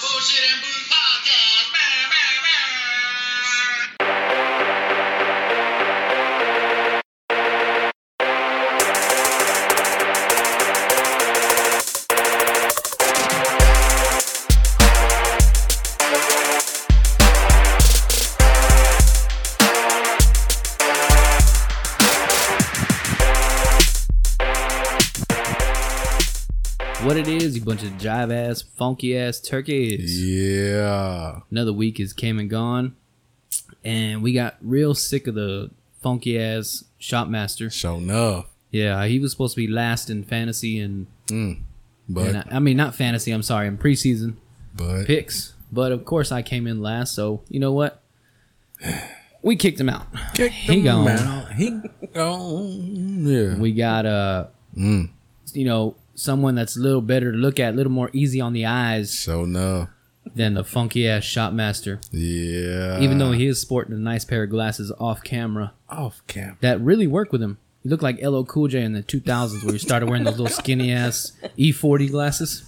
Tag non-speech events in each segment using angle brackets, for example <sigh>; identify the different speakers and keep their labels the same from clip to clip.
Speaker 1: Bullshit and Brew Podcast. Bah, bah, bah.
Speaker 2: What it is, you bunch of jive ass, funky ass turkeys.
Speaker 3: Yeah.
Speaker 2: Another week is came and gone, and we got real sick of the funky ass shopmaster.
Speaker 3: Sure enough.
Speaker 2: Yeah, he was supposed to be last in fantasy and,
Speaker 3: But
Speaker 2: and I, I mean not fantasy. I'm sorry, in preseason
Speaker 3: but
Speaker 2: picks. But of course, I came in last, so you know what? <sighs> We kicked him out.
Speaker 3: kick
Speaker 2: He
Speaker 3: him
Speaker 2: gone.
Speaker 3: out. He gone. Yeah.
Speaker 2: We got uh, you know, someone that's a little better to look at, a little more easy on the eyes
Speaker 3: sure enough.
Speaker 2: than the funky ass shopmaster.
Speaker 3: Yeah.
Speaker 2: even though he is sporting a nice pair of glasses off camera
Speaker 3: off camp.
Speaker 2: that really work with him. He looked like LL Cool J in the 2000s where he started wearing those little skinny ass E40
Speaker 3: <laughs>
Speaker 2: glasses.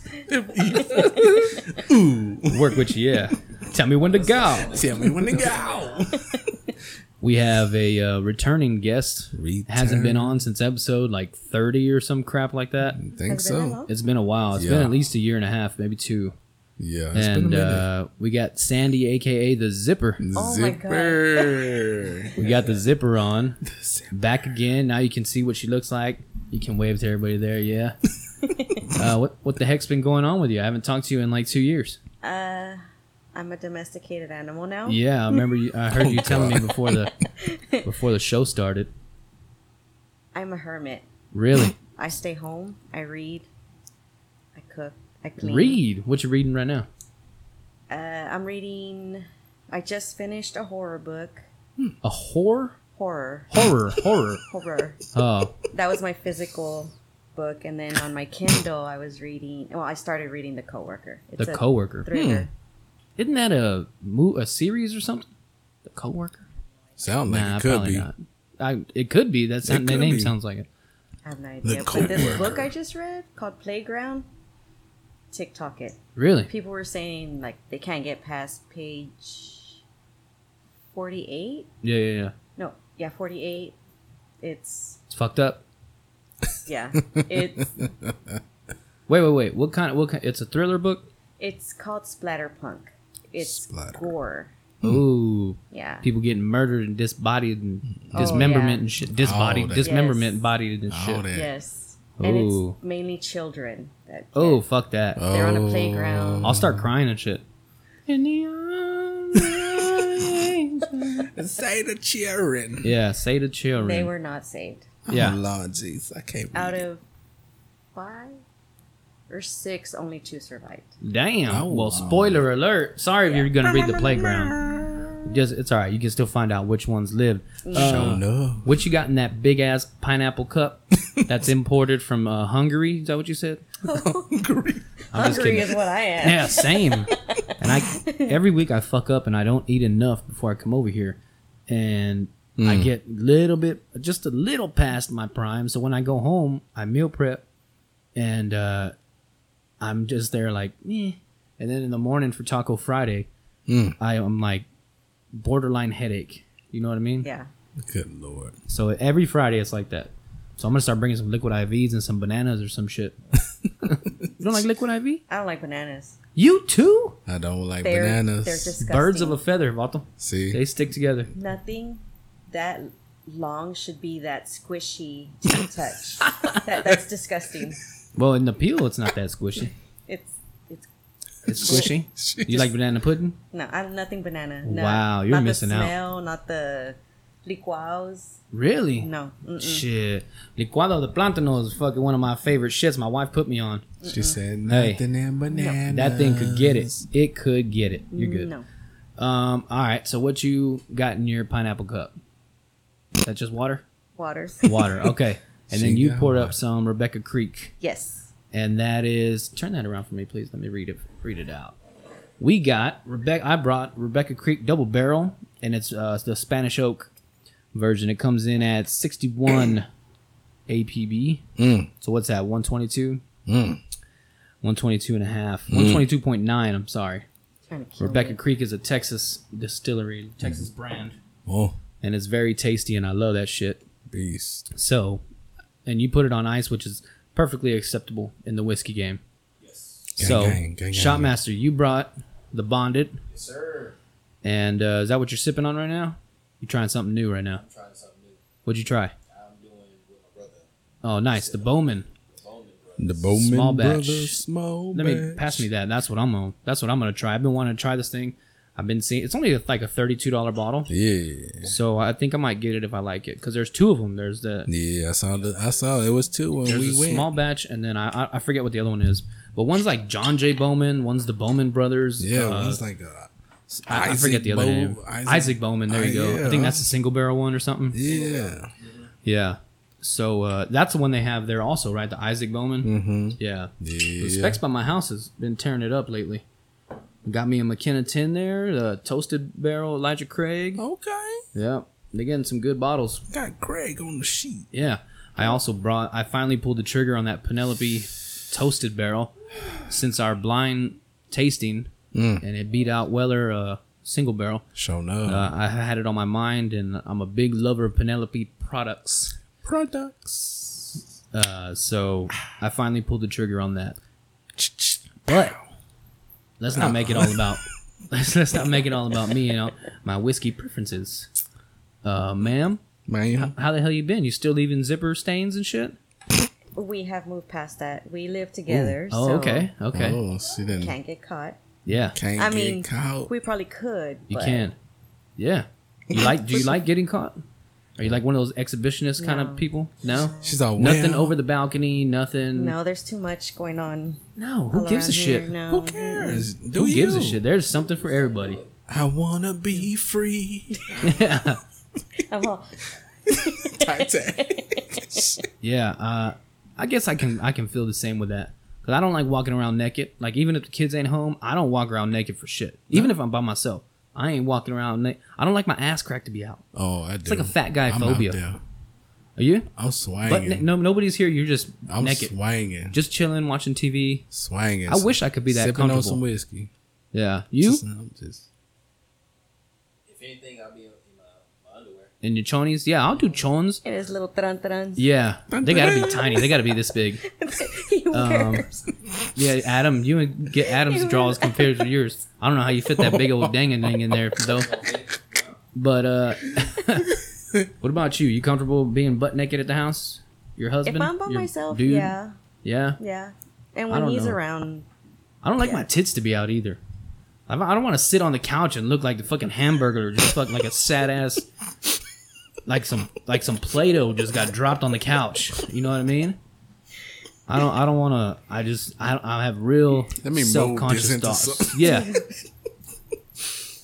Speaker 2: Work with you, yeah. Tell me when to go.
Speaker 3: Tell me when to go.
Speaker 4: <laughs>
Speaker 2: We have a uh, returning guest. Hasn't been on since episode like 30 or some crap like that.
Speaker 3: Think
Speaker 4: Has it been that
Speaker 3: so.
Speaker 4: long?
Speaker 2: It's been a while. It's been
Speaker 3: Yeah.
Speaker 2: at least a year and a half, maybe two.
Speaker 3: Yeah. It's
Speaker 2: And
Speaker 3: been a
Speaker 2: uh, we got Sandy, aka the Zipper.
Speaker 3: minute.
Speaker 4: Oh my God.
Speaker 3: Zipper.
Speaker 2: We got the zipper on.
Speaker 4: <laughs>
Speaker 2: Back again. Now you can see what she looks like. You can wave to everybody there. Yeah. uh, what what the heck's been going on with you? I haven't talked to you in like two years.
Speaker 4: Uh, I'm a domesticated animal now.
Speaker 2: Yeah, I remember. You, I
Speaker 3: <laughs> Oh,
Speaker 2: heard you telling me before the before the show started.
Speaker 4: I'm a hermit.
Speaker 2: Really?
Speaker 4: I stay home. I read. I cook. I clean.
Speaker 2: Read what you reading right now.
Speaker 4: Uh, I'm reading. I just finished a horror book.
Speaker 2: A horror,
Speaker 4: Horror.
Speaker 2: horror,
Speaker 3: <laughs>
Speaker 2: horror.
Speaker 4: Horror.
Speaker 2: Oh,
Speaker 4: that was my physical book, and then on my Kindle, I was reading. Well, I started reading The Coworker. It's
Speaker 2: the
Speaker 4: a
Speaker 2: coworker. Hmm.
Speaker 4: thriller.
Speaker 2: Isn't that a mo- a series or something? The coworker.
Speaker 3: <laughs> Sound like
Speaker 2: nah,
Speaker 3: it could
Speaker 2: probably
Speaker 3: be.
Speaker 2: not. I, it could be. That's
Speaker 3: It
Speaker 2: not, the
Speaker 3: could
Speaker 2: name
Speaker 3: be.
Speaker 2: sounds like it.
Speaker 4: I have no idea. But this book I just read called Playground. TikTok it.
Speaker 2: Really?
Speaker 4: people were saying like they can't get past page 48
Speaker 2: Yeah, yeah, yeah.
Speaker 4: no yeah 48 it's
Speaker 2: It's fucked up.
Speaker 3: <laughs>
Speaker 4: yeah it's
Speaker 2: Wait, wait, wait. What kind? What kind? It's a thriller book.
Speaker 4: it's called splatterpunk it's
Speaker 3: Splatter.
Speaker 4: gore
Speaker 3: Hmm.
Speaker 2: Ooh,
Speaker 4: yeah
Speaker 2: people getting murdered and disbodied and dismemberment
Speaker 4: yeah.
Speaker 2: and shit. Disbodied,
Speaker 3: that-
Speaker 2: dismemberment,
Speaker 4: Yes.
Speaker 2: bodied and
Speaker 3: All
Speaker 2: shit.
Speaker 3: that.
Speaker 4: yes and
Speaker 2: Ooh.
Speaker 4: it's mainly children that
Speaker 2: Oh,
Speaker 4: that-
Speaker 2: fuck that!
Speaker 3: Oh.
Speaker 4: they're on a playground
Speaker 2: I'll start crying and shit. In the arms of an angel.
Speaker 3: <laughs> Say the
Speaker 2: <laughs>
Speaker 3: cheering. Oh,
Speaker 2: yeah, say to children.
Speaker 4: they were not saved
Speaker 2: yeah,
Speaker 3: Lord Jesus, I can't.
Speaker 4: out
Speaker 3: read it.
Speaker 4: of five or six only two survived
Speaker 2: damn.
Speaker 3: Oh, wow.
Speaker 2: well, spoiler alert. Sorry if you're gonna read the playground. Just it's all right. You can still find out which ones lived.
Speaker 3: Sure
Speaker 2: Uh,
Speaker 3: enough.
Speaker 2: what you got in that big ass pineapple cup? That's imported from uh, Hungary. Is that what you said?
Speaker 3: Hungry.
Speaker 2: I'm just
Speaker 4: hungry
Speaker 2: kidding.
Speaker 4: is what i
Speaker 2: <laughs>
Speaker 4: am
Speaker 2: Yeah, same. and I every week I fuck up and I don't eat enough before I come over here, and I get little bit, just a little past my prime. So when I go home, I meal prep, and uh, I'm just there like, eh. and then in the morning for Taco Friday, I am like borderline headache. You know what I mean?
Speaker 4: yeah
Speaker 3: Good lord.
Speaker 2: So every Friday it's like that. So I'm gonna start bringing some liquid IVs and some bananas or some shit. you don't like liquid IV?
Speaker 4: i don't like bananas
Speaker 2: You too?
Speaker 3: I don't like
Speaker 4: they're
Speaker 3: bananas.
Speaker 4: they're disgusting
Speaker 2: Birds of a feather, Vato.
Speaker 3: See.
Speaker 2: They stick together.
Speaker 4: nothing that long should be
Speaker 2: <laughs>
Speaker 4: that squishy to the touch. that, that's disgusting.
Speaker 2: Well, in the peel, it's not that squishy.
Speaker 4: It's it's
Speaker 2: It's squishy. You like banana pudding?
Speaker 4: no, I'm nothing banana. No,
Speaker 2: Wow, you're
Speaker 4: not
Speaker 2: missing
Speaker 4: the
Speaker 2: out.
Speaker 4: smell, Not the liquados.
Speaker 2: Really?
Speaker 4: No, mm-mm.
Speaker 2: Shit. Licuado de plantano is fucking one of my favorite shits my wife put me on.
Speaker 3: She said
Speaker 2: Hey.
Speaker 3: nothing and bananas.
Speaker 2: That thing could get it. It could get it. You're good.
Speaker 4: no.
Speaker 2: Um, all right. So what you got in your pineapple cup? Is that just water?
Speaker 4: Waters.
Speaker 2: Water. Okay. And then
Speaker 3: She
Speaker 2: you
Speaker 3: got
Speaker 2: poured
Speaker 3: water.
Speaker 2: up some Rebecca Creek.
Speaker 4: yes.
Speaker 2: and that is turn that around for me, please. Let me read it. Read it out. We got Rebecca. I brought Rebecca Creek Double Barrel, and it's uh, the Spanish Oak version. It comes in at sixty-one APB. So what's that? One twenty-two. 122 and a half. 122.9, I'm sorry.
Speaker 4: Trying to kill
Speaker 2: Rebecca
Speaker 4: me.
Speaker 2: Creek is a Texas distillery, Mm-hmm. Texas brand,
Speaker 3: Oh,
Speaker 2: and it's very tasty and I love that shit.
Speaker 3: beast.
Speaker 2: So, and you put it on ice, which is perfectly acceptable in the whiskey game.
Speaker 3: Gang,
Speaker 2: so,
Speaker 3: gang, gang, gang.
Speaker 2: Shotmaster, you brought the bonded,
Speaker 5: Yes, sir.
Speaker 2: and uh, is that what you're sipping on right now? You're trying something new right now.
Speaker 5: I'm trying something new.
Speaker 2: What'd you try?
Speaker 5: I'm doing with my brother,
Speaker 2: Oh, nice, the Bowman.
Speaker 5: the Bowman brother.
Speaker 3: The Bowman
Speaker 2: Small batch.
Speaker 3: Brothers. Small
Speaker 2: Let me pass me that. That's what I'm on. That's what I'm gonna try. I've been wanting to try this thing. I've been seeing. It's only like a thirty-two dollar bottle,
Speaker 3: Yeah.
Speaker 2: so I think I might get it if I like it. Cause there's two of them. There's the
Speaker 3: Yeah, I saw the I saw it was two when
Speaker 2: There's
Speaker 3: we
Speaker 2: a
Speaker 3: went.
Speaker 2: small batch, and then I, I I forget what the other one is. But one's like John J. Bowman. Onene's the Bowman brothers.
Speaker 3: yeah,
Speaker 2: uh,
Speaker 3: it was like a
Speaker 2: I, I forget the other name. Isaac, Bowman. There you go. I think that's the single barrel one or something. Yeah.
Speaker 3: Yeah.
Speaker 2: So uh, that's the one they have there also, right? The Isaac Bowman. Mm-hmm. Yeah. The
Speaker 3: Yeah.
Speaker 2: specs by my house has been tearing it up lately. Got me a McKenna tin there, the toasted barrel Elijah Craig.
Speaker 3: Okay.
Speaker 2: Yeah, they getting some good bottles.
Speaker 3: Got Craig on the sheet.
Speaker 2: Yeah. I also brought I finally pulled the trigger on that Penelope toasted barrel since our blind tasting and it beat out Weller uh single barrel.
Speaker 3: Show no.
Speaker 2: Uh, I had it on my mind and I'm a big lover of Penelope products.
Speaker 3: Products.
Speaker 2: Uh so I finally pulled the trigger on that. But let's not make it all
Speaker 4: <laughs>
Speaker 2: about <laughs> let's, let's not make it all about me and all my whiskey preferences. Uh ma'am,
Speaker 3: Man.
Speaker 2: how the hell you been? You still leaving zipper stains and shit?
Speaker 4: We have moved past that. We live together.
Speaker 2: Oh,
Speaker 4: so
Speaker 2: okay. Okay.
Speaker 3: Oh, she didn't
Speaker 4: Can't get caught.
Speaker 2: Yeah.
Speaker 3: can't
Speaker 4: I
Speaker 3: get
Speaker 4: mean,
Speaker 3: caught.
Speaker 4: we probably could.
Speaker 2: You
Speaker 4: but
Speaker 2: can. Yeah. You like
Speaker 4: <laughs>
Speaker 2: do you like getting caught? Are you like one of those exhibitionist kind
Speaker 4: No.
Speaker 2: of people? No?
Speaker 3: She's all
Speaker 2: Nothing
Speaker 3: well,
Speaker 2: over the balcony, nothing.
Speaker 4: No, there's too much going on.
Speaker 2: No, who
Speaker 4: all
Speaker 2: gives a
Speaker 4: around
Speaker 2: shit?
Speaker 4: here. No.
Speaker 3: Who
Speaker 4: <laughs>
Speaker 3: cares? Do
Speaker 2: Um, Who
Speaker 3: you?
Speaker 2: gives a shit? There's something for everybody.
Speaker 3: I wanna be free. <laughs>
Speaker 2: yeah.
Speaker 4: I'm all,
Speaker 2: <laughs>
Speaker 3: Titanic.
Speaker 2: <laughs> Yeah, uh I guess I can I can feel the same with that. Cause I don't like walking around naked. Like even if the kids ain't home, I don't walk around naked for shit. Even if I'm by myself, I ain't walking around. Na- I don't like my ass crack to be out.
Speaker 3: Oh, I do. It's
Speaker 2: like a fat guy
Speaker 3: I'm
Speaker 2: phobia.
Speaker 3: Out there.
Speaker 2: Are you? But
Speaker 3: I'm
Speaker 2: n-
Speaker 3: swanging.
Speaker 2: no, nobody's here. You're just
Speaker 3: I'm
Speaker 2: naked,
Speaker 3: swanging.
Speaker 2: just chilling, watching TV.
Speaker 3: swanging.
Speaker 2: I wish I could be that
Speaker 3: Sipping
Speaker 2: comfortable.
Speaker 3: on some whiskey.
Speaker 2: Yeah, you
Speaker 3: Just, I'm just,
Speaker 5: If anything, I'll be in in my, my underwear.
Speaker 2: and your chonies. Yeah, I'll do chons.
Speaker 4: it is little tran trans.
Speaker 2: Yeah, they gotta be tiny. They gotta be this big.
Speaker 4: <laughs> he
Speaker 2: Um,
Speaker 4: wears.
Speaker 2: Yeah, Adam, you and
Speaker 4: <laughs>
Speaker 2: get Adam's draws compared to yours. I don't know how you fit that big old dangin' thing in there though. But uh, <laughs> what about you? You comfortable being butt naked at the house? Your husband?
Speaker 4: if I'm by
Speaker 2: Your
Speaker 4: myself,
Speaker 2: dude?
Speaker 4: yeah,
Speaker 2: Yeah,
Speaker 4: yeah. And
Speaker 2: I
Speaker 4: when
Speaker 2: don't
Speaker 4: he's
Speaker 2: know.
Speaker 4: around,
Speaker 2: I don't like my tits to be out either. I I don't want to sit on the couch and look like the fucking hamburger, just fuck like a sad ass, like some like some Play-Doh just got dropped on the couch. You know what I mean? I don't. I don't want to. I just. I. I have real
Speaker 3: Let me mold this
Speaker 2: self-conscious
Speaker 3: into
Speaker 2: thoughts.
Speaker 3: something.
Speaker 2: Yeah.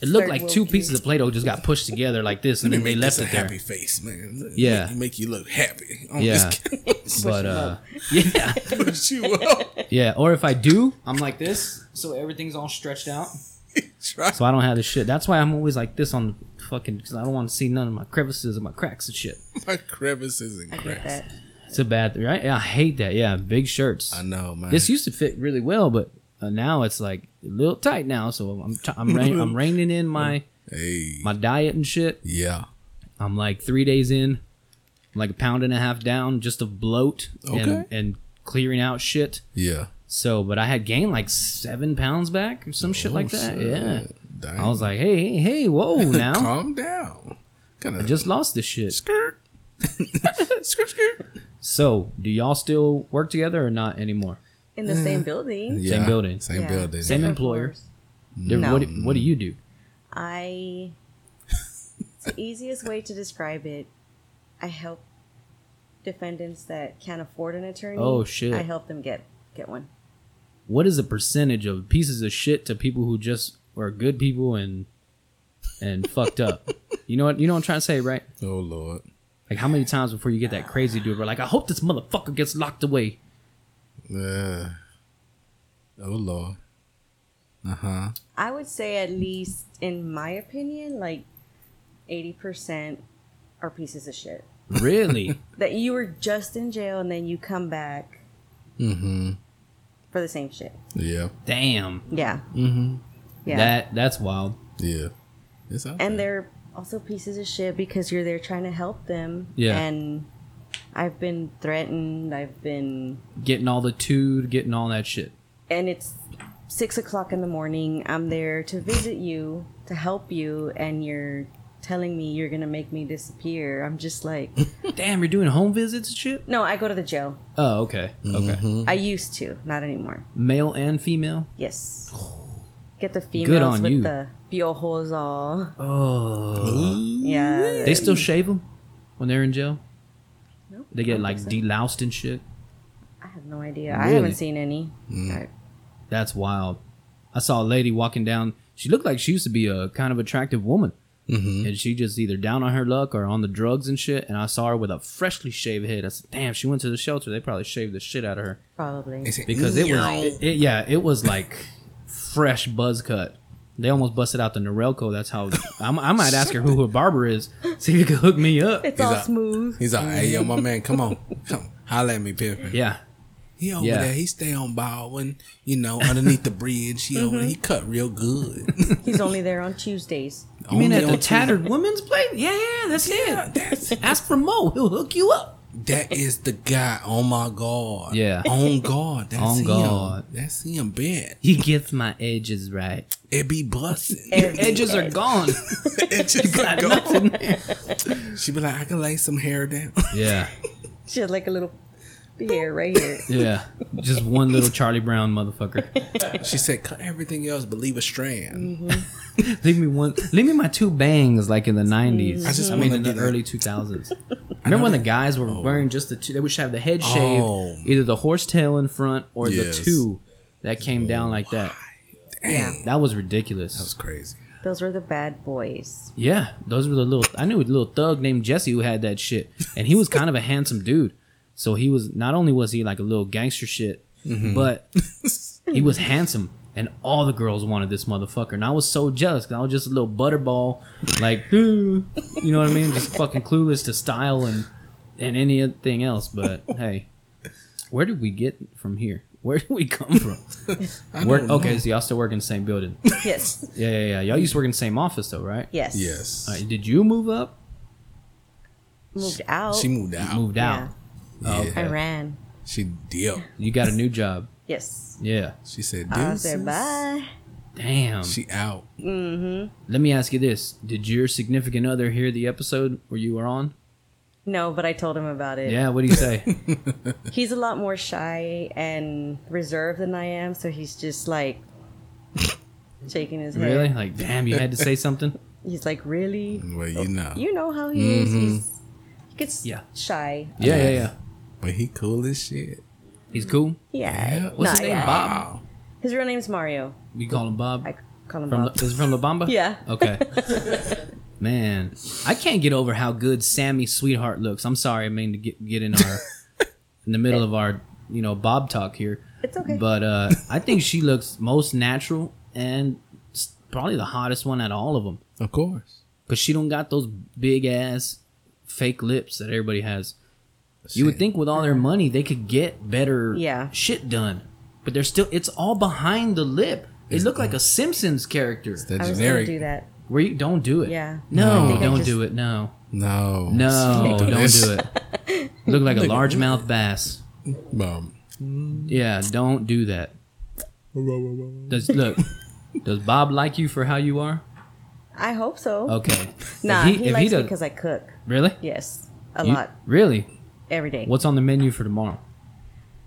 Speaker 2: It looked
Speaker 4: Third
Speaker 2: like
Speaker 4: world
Speaker 2: two
Speaker 4: view.
Speaker 2: pieces of Play-Doh just got pushed together like this, and
Speaker 3: Let
Speaker 2: then
Speaker 3: me
Speaker 2: they
Speaker 3: make
Speaker 2: left
Speaker 3: this a
Speaker 2: it there.
Speaker 3: happy face, man. Let-
Speaker 2: Yeah.
Speaker 3: Make, make you look happy. On
Speaker 2: Yeah.
Speaker 3: <laughs> This
Speaker 2: But uh, <laughs> yeah, <laughs>
Speaker 3: push you up.
Speaker 2: yeah. Or if I do, I'm like this, so everything's all stretched out.
Speaker 3: Try.
Speaker 2: So I don't have this shit. That's why I'm always like this on the fucking because I don't want to see none of my crevices and my cracks and shit.
Speaker 3: My crevices and
Speaker 4: I get
Speaker 3: cracks.
Speaker 4: that.
Speaker 2: It's a bad right. Yeah, I hate that. Yeah, big shirts.
Speaker 3: I know, man.
Speaker 2: This used to fit really well, but uh, now it's like a little tight now. So I'm t- I'm rein-
Speaker 3: <laughs>
Speaker 2: I'm reining in my
Speaker 3: hey,
Speaker 2: my diet and shit.
Speaker 3: yeah.
Speaker 2: I'm like three days in, I'm like a pound and a half down just of bloat and
Speaker 3: Okay.
Speaker 2: and clearing out shit.
Speaker 3: Yeah.
Speaker 2: So, but I had gained like seven pounds back or some shit like that. Yeah.
Speaker 3: Oh, Dang.
Speaker 2: I was like, hey, hey, hey, whoa,
Speaker 3: <laughs>
Speaker 2: now.
Speaker 3: calm down. Kind of
Speaker 2: Just lost this shit.
Speaker 3: skirt. <laughs> skirt, skirt.
Speaker 2: So, do y'all still work together or not anymore?
Speaker 4: in the same building.
Speaker 3: Yeah,
Speaker 2: building.
Speaker 3: Same
Speaker 4: Yeah.
Speaker 3: building.
Speaker 2: Eh. Same
Speaker 3: yeah.
Speaker 2: employer.
Speaker 4: Of course.
Speaker 2: Do-
Speaker 4: No.
Speaker 2: What, do- what do you do?
Speaker 4: I. It's
Speaker 2: <laughs>
Speaker 4: the easiest way to describe it. I help defendants that can't afford an attorney.
Speaker 2: Oh, shit.
Speaker 4: I help them get get one.
Speaker 2: What is the percentage of pieces of shit to people who just are good people and and <laughs> fucked up? You know what? You know what I'm trying to say, right?
Speaker 3: Oh lord.
Speaker 2: Like how many times before you get that crazy dude, we're like, I hope this motherfucker gets locked away.
Speaker 3: Uh, oh lord. Uh huh.
Speaker 4: I would say at least, in my opinion, like eighty percent are pieces of shit.
Speaker 2: Really?
Speaker 4: <laughs>
Speaker 2: Mm-hmm.
Speaker 4: That you were just in jail and then you come back. for the same shit.
Speaker 3: Yeah.
Speaker 2: Damn.
Speaker 4: Yeah.
Speaker 2: Mm-hmm.
Speaker 4: Yeah.
Speaker 2: That that's wild.
Speaker 3: Yeah. It's out
Speaker 4: and
Speaker 3: there.
Speaker 4: they're also pieces of shit because you're there trying to help them.
Speaker 2: Yeah.
Speaker 4: And I've been threatened. I've been,
Speaker 2: Getting all the tude, getting all that shit.
Speaker 4: and it's six o'clock in the morning. I'm there to visit you, to help you, and you're telling me you're gonna make me disappear. I'm just like, <laughs>
Speaker 2: Damn, you're doing home visits and shit.
Speaker 4: no, I go to the jail.
Speaker 2: Oh, okay, okay.
Speaker 4: I used to, not anymore.
Speaker 2: Male and female. <sighs>
Speaker 4: Yes. Get the females
Speaker 2: on
Speaker 4: with
Speaker 2: you.
Speaker 4: the piojos all.
Speaker 2: Oh,
Speaker 4: Yeah.
Speaker 2: they still shave them when they're in jail.
Speaker 4: Nope,
Speaker 2: They get
Speaker 4: don't
Speaker 2: like
Speaker 4: think so.
Speaker 2: deloused and shit.
Speaker 4: I have no idea. I
Speaker 2: Really? Mm.
Speaker 4: haven't seen any. I-
Speaker 2: That's wild. I saw a lady walking down. She looked like she used to be a kind of attractive woman. Mm-hmm. And she just either down on her luck or on the drugs and shit. And I saw her with a freshly shaved head. I said, "Damn, she went to the shelter. They probably shaved the shit out of her
Speaker 4: Probably.
Speaker 3: They say,
Speaker 2: because it was,
Speaker 3: "Meow."
Speaker 2: it, it- yeah, it was like fresh buzz cut. They almost busted out the Norelco. That's how I'm, I might ask her who her barber is. See if you could hook me up.
Speaker 4: It's all
Speaker 3: a-
Speaker 2: <laughs>
Speaker 4: smooth.
Speaker 3: He's like, hey, yo, my man, come on. Come holla at me, Pippin.
Speaker 2: Yeah,
Speaker 3: He over
Speaker 2: Yeah.
Speaker 3: there. He stay on Baldwin, you know, underneath the bridge. He
Speaker 4: Mm-hmm.
Speaker 3: over there. He cut real good.
Speaker 4: He's only there on Tuesdays.
Speaker 2: <laughs> you mean
Speaker 3: Only
Speaker 2: at
Speaker 3: on
Speaker 2: the
Speaker 3: Tues-
Speaker 2: tattered woman's place? Yeah, yeah, that's it.
Speaker 3: That's,
Speaker 2: Ask for Mo. He'll hook you up.
Speaker 3: that is the guy. Oh my God.
Speaker 2: Yeah.
Speaker 3: On God. That's
Speaker 2: On
Speaker 3: him.
Speaker 2: God.
Speaker 3: That's him, bad.
Speaker 2: He gets my edges right.
Speaker 3: It be busting.
Speaker 4: And
Speaker 2: Edges are gone.
Speaker 3: it just
Speaker 2: Got
Speaker 3: go.
Speaker 2: nothing.
Speaker 3: She be like, I can lay some hair down.
Speaker 2: <laughs> Yeah,
Speaker 4: she had like a little hair
Speaker 2: <laughs>
Speaker 4: right here.
Speaker 2: yeah. Just one little Charlie Brown motherfucker.
Speaker 3: she said, cut everything else, but leave a strand.
Speaker 4: Mm-hmm.
Speaker 2: Leave me one. Leave me my two bangs like in the nineties. I
Speaker 3: I just
Speaker 2: mean,
Speaker 3: wanna
Speaker 2: in the
Speaker 3: get a-
Speaker 2: early two
Speaker 3: <laughs>
Speaker 2: thousands. Remember when the guys were wearing just the two? They would just have the head shaved,
Speaker 3: Oh.
Speaker 2: either the horsetail in front or
Speaker 3: Yes.
Speaker 2: the two that came down like that.
Speaker 4: Yeah.
Speaker 2: That was ridiculous.
Speaker 3: That's crazy.
Speaker 4: Those were the
Speaker 2: <laughs>
Speaker 4: bad boys.
Speaker 2: yeah, those were the little. I knew a little thug named Jesse who had that shit, and he was kind of a handsome dude. So he was not only was he like a little gangster shit, but he was handsome and all the girls wanted this motherfucker and i was so jealous 'cause i was just a little butterball like "Ooh," you know what i mean just fucking clueless to style and and anything else but hey where did we get from here where did we come from Work, okay so y'all still work in the same building
Speaker 4: Yes.
Speaker 2: yeah yeah yeah y'all used to work in the same office though right
Speaker 4: Yes.
Speaker 3: Yes.
Speaker 2: All right, did Uh, you move up
Speaker 4: Moved out.
Speaker 3: She moved out.
Speaker 2: moved out
Speaker 3: Yeah.
Speaker 4: I ran.
Speaker 3: She dipped.
Speaker 2: you got a new job
Speaker 4: Yes.
Speaker 2: yeah
Speaker 3: She said,
Speaker 4: I
Speaker 3: "Deuces."
Speaker 4: said bye.
Speaker 2: damn
Speaker 3: She out.
Speaker 2: let me ask you this did your significant other hear the episode where you were on
Speaker 4: No, but I told him about it.
Speaker 2: yeah what do you say
Speaker 4: He's a lot more shy and reserved than I am, so he's just like <laughs> shaking his head.
Speaker 2: Really? Like, damn, you had to say something?
Speaker 4: He's like, really?
Speaker 3: Well, you know.
Speaker 4: You know how he is. He's, he gets
Speaker 2: Mm-hmm. Yeah.
Speaker 4: shy.
Speaker 2: Yeah, yeah, yeah.
Speaker 3: But he cool as shit.
Speaker 2: He's cool.
Speaker 4: Yeah.
Speaker 3: Yeah.
Speaker 2: What's his
Speaker 4: Nah,
Speaker 2: name?
Speaker 4: yeah.
Speaker 2: Bob.
Speaker 4: His real name's Mario.
Speaker 2: We call him Bob.
Speaker 4: I call him
Speaker 2: From
Speaker 4: Bob.
Speaker 2: La- is it from La Bamba?
Speaker 4: Yeah.
Speaker 2: Okay. Man, I can't get over how good Sammy Sweetheart looks. I'm sorry, I mean to get get in our in the middle of our you know Bob talk here.
Speaker 4: It's okay.
Speaker 2: But uh, I think she looks most natural and s- probably the hottest one out of all of them
Speaker 3: Of course.
Speaker 2: because she don't got those big ass fake lips that everybody has. You would think with all their money they could get better
Speaker 4: Yeah.
Speaker 2: shit done, but they're still. It's all behind the lip. It looked like a Simpsons character.
Speaker 3: That
Speaker 4: I was gonna
Speaker 3: generic.
Speaker 4: do that.
Speaker 2: Where you don't do it.
Speaker 4: Yeah.
Speaker 2: No,
Speaker 4: I think I
Speaker 2: don't
Speaker 4: just-
Speaker 2: do it. No,
Speaker 3: No.
Speaker 2: no, don't
Speaker 3: this. <laughs>
Speaker 2: do it.
Speaker 4: <laughs>
Speaker 2: Look like a
Speaker 3: Look at-
Speaker 2: largemouth bass.
Speaker 3: Um,
Speaker 2: Yeah, don't do that. Does look? does Bob like you for how you are?
Speaker 4: I hope so.
Speaker 2: Okay.
Speaker 4: <laughs> Nah,
Speaker 2: If
Speaker 4: he,
Speaker 2: if
Speaker 4: likes me
Speaker 2: does-
Speaker 4: because I cook.
Speaker 2: really.
Speaker 4: Yes, a
Speaker 2: You-
Speaker 4: lot
Speaker 2: Really?
Speaker 4: every day.
Speaker 2: What's on the menu for tomorrow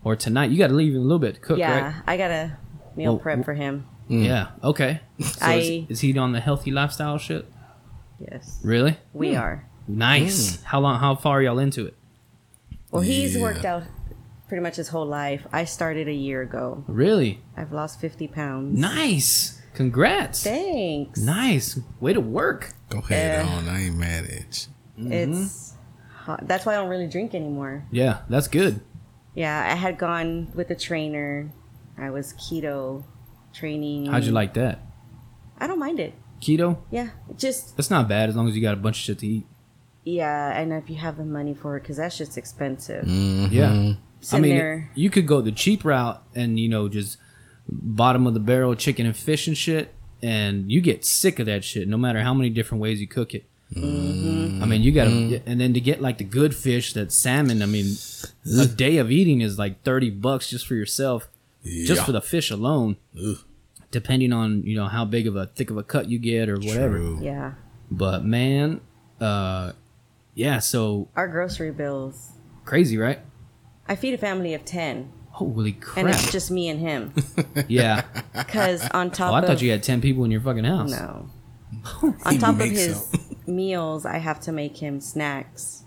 Speaker 2: or tonight? You got to leave in a little bit to cook,
Speaker 4: yeah,
Speaker 2: right?
Speaker 4: I got a meal
Speaker 2: Well,
Speaker 4: prep
Speaker 2: w-
Speaker 4: for him.
Speaker 2: Yeah.
Speaker 4: <laughs>
Speaker 2: Okay. So
Speaker 4: I
Speaker 2: is, is he on the healthy lifestyle shit?
Speaker 4: yes,
Speaker 2: Really? Mm.
Speaker 4: we are.
Speaker 2: Nice. How long? How far are y'all into it?
Speaker 4: Well, he's
Speaker 3: Yeah.
Speaker 4: worked out pretty much his whole life. I started a year ago.
Speaker 2: Really?
Speaker 4: I've lost fifty pounds.
Speaker 2: Nice. Congrats.
Speaker 4: Thanks.
Speaker 2: Nice. Way to work.
Speaker 3: go ahead
Speaker 4: Yeah.
Speaker 3: on. I ain't mad at
Speaker 4: It's hot. that's why I don't really drink anymore.
Speaker 2: Yeah, that's good.
Speaker 4: Yeah, I had gone with a trainer. I was keto training.
Speaker 2: How'd you like that?
Speaker 4: I don't mind it.
Speaker 2: Keto?
Speaker 4: Yeah, just
Speaker 2: That's not bad as long as you got a bunch of shit to eat. Mm-hmm.
Speaker 4: yeah, and if you have the money for it, because that shit's expensive.
Speaker 3: you.
Speaker 2: Yeah. Mm. I
Speaker 4: sitting
Speaker 2: mean,
Speaker 4: there.
Speaker 2: you could go the cheap route and you know just bottom of the barrel chicken and fish and shit, and you get sick of that shit no matter how many different ways you cook it.
Speaker 3: Mm.
Speaker 2: I mean, you got to, and then to get like the good fish, that salmon. I mean, a day of eating is like thirty bucks just for yourself, just
Speaker 3: Yeah.
Speaker 2: for the fish alone.
Speaker 3: Ugh.
Speaker 2: Depending on you know how big of a thick of a cut you get or whatever.
Speaker 3: True.
Speaker 4: Yeah,
Speaker 2: But man, uh, yeah, so
Speaker 4: our grocery bills.
Speaker 2: crazy, right?
Speaker 4: I feed a family of ten,
Speaker 2: Holy crap!
Speaker 4: and it's just me and
Speaker 2: <laughs>
Speaker 4: him.
Speaker 2: yeah.
Speaker 4: Because on top,
Speaker 2: Oh, I
Speaker 4: of,
Speaker 2: thought you had ten people in your fucking house. <laughs>
Speaker 4: no. on top of
Speaker 3: makes
Speaker 4: his meals, I have to make him snacks,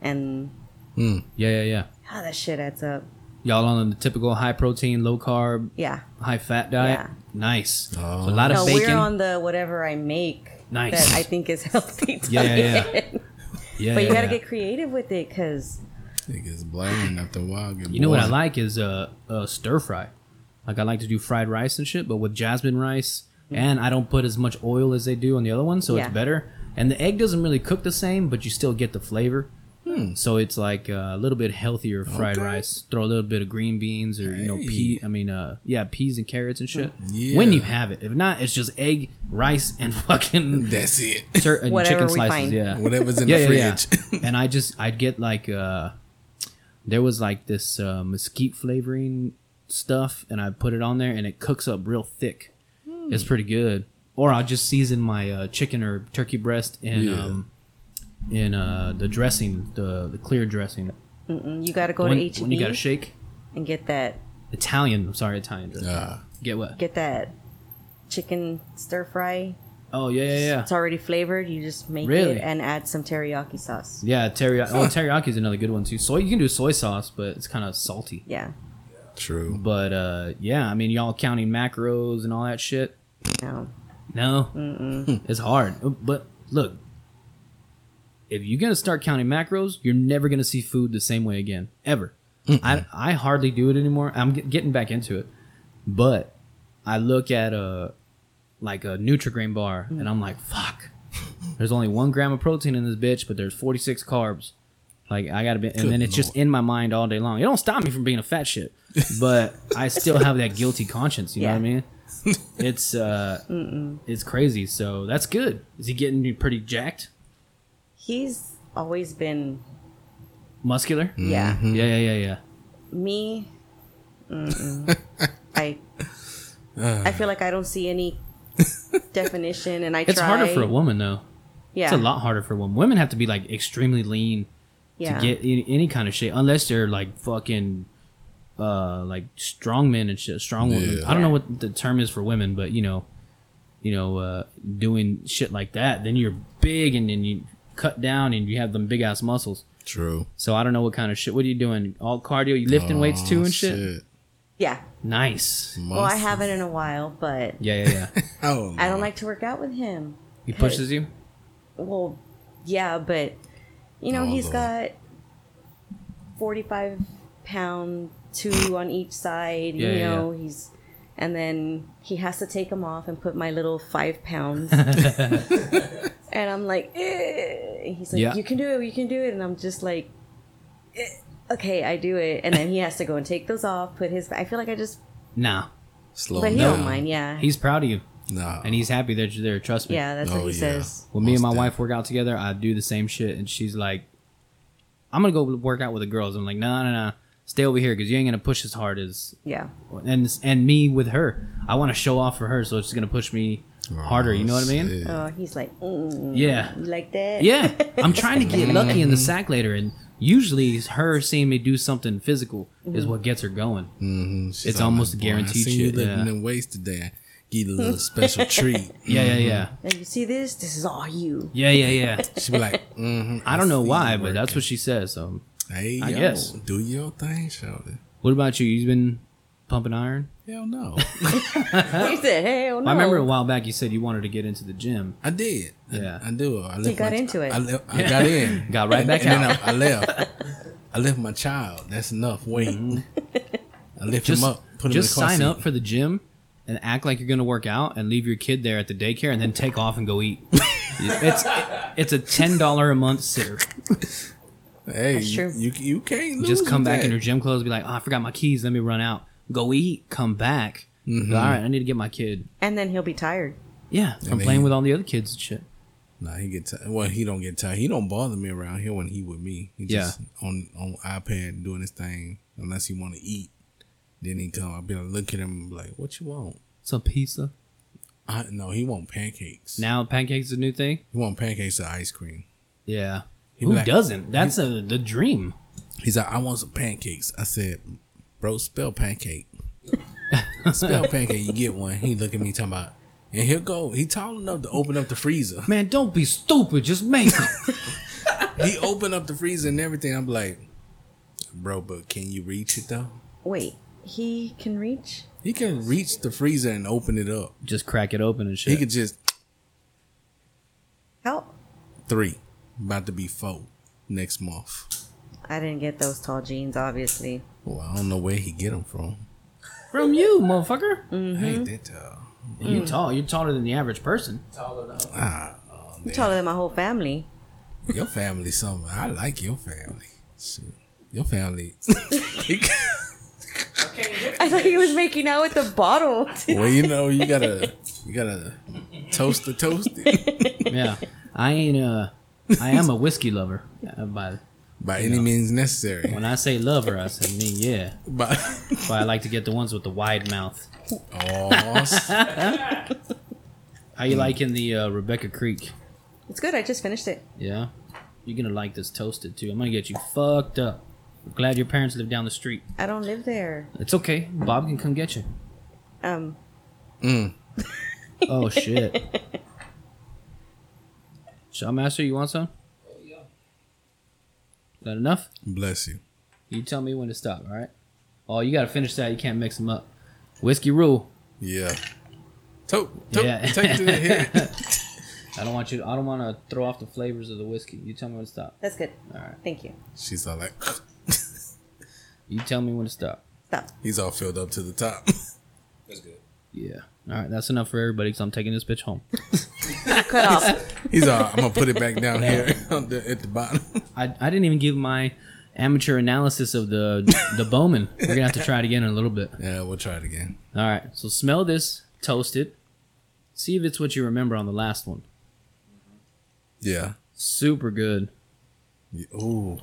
Speaker 4: and
Speaker 2: Yeah, yeah, yeah.
Speaker 4: how that shit adds up.
Speaker 2: Y'all on the typical high protein, low carb,
Speaker 4: Yeah.
Speaker 2: high fat diet.
Speaker 4: Yeah.
Speaker 2: Nice.
Speaker 3: Oh.
Speaker 2: So a lot
Speaker 4: No,
Speaker 2: of bacon.
Speaker 4: we're on the whatever I make
Speaker 2: Nice.
Speaker 4: that I think is <laughs> healthy.
Speaker 2: Yeah, yeah, yeah.
Speaker 4: diet.
Speaker 2: yeah,
Speaker 4: <laughs> but you
Speaker 2: yeah,
Speaker 4: got to
Speaker 2: yeah.
Speaker 4: get creative with it because
Speaker 3: Niggas blaring after a while. Get
Speaker 2: You know what I
Speaker 3: bored.
Speaker 2: like is uh, uh stir fry. Like I like to do fried rice and shit, but with jasmine rice, and I don't put as much oil as they do on the other one, so
Speaker 4: Mm. Yeah.
Speaker 2: it's better. And the egg doesn't really cook the same, but you still get the flavor. So it's like uh, a little bit healthier fried
Speaker 3: Hmm. Okay.
Speaker 2: rice. Throw a little bit of green beans or you know pea. I mean, uh, yeah, peas and carrots and shit.
Speaker 3: Hmm. Yeah.
Speaker 2: When you have it, if not, it's just egg, rice, and <laughs>
Speaker 3: <laughs>
Speaker 2: fucking
Speaker 3: That's it.
Speaker 2: tur- and
Speaker 4: Whatever
Speaker 2: chicken
Speaker 4: we
Speaker 2: slices.
Speaker 4: find.
Speaker 2: Yeah,
Speaker 3: Whatever's in
Speaker 2: yeah,
Speaker 3: the
Speaker 2: yeah,
Speaker 3: fridge. <laughs>
Speaker 2: yeah. and I just I'd get like uh there was like this uh, mesquite flavoring stuff and I put it on there and it cooks up real thick.
Speaker 3: Hmm.
Speaker 2: It's pretty good. Or I'll just season my uh, chicken or turkey breast in
Speaker 3: Yeah.
Speaker 2: um in uh the dressing, the the clear dressing.
Speaker 4: mm, you got to go
Speaker 2: when,
Speaker 4: to H
Speaker 2: when you got to
Speaker 4: E
Speaker 2: shake
Speaker 4: and get that
Speaker 2: Italian, I'm sorry, Italian dressing.
Speaker 3: Ah,
Speaker 2: Get what?
Speaker 4: get that chicken stir fry.
Speaker 2: Oh yeah, yeah, yeah.
Speaker 4: It's already flavored. You just make
Speaker 2: Really?
Speaker 4: it and add some teriyaki sauce.
Speaker 2: Yeah, teriyaki.
Speaker 3: <laughs>
Speaker 2: Oh, teriyaki is another good one too. Soy, you can do soy sauce, but it's kind of salty.
Speaker 4: Yeah.
Speaker 3: true.
Speaker 2: But uh, yeah, I mean, y'all counting macros and all that shit.
Speaker 4: No.
Speaker 2: No, it's hard. But look, if you're gonna start counting macros, you're never gonna see food the same way again, ever. I I hardly do it anymore. I'm get- getting back into it, but I look at a like a Nutrigrain bar, and I'm like, fuck. There's only one gram of protein in this bitch, but there's 46 carbs. Like I gotta be, and
Speaker 3: Good
Speaker 2: then it's just in my mind all day long. It don't stop me from being a fat shit, but I still have that guilty conscience. You know what I
Speaker 4: Yeah.
Speaker 2: mean? It's uh, it's crazy. So that's good. Is he getting you pretty jacked,
Speaker 4: He's always been
Speaker 2: muscular?
Speaker 4: yeah.
Speaker 2: Yeah, yeah, yeah, yeah.
Speaker 4: Me mm-mm. I I feel like I don't see any definition and I
Speaker 2: It's
Speaker 4: try
Speaker 2: harder for a woman though.
Speaker 4: Yeah.
Speaker 2: It's a lot harder for a woman. Women have to be like extremely lean
Speaker 4: yeah.
Speaker 2: to get any, any kind of shape, unless they're like fucking, uh, like strong men and shit, strong women.
Speaker 3: Yeah.
Speaker 2: I don't know
Speaker 4: Yeah.
Speaker 2: what the term is for women, but you know, you know, uh, doing shit like that, then you're big and then you cut down and you have them big ass muscles.
Speaker 3: True.
Speaker 2: So I don't know what kind of shit. What are you doing? All cardio? You lifting weights too
Speaker 3: Oh,
Speaker 2: and shit?
Speaker 4: yeah.
Speaker 2: Nice.
Speaker 4: Well, I haven't in a while, but
Speaker 2: Yeah, yeah, yeah.
Speaker 3: Oh,
Speaker 4: I don't like to work out with him. <laughs>
Speaker 2: he pushes you.
Speaker 4: Well, yeah, but you know,
Speaker 3: Oh,
Speaker 4: he's
Speaker 3: Lord.
Speaker 4: got 45 pound two on each side,
Speaker 2: Yeah,
Speaker 4: you
Speaker 2: yeah,
Speaker 4: know, he's and then he has to take them off and put my little five
Speaker 2: <laughs>
Speaker 4: pounds. and I'm like, "Eh." And he's like,
Speaker 2: Yeah.
Speaker 4: you can do it, you can do it. And I'm just like, "Eh, okay, I do it. And then he has to go and take those off, put his, I feel like I just,
Speaker 2: Nah,
Speaker 3: slow
Speaker 4: but he
Speaker 3: down.
Speaker 4: don't mind. Yeah.
Speaker 2: Oh, he's proud of you,
Speaker 3: Nah.
Speaker 2: and he's happy that you're there. Trust me.
Speaker 4: yeah. That's what
Speaker 3: Oh,
Speaker 4: he
Speaker 3: yeah.
Speaker 4: says.
Speaker 2: When me and my
Speaker 3: Most
Speaker 2: wife work out together, I do the same shit, and she's like, "I'm gonna go work out with the girls." I'm like, "No, no, no, stay over here because you ain't gonna push as hard as."
Speaker 4: Yeah.
Speaker 2: And and me with her, I want to show off for her, so it's gonna push me harder. You know what I mean?
Speaker 3: shit.
Speaker 4: Oh, he's like, mm,
Speaker 2: Yeah,
Speaker 4: you like that?
Speaker 2: yeah. I'm trying to get lucky in the sack later, and usually her seeing me do something physical is what gets her going.
Speaker 3: Mhm. She's
Speaker 2: It's
Speaker 3: all
Speaker 2: almost a
Speaker 3: like, "Boy,
Speaker 2: guaranteed
Speaker 3: I seen you
Speaker 2: shit,
Speaker 3: lifting
Speaker 2: yeah.
Speaker 3: them weights today. I Give you a little
Speaker 2: <laughs>
Speaker 3: special treat.
Speaker 2: Yeah, yeah, yeah,
Speaker 4: Like, you see this? This is all you.
Speaker 2: yeah, yeah, yeah.
Speaker 3: She be like, mm-hmm,
Speaker 2: I don't know why, but that's what she says. So,
Speaker 3: Hey,
Speaker 2: I
Speaker 3: yo,
Speaker 2: guess.
Speaker 3: do your thing, Sheldon.
Speaker 2: what about you? You've been pumping iron.
Speaker 3: Hell no,
Speaker 4: He said, "Hell no."
Speaker 2: I remember a while back you said you wanted to get into the gym.
Speaker 3: I did. I-
Speaker 2: Yeah.
Speaker 3: I, do. I left
Speaker 4: got
Speaker 3: my-
Speaker 4: into it.
Speaker 3: I, left, I got in,
Speaker 2: <laughs> Got right back
Speaker 3: and then
Speaker 2: out.
Speaker 3: I, I left. I left my child. That's enough weight. I
Speaker 2: Mm-hmm.
Speaker 3: lift
Speaker 2: Just,
Speaker 3: him up. Put him
Speaker 2: just
Speaker 3: in the car
Speaker 2: sign
Speaker 3: seat.
Speaker 2: up for the gym and act like you're going to work out and leave your kid there at the daycare and then
Speaker 3: <laughs>
Speaker 2: take off and go eat. it's it's a ten dollar a month sitter.
Speaker 3: Hey,
Speaker 4: That's
Speaker 3: you-
Speaker 4: true.
Speaker 3: You, you can't lose
Speaker 2: just come
Speaker 3: with
Speaker 2: back
Speaker 3: that.
Speaker 2: in your gym clothes, be like, oh, I forgot my keys. Let me run out. Go eat, come back.
Speaker 3: Mm-hmm.
Speaker 2: All right, I need to get my kid.
Speaker 4: And then he'll be tired.
Speaker 2: Yeah, I'm
Speaker 3: then
Speaker 2: playing
Speaker 3: you-
Speaker 2: with all the other kids and shit.
Speaker 3: Nah, he get tired. Well, he don't get tired. He don't bother me around here when he with me. He just on on iPad doing his thing. Unless he want to eat, then he come. I be like, look at him and be like, what you want?
Speaker 2: Some pizza.
Speaker 3: I no, he want pancakes.
Speaker 2: Now pancakes is a new thing.
Speaker 3: He want pancakes or ice cream.
Speaker 2: Yeah.
Speaker 3: He
Speaker 2: Who
Speaker 3: black-
Speaker 2: doesn't? That's a the dream.
Speaker 3: He's like, I want some pancakes. I said, bro, spell pancake. spell pancake. You get one. He look at me talking about, and he'll go. He tall enough to open up the freezer.
Speaker 2: Man, don't be stupid. Just make them.
Speaker 3: he opened up the freezer and everything. I'm like, bro, but can you reach it though?
Speaker 4: Wait, he can reach?
Speaker 3: He can reach the freezer and open it up.
Speaker 2: <laughs> just crack it open and
Speaker 3: He
Speaker 2: shit.
Speaker 3: could just
Speaker 4: How?
Speaker 3: three, about to be four next month.
Speaker 4: I didn't get those tall jeans, obviously.
Speaker 3: Well, I don't know where he get them from.
Speaker 2: From you, motherfucker.
Speaker 3: I ain't that uh, tall.
Speaker 2: You tall. You're taller than the average person.
Speaker 5: Tall enough.
Speaker 3: Ah,
Speaker 4: I'm taller than my whole family.
Speaker 3: your family something. I like your family. Shoot. Your family.
Speaker 5: I can't get
Speaker 4: I thought he was making out with the bottle. <laughs>
Speaker 3: well, you know, you gotta, you gotta toast the toasted
Speaker 2: Yeah. I ain't uh I am a whiskey lover. Uh, by
Speaker 3: by any means necessary.
Speaker 2: when I say lover, I say mean yeah. <laughs>
Speaker 3: By
Speaker 2: But I like to get the ones with the wide mouth.
Speaker 3: oh,
Speaker 2: How you liking the uh, Rebecca Creek?
Speaker 4: It's good. I just finished it.
Speaker 2: Yeah. You're gonna like this toasted too. I'm gonna get you fucked up. glad your parents live down the street.
Speaker 4: I don't live there.
Speaker 2: It's okay. Bob can come get you.
Speaker 4: Um,
Speaker 2: Oh shit. Shawmaster, you want some?
Speaker 5: Oh, yeah.
Speaker 2: Is that enough?
Speaker 3: bless you.
Speaker 2: You tell me when to stop, all right? Oh, you got to finish that. You can't mix them up. Whiskey rule.
Speaker 3: Yeah. To- to-
Speaker 2: Yeah.
Speaker 3: Take to
Speaker 2: <laughs>
Speaker 3: the head.
Speaker 2: I don't want you. I don't want to throw off the flavors of the whiskey. You tell me when to stop.
Speaker 4: that's good.
Speaker 2: All right.
Speaker 4: Thank you.
Speaker 3: She's all like,
Speaker 2: You tell me when to stop.
Speaker 4: Stop.
Speaker 3: he's all filled up to the top.
Speaker 5: That's good.
Speaker 2: Yeah. All right. That's enough for everybody. Cause I'm taking this bitch home. <laughs>
Speaker 4: Cut off.
Speaker 3: He's all, I'm gonna put it back down here <laughs> on the, at the bottom.
Speaker 2: I, I didn't even give my amateur analysis of the the Bowman. We're gonna have to try it again in a little bit.
Speaker 3: Yeah, we'll try it again.
Speaker 2: All right. So smell this, toast it, see if it's what you remember on the last one.
Speaker 3: Yeah.
Speaker 2: Super good.
Speaker 3: Yeah, Ooh.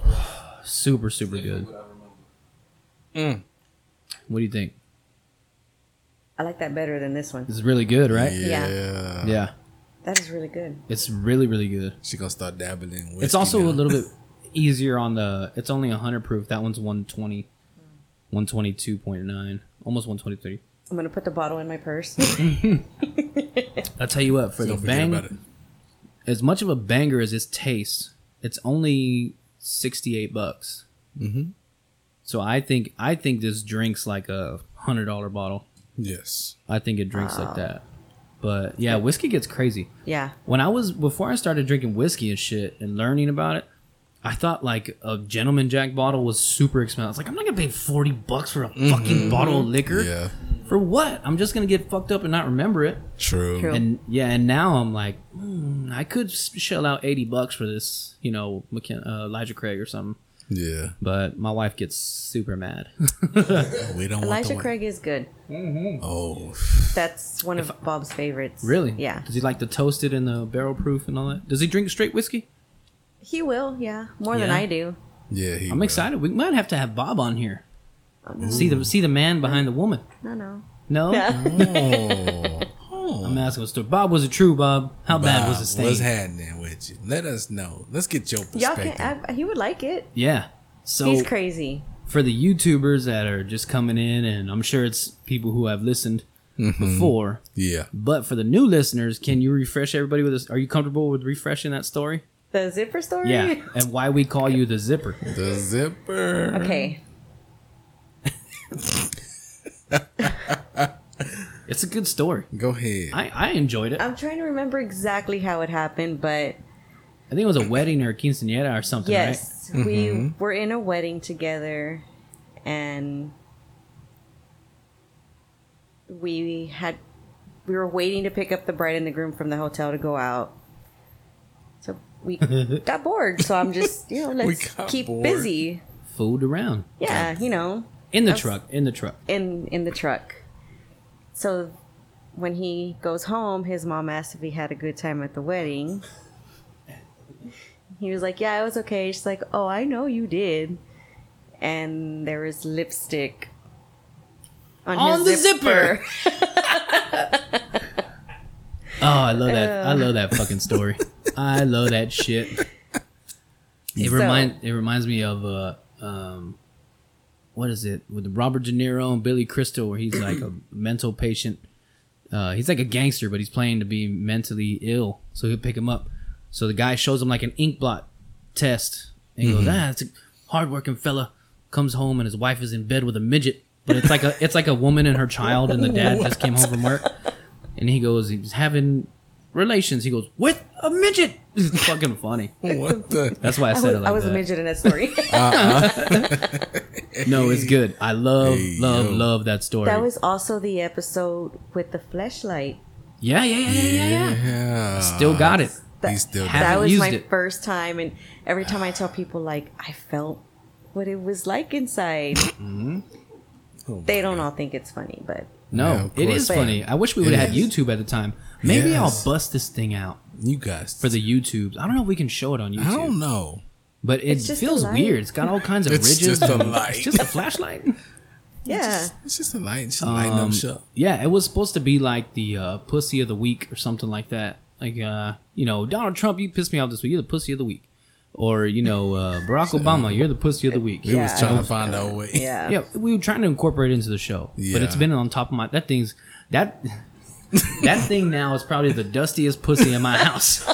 Speaker 2: Super super good.
Speaker 5: What I remember.
Speaker 2: What do you think?
Speaker 4: I like that better than this one.
Speaker 2: It's really good, right?
Speaker 3: Yeah.
Speaker 2: yeah.
Speaker 4: That is really good.
Speaker 2: It's really really good.
Speaker 3: She gonna start dabbling in whiskey
Speaker 2: It's also
Speaker 3: now.
Speaker 2: a little bit easier on the. It's only 100 proof. That one's 120, 122.9, almost 123.
Speaker 4: I'm gonna put the bottle in
Speaker 2: <laughs>
Speaker 4: my purse. <laughs>
Speaker 2: I'll tell you what, for
Speaker 3: Don't
Speaker 2: the
Speaker 3: forget about it.
Speaker 2: bang, as much of a banger as this tastes, it's only 68 bucks. Mm-hmm. So I think I think this drinks like a hundred dollar bottle.
Speaker 3: Yes.
Speaker 2: I think it drinks like that. But yeah, whiskey gets crazy.
Speaker 4: yeah.
Speaker 2: when I was before I started drinking whiskey and shit and learning about it, I thought like a gentleman jack bottle was super expensive. I was like, I'm not gonna pay forty bucks for a fucking bottle of liquor.
Speaker 3: Yeah.
Speaker 2: For what? I'm just gonna get fucked up and not remember it.
Speaker 3: True.
Speaker 4: True.
Speaker 2: And yeah, and now I'm like, hmm, I could s- shell out eighty bucks for this, you know, McKen- uh, Elijah Craig or something.
Speaker 3: Yeah.
Speaker 2: But my wife gets super mad. <laughs>
Speaker 3: We don't want
Speaker 4: Elijah
Speaker 3: the
Speaker 4: Craig is good.
Speaker 3: Oh.
Speaker 4: That's one of Bob's favorites.
Speaker 2: really?
Speaker 4: Yeah.
Speaker 2: Does he like the toasted and the barrel proof and all that? Does he drink straight whiskey?
Speaker 4: He will, yeah. More than
Speaker 2: Yeah.
Speaker 4: I do.
Speaker 3: Yeah. He
Speaker 2: I'm
Speaker 3: will.
Speaker 2: excited. We might have to have Bob on here. See the see the man behind the woman.
Speaker 4: No, no.
Speaker 2: No,
Speaker 3: Oh.
Speaker 2: I'm asking a story. Bob was it true, Bob? <laughs> How bad was
Speaker 3: Bob,
Speaker 2: the stain?
Speaker 3: What's happening with you? Let us know. Let's get your perspective.
Speaker 4: Y'all can. I, he would like it.
Speaker 2: yeah. So
Speaker 4: He's crazy.
Speaker 2: for the YouTubers that are just coming in, and I'm sure it's people who have listened before,
Speaker 3: yeah.
Speaker 2: but for the new listeners, can you refresh everybody with this? Are you comfortable with refreshing that story?
Speaker 4: The zipper story. <laughs>
Speaker 2: Yeah, and why we call you the zipper?
Speaker 3: The zipper.
Speaker 4: Okay.
Speaker 2: It's a good story.
Speaker 3: Go ahead.
Speaker 2: I, I enjoyed it. I
Speaker 4: I'm trying to remember exactly how it happened, but
Speaker 2: think it was a wedding or a quinceanera or something, right? Mm-hmm.
Speaker 4: yes, we were in a wedding together, and we had we were waiting to pick up the bride and the groom from the hotel to go out. So
Speaker 2: <laughs>
Speaker 4: we got bored. So I'm just, you know, let's
Speaker 3: got
Speaker 4: keep
Speaker 3: bored.
Speaker 4: busy.
Speaker 2: Fooled around
Speaker 4: Yeah, you know,
Speaker 2: in the
Speaker 4: That's-
Speaker 2: truck. In the truck.
Speaker 4: in in the truck. So when he goes home, his mom asked if he had a good time at the wedding. He was like, "Yeah, it was okay." She's like, "Oh, I know you did." And there was lipstick on,
Speaker 2: On
Speaker 4: his
Speaker 2: the zipper. Oh, I love that. I love that fucking story. I love that shit. It
Speaker 4: So-
Speaker 2: remind it reminds me of uh um what is it with Robert De Niro and Billy Crystal where he's like a mental patient. Uh, he's like a gangster, but he's playing to be mentally ill, so he'll pick him up. So the guy shows him like an ink blot test and he goes, "Ah, it's a hardworking fella." Comes home and his wife is in bed with a midget, but it's like a it's like a woman and her child, and the dad just came home from work. And he goes, he's having relations. He goes, with a midget. <laughs> It's fucking funny.
Speaker 3: What the?
Speaker 2: That's why I
Speaker 4: <laughs> I
Speaker 2: said
Speaker 4: was,
Speaker 2: it like
Speaker 4: I was
Speaker 2: that.
Speaker 4: a midget in that story.
Speaker 2: <laughs> No, it's good. I love,
Speaker 3: Hey,
Speaker 2: love,
Speaker 3: yo.
Speaker 2: love that story.
Speaker 4: that was also the episode with the flashlight.
Speaker 2: yeah, yeah, yeah, yeah, yeah, yeah.
Speaker 3: Yeah.
Speaker 2: Still got it.
Speaker 4: That,
Speaker 3: He's still
Speaker 4: that
Speaker 2: Haven't
Speaker 4: was
Speaker 2: used
Speaker 4: my
Speaker 2: it.
Speaker 4: first time, and every time I tell people, like, I felt what it was like inside.
Speaker 3: Mm-hmm. Oh
Speaker 4: They don't all think it's funny, but
Speaker 2: No,
Speaker 3: Yeah, of
Speaker 2: it
Speaker 3: course.
Speaker 2: is funny. I wish we
Speaker 3: It
Speaker 2: would have had
Speaker 3: is.
Speaker 2: YouTube at the time. Maybe
Speaker 3: Yes.
Speaker 2: I'll bust this thing out
Speaker 3: You guys.
Speaker 2: for the YouTubes. I don't know if we can show it on YouTube,
Speaker 3: I don't know.
Speaker 2: but it
Speaker 4: It's just
Speaker 2: feels
Speaker 4: a light.
Speaker 2: weird. It's got all kinds of
Speaker 3: It's
Speaker 2: ridges.
Speaker 3: just a
Speaker 2: and- <laughs>
Speaker 3: light.
Speaker 2: It's just a flashlight.
Speaker 4: yeah.
Speaker 3: It's just a light. Just lighting
Speaker 2: Um,
Speaker 3: up shop.
Speaker 2: Yeah, it was supposed to be like the uh, pussy of the week or something like that. Like, uh, you know, Donald Trump, you pissed me off this week. You're the pussy of the week. Or, you know, uh,
Speaker 3: <laughs>
Speaker 2: Barack Obama, you're the pussy of the week.
Speaker 3: He
Speaker 4: Yeah.
Speaker 3: was trying to find our way.
Speaker 4: Yeah.
Speaker 2: Yeah, we were trying to incorporate it into the show, but it's
Speaker 3: Yeah.
Speaker 2: been on top of my that thing's that that thing now is probably the dustiest pussy in my
Speaker 3: <laughs>
Speaker 2: house.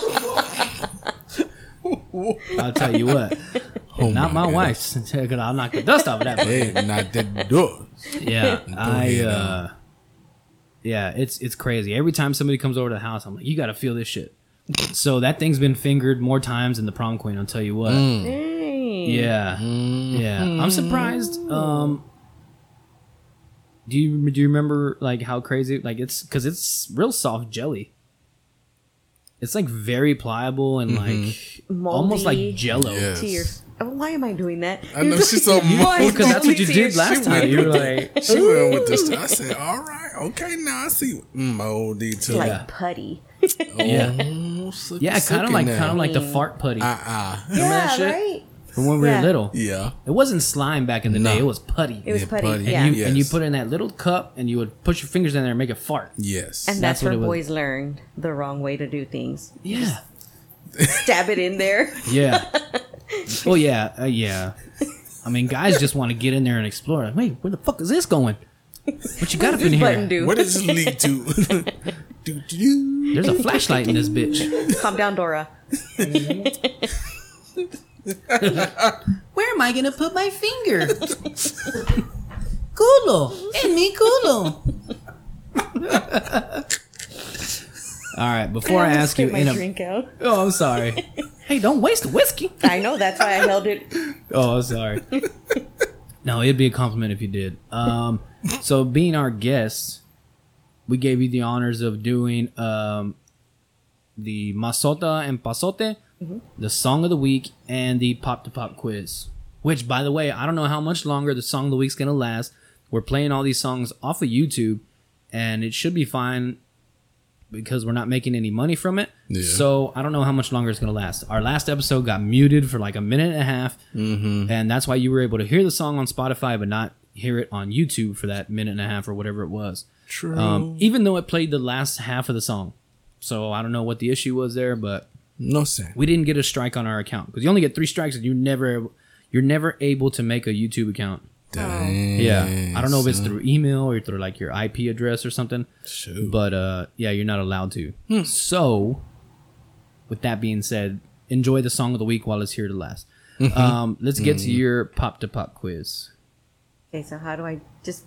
Speaker 2: I'll tell you what,
Speaker 3: <laughs> Oh
Speaker 2: not my
Speaker 3: God.
Speaker 2: wife's because I'll knock the dust off
Speaker 3: <laughs>
Speaker 2: of that. bitch.
Speaker 3: Hey, not that door.
Speaker 2: Yeah, <laughs> I.
Speaker 3: ahead,
Speaker 2: Uh, yeah, it's it's crazy. Every time somebody comes over to the house, I'm like, you got to feel this shit. So that thing's been fingered more times than the prom queen. I'll tell you what.
Speaker 4: Dang.
Speaker 2: Yeah, yeah. I'm surprised. Um, do you do you remember like how crazy like it's because it's real soft jelly. It's like very pliable and like almost like
Speaker 4: Moldy.
Speaker 2: jello.
Speaker 3: Yeah.
Speaker 4: To your, oh, why am I doing that?
Speaker 3: I know, she's so
Speaker 4: <laughs> Why
Speaker 3: moody.
Speaker 4: is
Speaker 2: Because that's
Speaker 4: <laughs>
Speaker 2: what you
Speaker 4: moldy to
Speaker 2: did
Speaker 4: your-
Speaker 2: last time. You were like,
Speaker 4: <laughs>
Speaker 3: She went with this. I said, all right, okay, now I see. Mm, OD too.
Speaker 4: Like
Speaker 2: Yeah.
Speaker 4: putty.
Speaker 2: yeah,
Speaker 3: Oh,
Speaker 2: yeah, kind of like kind of like the
Speaker 4: Mm.
Speaker 2: fart putty
Speaker 3: Uh uh.
Speaker 2: that
Speaker 4: Yeah,
Speaker 2: shit?
Speaker 4: right?
Speaker 2: from when we
Speaker 4: yeah.
Speaker 2: were little.
Speaker 3: <laughs> Yeah.
Speaker 2: It wasn't slime back in the
Speaker 3: No.
Speaker 2: day. It was putty.
Speaker 4: It was
Speaker 3: Yeah,
Speaker 4: putty.
Speaker 3: putty.
Speaker 4: Yeah.
Speaker 2: and
Speaker 4: And,
Speaker 2: you and you
Speaker 3: Yes.
Speaker 2: put it in that little cup and you would push your fingers in there and make it fart.
Speaker 3: Yes.
Speaker 4: that's,
Speaker 2: that's what
Speaker 4: where
Speaker 2: it was.
Speaker 4: boys learn the wrong way to do things.
Speaker 2: Yeah.
Speaker 4: Stab it
Speaker 3: <laughs>
Speaker 4: in there.
Speaker 2: Yeah. <laughs> well, yeah, uh, yeah. I mean, guys just want to get in there and explore. Like, wait, where the fuck is this going? What you got up in
Speaker 4: Button
Speaker 2: here?
Speaker 4: do.
Speaker 3: what does this lead to?
Speaker 4: <laughs>
Speaker 3: do, do, do.
Speaker 2: There's a flashlight in this bitch.
Speaker 4: Calm down, Dora.
Speaker 2: Where am I gonna put my finger? culo, en mi culo. <laughs> All right, before I,
Speaker 4: almost
Speaker 2: ask you,
Speaker 4: spit my
Speaker 2: in a,
Speaker 4: drink out.
Speaker 2: oh, I'm sorry. hey, don't waste the
Speaker 4: <laughs>
Speaker 2: whiskey.
Speaker 4: I know that's why I held it.
Speaker 2: Oh, I'm sorry. no, it'd be a compliment if you did. Um, so being our guest, we gave you the honors of doing um, the masota and pasote, the song of the week, and the pop to pop quiz. Which, by the way, I don't know how much longer the song of the week's gonna last. We're playing all these songs off of YouTube, and it should be fine because we're not making any money from it.
Speaker 3: Yeah.
Speaker 2: So I don't know how much longer it's gonna last. Our last episode got muted for like a minute and a half, and that's why you were able to hear the song on Spotify but not hear it on YouTube for that minute and a half or whatever it was.
Speaker 3: True.
Speaker 2: Um, even though it played the last half of the song, so I don't know what the issue was there, but
Speaker 3: no sense.
Speaker 2: we didn't get a strike on our account because you only get three strikes and you never you're never able to make a YouTube account.
Speaker 3: Dang,
Speaker 2: Yeah, I don't know if it's
Speaker 3: son.
Speaker 2: through email or through like your IP address or something.
Speaker 3: Shoot.
Speaker 2: But uh, yeah, you're not allowed to. So, with that being said, enjoy the song of the week while it's here to last. Um, let's get to your pop to pop quiz,
Speaker 4: Okay, so how do I just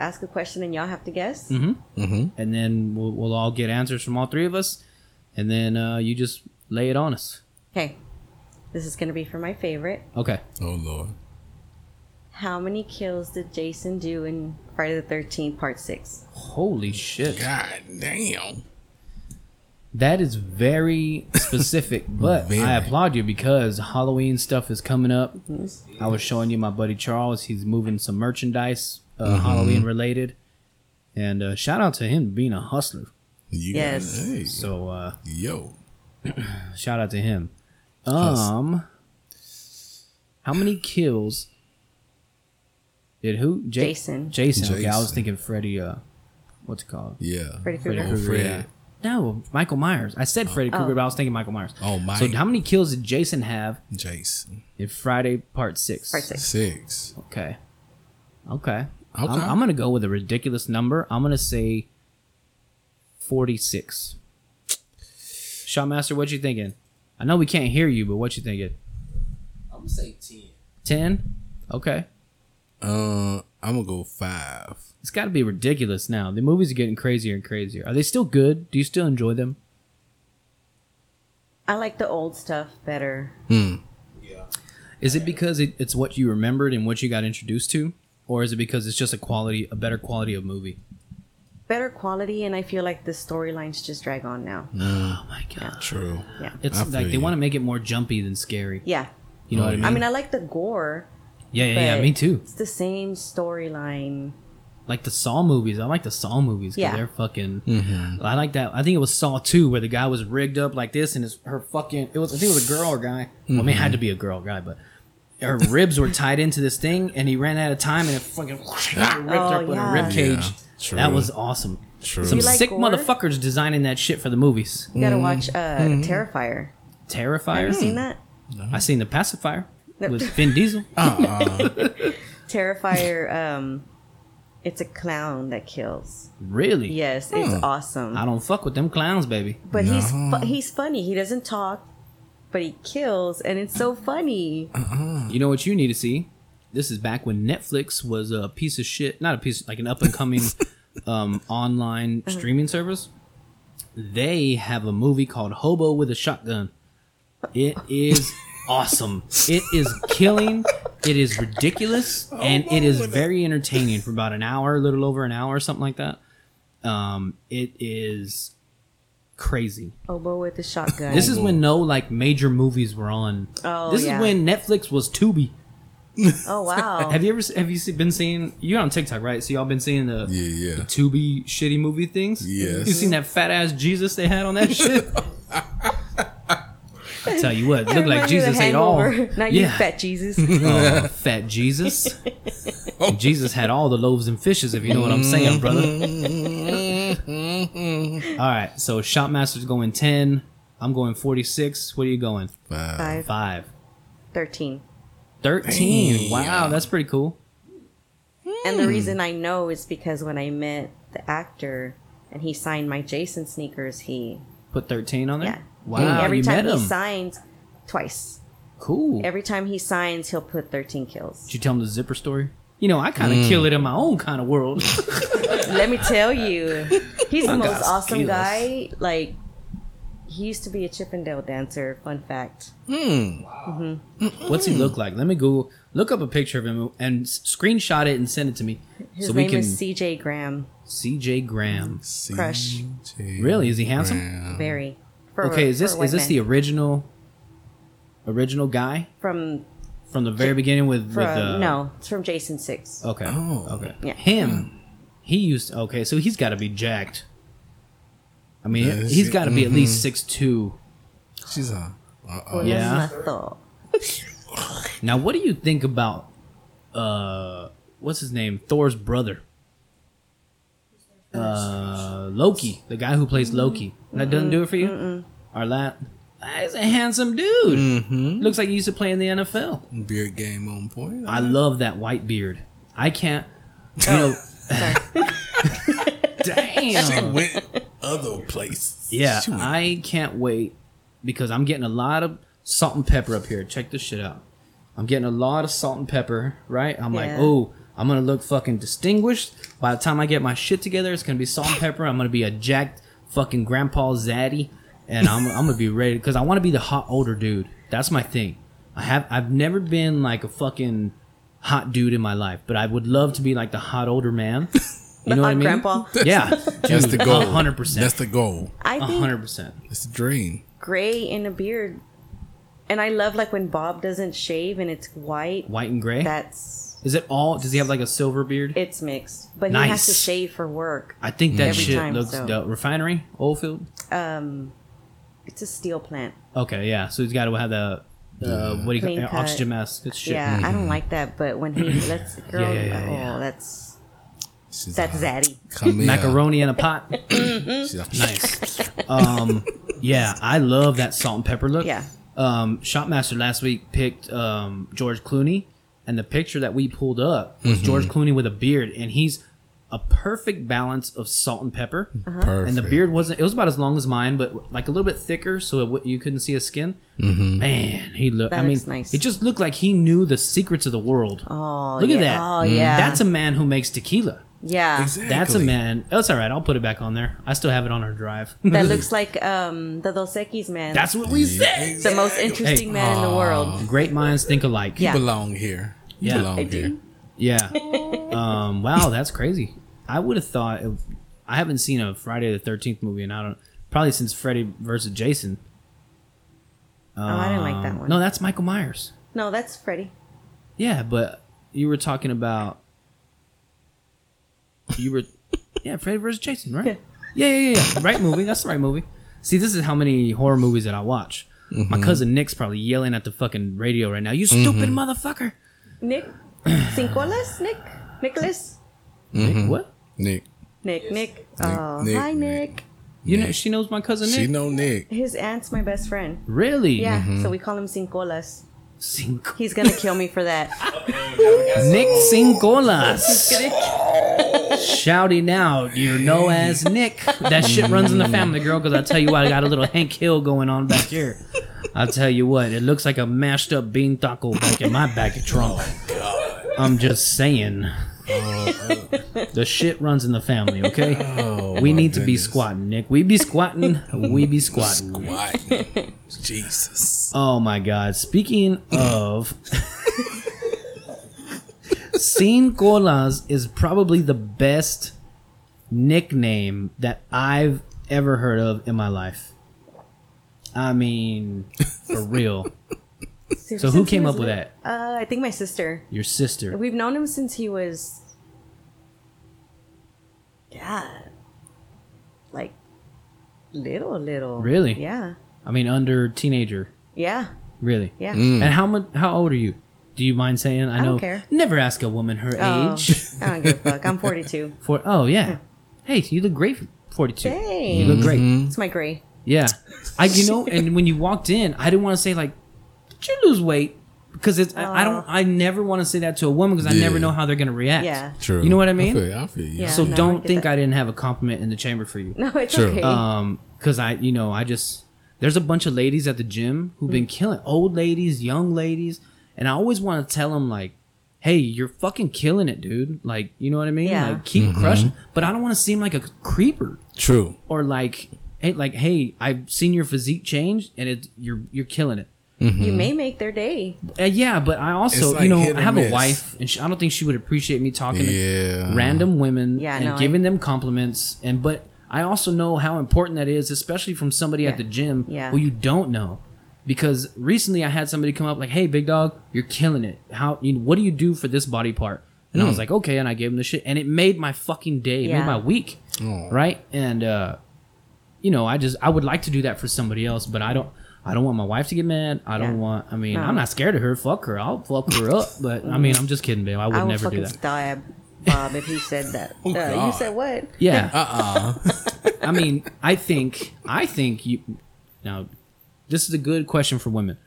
Speaker 4: ask a question and y'all have to guess?
Speaker 2: Mm-hmm. and then we'll, we'll all get answers from all three of us, and then uh, you just lay it on us.
Speaker 4: Okay. This is going to be for my favorite.
Speaker 2: Okay.
Speaker 3: oh lord.
Speaker 4: How many kills did Jason do in Friday the 13th, part 6?
Speaker 2: Holy shit!
Speaker 3: God damn.
Speaker 2: That is very
Speaker 3: <laughs>
Speaker 2: specific, but
Speaker 3: Very.
Speaker 2: I applaud you because Halloween stuff is coming up. I was showing you my buddy Charles. He's moving some merchandise, uh,
Speaker 3: Mm-hmm.
Speaker 2: Halloween related. And uh, shout out to him being a hustler.
Speaker 3: You
Speaker 4: Yes.
Speaker 3: Got, hey,
Speaker 2: So uh,
Speaker 3: yo,
Speaker 2: shout out to him. Um, how many kills did who? Ja-
Speaker 4: Jason.
Speaker 2: Jason. Okay, I was
Speaker 3: Jason.
Speaker 2: thinking Freddy. Uh, what's it called?
Speaker 3: yeah.
Speaker 4: Freddy Krueger.
Speaker 3: Oh,
Speaker 4: Freddy
Speaker 3: Fred.
Speaker 2: Yeah. No, Michael Myers. I said Freddy Krueger, but I was thinking Michael Myers.
Speaker 3: Oh, Mike.
Speaker 2: So how many kills did Jason have
Speaker 3: Jason.
Speaker 2: in Friday Part Six?
Speaker 4: Part six.
Speaker 3: Six.
Speaker 2: Okay. Okay. I'm,
Speaker 3: Okay.
Speaker 2: I'm gonna go with a ridiculous number. I'm gonna say forty-six. Shotmaster, what you thinking? I know we can't hear you, but what you thinking?
Speaker 5: I'm gonna say ten.
Speaker 2: Ten? Okay.
Speaker 3: Uh, I'm gonna go five.
Speaker 2: It's got to be ridiculous now. The movies are getting crazier and crazier. Are they still good? Do you still enjoy them?
Speaker 4: I like the old stuff better.
Speaker 5: Yeah.
Speaker 2: Is it because it, it's what you remembered and what you got introduced to, or is it because it's just a quality, a better quality of movie?
Speaker 4: Better quality, and I feel like the storylines just drag on now.
Speaker 2: Oh my god!
Speaker 3: True.
Speaker 4: Yeah.
Speaker 2: It's
Speaker 3: I
Speaker 2: like
Speaker 3: feel
Speaker 2: they
Speaker 3: you.
Speaker 2: want to make it more jumpy than scary.
Speaker 4: Yeah.
Speaker 2: You know what I mean?
Speaker 4: I mean, I like the gore.
Speaker 2: yeah, yeah, yeah.
Speaker 4: but
Speaker 2: Me too.
Speaker 4: It's the same storyline.
Speaker 2: Like the Saw movies. I like the Saw movies. 'cause
Speaker 4: Yeah.
Speaker 2: They're fucking.
Speaker 3: Mm-hmm.
Speaker 2: I like that. I think it was Saw 2 where the guy was rigged up like this and his, her fucking. It was, I think it was a girl or guy. Well, I mean, it
Speaker 3: Mm-hmm.
Speaker 2: had to be a girl or guy, but her ribs were tied into this thing and he ran out of time and it fucking <laughs> ripped up with
Speaker 4: Oh, yeah.
Speaker 2: a rib cage.
Speaker 3: Yeah, true.
Speaker 2: That was awesome.
Speaker 3: True.
Speaker 2: Some
Speaker 4: You like
Speaker 2: sick
Speaker 4: gore?
Speaker 2: motherfuckers designing that shit for the movies.
Speaker 4: You gotta watch uh,
Speaker 2: Mm-hmm.
Speaker 4: Terrifier. Have
Speaker 2: Terrifier.
Speaker 4: you seen that?
Speaker 2: I seen the pacifier
Speaker 4: No.
Speaker 2: with Vin Diesel.
Speaker 3: <laughs> Oh.
Speaker 4: Terrifier. Um, it's a clown that kills.
Speaker 2: Really?
Speaker 4: Yes, it's
Speaker 3: Hmm.
Speaker 4: awesome.
Speaker 2: I don't fuck with them clowns, baby.
Speaker 4: But he's
Speaker 3: No.
Speaker 4: fu- he's funny. He doesn't talk, but he kills, and it's so funny.
Speaker 2: You know what you need to see? This is back when Netflix was a piece of shit, not a piece, like an up and
Speaker 4: <laughs>
Speaker 2: coming um, online
Speaker 4: Uh-huh.
Speaker 2: streaming service. They have a movie called Hobo with a Shotgun. It
Speaker 4: <laughs>
Speaker 2: is awesome. It is killing. It is ridiculous, and it is very entertaining for about an hour, a little over an hour, something like that. Um, it is crazy.
Speaker 4: Oboe with the shotgun.
Speaker 2: This is when no like major movies were on.
Speaker 4: Oh,
Speaker 2: this
Speaker 4: yeah.
Speaker 2: is when Netflix was Tubi.
Speaker 4: oh
Speaker 2: <laughs>
Speaker 4: wow.
Speaker 2: Have you ever have you se- been seeing you're on TikTok right? So y'all been seeing the
Speaker 3: Yeah, yeah.
Speaker 2: Tubi shitty movie things?
Speaker 3: Yes.
Speaker 2: You seen that fat ass Jesus they had on
Speaker 3: <laughs>
Speaker 2: that shit? I tell you what, it looked like
Speaker 4: Remind you of the
Speaker 2: Jesus ate all.
Speaker 4: Hangover. <laughs> Not you,
Speaker 2: yeah, <laughs>
Speaker 4: fat
Speaker 3: <laughs>
Speaker 4: Jesus.
Speaker 2: Oh, fat Jesus.
Speaker 3: Oh.
Speaker 2: And Jesus had all the loaves and fishes, if you know what I'm
Speaker 3: Mm-hmm.
Speaker 2: saying, brother. all <laughs> right, so Shopmaster's going ten. I'm going forty six. What are you going?
Speaker 3: Five.
Speaker 4: Five,
Speaker 2: Five.
Speaker 4: thirteen.
Speaker 2: Thirteen. Wow,
Speaker 3: Damn.
Speaker 2: that's pretty cool.
Speaker 4: And
Speaker 2: Hmm.
Speaker 4: the reason I know is because when I met the actor and he signed my Jason sneakers, he
Speaker 2: Put thirteen on there.
Speaker 4: yeah.
Speaker 2: Wow,
Speaker 4: Every
Speaker 2: you
Speaker 4: time
Speaker 2: met
Speaker 4: he
Speaker 2: him.
Speaker 4: signs, twice.
Speaker 2: Cool.
Speaker 4: Every time he signs, he'll put thirteen kills.
Speaker 2: Did you tell him the zipper story? You know, I kind of kill it in my own kind of world.
Speaker 4: <laughs> Let me tell you, he's the most
Speaker 2: got
Speaker 4: awesome
Speaker 2: skills.
Speaker 4: guy. Like, he used to be a Chippendale dancer. Fun fact.
Speaker 2: What's he look like? Let me go look up a picture of him and s- screenshot it and send it to me
Speaker 4: His
Speaker 2: so we
Speaker 4: name
Speaker 2: can.
Speaker 4: is C.J. Graham.
Speaker 2: CJ Graham.
Speaker 4: Crush.
Speaker 3: CJ
Speaker 2: Really? Is he handsome?
Speaker 3: Brown.
Speaker 4: Very. For,
Speaker 2: Oh. Okay, is
Speaker 4: for a
Speaker 2: this
Speaker 4: white
Speaker 2: is this
Speaker 4: man.
Speaker 2: the original, original guy
Speaker 4: from
Speaker 2: from the very beginning with
Speaker 4: from
Speaker 2: with uh,
Speaker 4: no? It's from Jason Six.
Speaker 2: Okay.
Speaker 3: Oh.
Speaker 2: Okay.
Speaker 4: Yeah.
Speaker 2: Him. He used okay, so he's got to be jacked. I mean,
Speaker 3: Yes,
Speaker 2: he's got to be at least six two.
Speaker 3: She's a. Uh, uh,
Speaker 4: Well,
Speaker 2: Oh, Yeah.
Speaker 4: that's my thought.
Speaker 2: Now, what do you think about uh what's his name? Thor's brother. Uh Loki, the guy who plays Loki. That doesn't do it for you? Or that He's a handsome dude. Looks like he used to play in the NFL.
Speaker 3: Beard game on point.
Speaker 2: I love that white beard. I can't you know <laughs> Damn.
Speaker 3: went other places.
Speaker 2: Yeah,
Speaker 3: She went-
Speaker 2: I can't wait because I'm getting a lot of salt and pepper up here. Check this shit out. I'm getting a lot of salt and pepper, right? I'm like,
Speaker 4: Yeah.
Speaker 2: oh, I'm gonna look fucking distinguished. By the time I get my shit together, it's gonna be salt and pepper. I'm gonna be a jacked fucking grandpa zaddy, and I'm, I'm gonna be ready because I want to be the hot older dude. That's my thing. I have I've never been like a fucking hot dude in my life, but I would love to be like the hot older man.
Speaker 4: <laughs>
Speaker 2: You know what I mean?
Speaker 4: Uh,
Speaker 2: <laughs>
Speaker 4: Grandpa.
Speaker 2: Yeah.
Speaker 3: That's
Speaker 2: Oh,
Speaker 3: the goal.
Speaker 2: 100%.
Speaker 3: That's the goal.
Speaker 4: I think
Speaker 2: 100%.
Speaker 3: That's the dream.
Speaker 4: gray in a beard, and I love like when Bob doesn't shave and it's white.
Speaker 2: White and gray?
Speaker 4: That's
Speaker 2: Is it all? Does he have like a silver beard?
Speaker 4: it's mixed, but he has
Speaker 2: Nice.
Speaker 4: to shave for work.
Speaker 2: I think that
Speaker 4: Every
Speaker 2: shit
Speaker 4: time,
Speaker 2: looks
Speaker 4: so.
Speaker 2: dope. Refinery? Oldfield?
Speaker 4: Um, it's a steel plant.
Speaker 2: Okay, yeah. So he's got to have the, uh, what do you
Speaker 4: Clean
Speaker 2: call it?
Speaker 4: cut.
Speaker 2: Oxygen mask. Good shit.
Speaker 4: Yeah, I don't like that. But when he let's girl,
Speaker 2: yeah, yeah,
Speaker 4: oh,
Speaker 2: yeah.
Speaker 4: that's
Speaker 3: She's
Speaker 4: that's
Speaker 3: like,
Speaker 4: zaddy.
Speaker 3: Come here.
Speaker 2: Macaroni in a pot.
Speaker 3: She's like,
Speaker 2: nice.
Speaker 4: <laughs>
Speaker 2: Um, yeah, I love that salt and pepper look.
Speaker 4: Yeah.
Speaker 2: Um, Shopmaster last week picked um, George Clooney, and the picture that we pulled up was George Clooney with a beard, and he's a perfect balance of salt and pepper.
Speaker 4: Uh-huh.
Speaker 3: Perfect.
Speaker 2: And the beard wasn't; it was about as long as mine, but like a little bit thicker, so it, w- you couldn't see his skin.
Speaker 3: Mm-hmm.
Speaker 2: Man, he looked. I
Speaker 4: That
Speaker 2: mean,
Speaker 4: looks nice.
Speaker 2: it just looked like he knew the secrets of the world.
Speaker 4: Oh,
Speaker 2: Look
Speaker 4: yeah.
Speaker 2: at that! Mm-hmm.
Speaker 4: Oh, yeah.
Speaker 2: that's a man who makes tequila.
Speaker 4: yeah.
Speaker 3: Exactly.
Speaker 2: That's a man. oh, That's all right. I'll put it back on there. I still have it on our drive. <laughs>
Speaker 4: That looks like um the Dos Equis man.
Speaker 2: That's what we said.
Speaker 4: the most interesting
Speaker 2: Hey.
Speaker 4: man in the world.
Speaker 2: Great minds think alike.
Speaker 4: Yeah.
Speaker 3: belong here. You
Speaker 2: Yeah.
Speaker 3: belong
Speaker 4: I
Speaker 3: here.
Speaker 4: do.
Speaker 2: Yeah. um, wow, that's crazy. I would have thought. It, I haven't seen a Friday the Thirteenth movie, and I don't probably since Freddy versus Jason.
Speaker 4: oh, I didn't like that
Speaker 2: Um,
Speaker 4: one.
Speaker 2: No,
Speaker 4: No,
Speaker 2: that's Michael Myers.
Speaker 4: that's Freddy.
Speaker 2: Yeah, but you were talking about you were <laughs> yeah Freddy versus Jason, right? Yeah, yeah, yeah, yeah. Right movie. That's the right movie. See, this is how many horror movies that I watch. My cousin Nick's probably yelling at the fucking radio right now. You stupid motherfucker!
Speaker 4: Nick Cincolas? Nick? Nicholas?
Speaker 2: Nick, what?
Speaker 3: Nick.
Speaker 4: Nick, Nick. Oh,
Speaker 3: Nick,
Speaker 4: hi Nick.
Speaker 3: Nick.
Speaker 2: You know
Speaker 3: Nick.
Speaker 2: she knows my cousin Nick.
Speaker 3: She know Nick.
Speaker 4: His aunt's my best friend.
Speaker 2: Really?
Speaker 4: Yeah, so we call him Cincolas.
Speaker 2: Cinco-
Speaker 4: He's gonna kill me for that.
Speaker 2: Nick Cincolas. Shouty now, you know as Nick. That shit runs in the family, girl. Because I tell you what, I got a little Hank Hill going on back here. I'll tell you what, it looks like a mashed up bean taco back in my back trunk.
Speaker 3: Oh,
Speaker 2: I'm just saying. The shit runs in the family, okay? we
Speaker 3: oh, my
Speaker 2: need to be
Speaker 3: goodness.
Speaker 2: squatting, Nick. We be squatting. We be squatting.
Speaker 3: Why? <laughs> Jesus.
Speaker 2: Oh my god. Speaking of Sin Colas is probably the best nickname that I've ever heard of in my life. I mean, for real. So who came up with that?
Speaker 4: Uh, I think my sister.
Speaker 2: Your sister.
Speaker 4: We've known him since he was, yeah, like little, little.
Speaker 2: Really?
Speaker 4: Yeah,
Speaker 2: I mean, under teenager.
Speaker 4: yeah,
Speaker 2: Really?
Speaker 4: yeah.
Speaker 2: And how much how old are you? Do you mind saying? I know.
Speaker 4: don't care.
Speaker 2: Never ask a woman her
Speaker 4: Oh,
Speaker 2: age.
Speaker 4: I don't give a fuck. I'm
Speaker 2: <laughs>
Speaker 4: 42.
Speaker 2: For oh
Speaker 4: <laughs>
Speaker 2: yeah. Hey, you look great for 42. You
Speaker 4: Hey,
Speaker 2: look great.
Speaker 4: it's my gray. <laughs>
Speaker 2: Yeah, I you know, and when you walked in, I didn't want to say like, "Did you lose weight?" Because it's I, I
Speaker 4: Oh.
Speaker 2: don't, I never want to say that to a woman because I never
Speaker 3: Yeah.
Speaker 2: know how they're gonna react.
Speaker 4: Yeah.
Speaker 3: True.
Speaker 2: You know what I mean?
Speaker 3: I feel, I feel you.
Speaker 4: Yeah.
Speaker 2: So
Speaker 4: No, I
Speaker 2: don't
Speaker 4: get
Speaker 2: think
Speaker 4: that.
Speaker 2: I didn't have a compliment in the chamber for you.
Speaker 4: No, it's
Speaker 3: Sure.
Speaker 4: okay.
Speaker 2: Um, because I, you know, I just there's a bunch of ladies at the gym who've
Speaker 4: Mm.
Speaker 2: been killing old ladies, young ladies, and I always want to tell them like, "Hey, you're fucking killing it, dude." Like, you know what I mean?
Speaker 4: Yeah.
Speaker 2: Like, keep
Speaker 3: Mm-hmm.
Speaker 2: crushing. But I don't want to seem like a creeper
Speaker 3: True.
Speaker 2: or like hey like hey i've seen your physique change and it you're you're killing it
Speaker 4: you
Speaker 2: hmm.
Speaker 4: may make their day.
Speaker 2: Uh, yeah but i also
Speaker 3: It's like
Speaker 2: you know
Speaker 3: hit or
Speaker 2: i have a
Speaker 3: miss.
Speaker 2: wife and she, i don't think she would appreciate me talking
Speaker 3: Yeah.
Speaker 2: to random women
Speaker 4: Yeah,
Speaker 2: and
Speaker 4: no, I-
Speaker 2: giving them compliments and but i also know how important that is especially from somebody at
Speaker 4: Yeah.
Speaker 2: the gym
Speaker 4: Yeah.
Speaker 2: who you don't know because recently i had somebody come up like hey big dog you're killing it how you what do you do for this body part and
Speaker 3: Hmm.
Speaker 2: i was like okay and i gave him the shit and it made my fucking day it made
Speaker 4: Yeah.
Speaker 2: my week
Speaker 3: Oh.
Speaker 2: right and uh you know i just i would like to do that for somebody else but i don't i don't want my wife to get mad i don't
Speaker 4: Yeah.
Speaker 2: want i mean
Speaker 4: No.
Speaker 2: i'm not scared of her fuck her i'll fuck her up but i mean i'm just kidding babe i would
Speaker 4: I would
Speaker 2: never do
Speaker 4: fucking
Speaker 2: that
Speaker 4: stab
Speaker 2: <laughs>
Speaker 4: Bob if he said that.
Speaker 3: Oh,
Speaker 4: uh,
Speaker 3: God.
Speaker 4: you said what?
Speaker 2: yeah
Speaker 3: Uh uh
Speaker 2: I mean, I think I think you now this is a good question for women.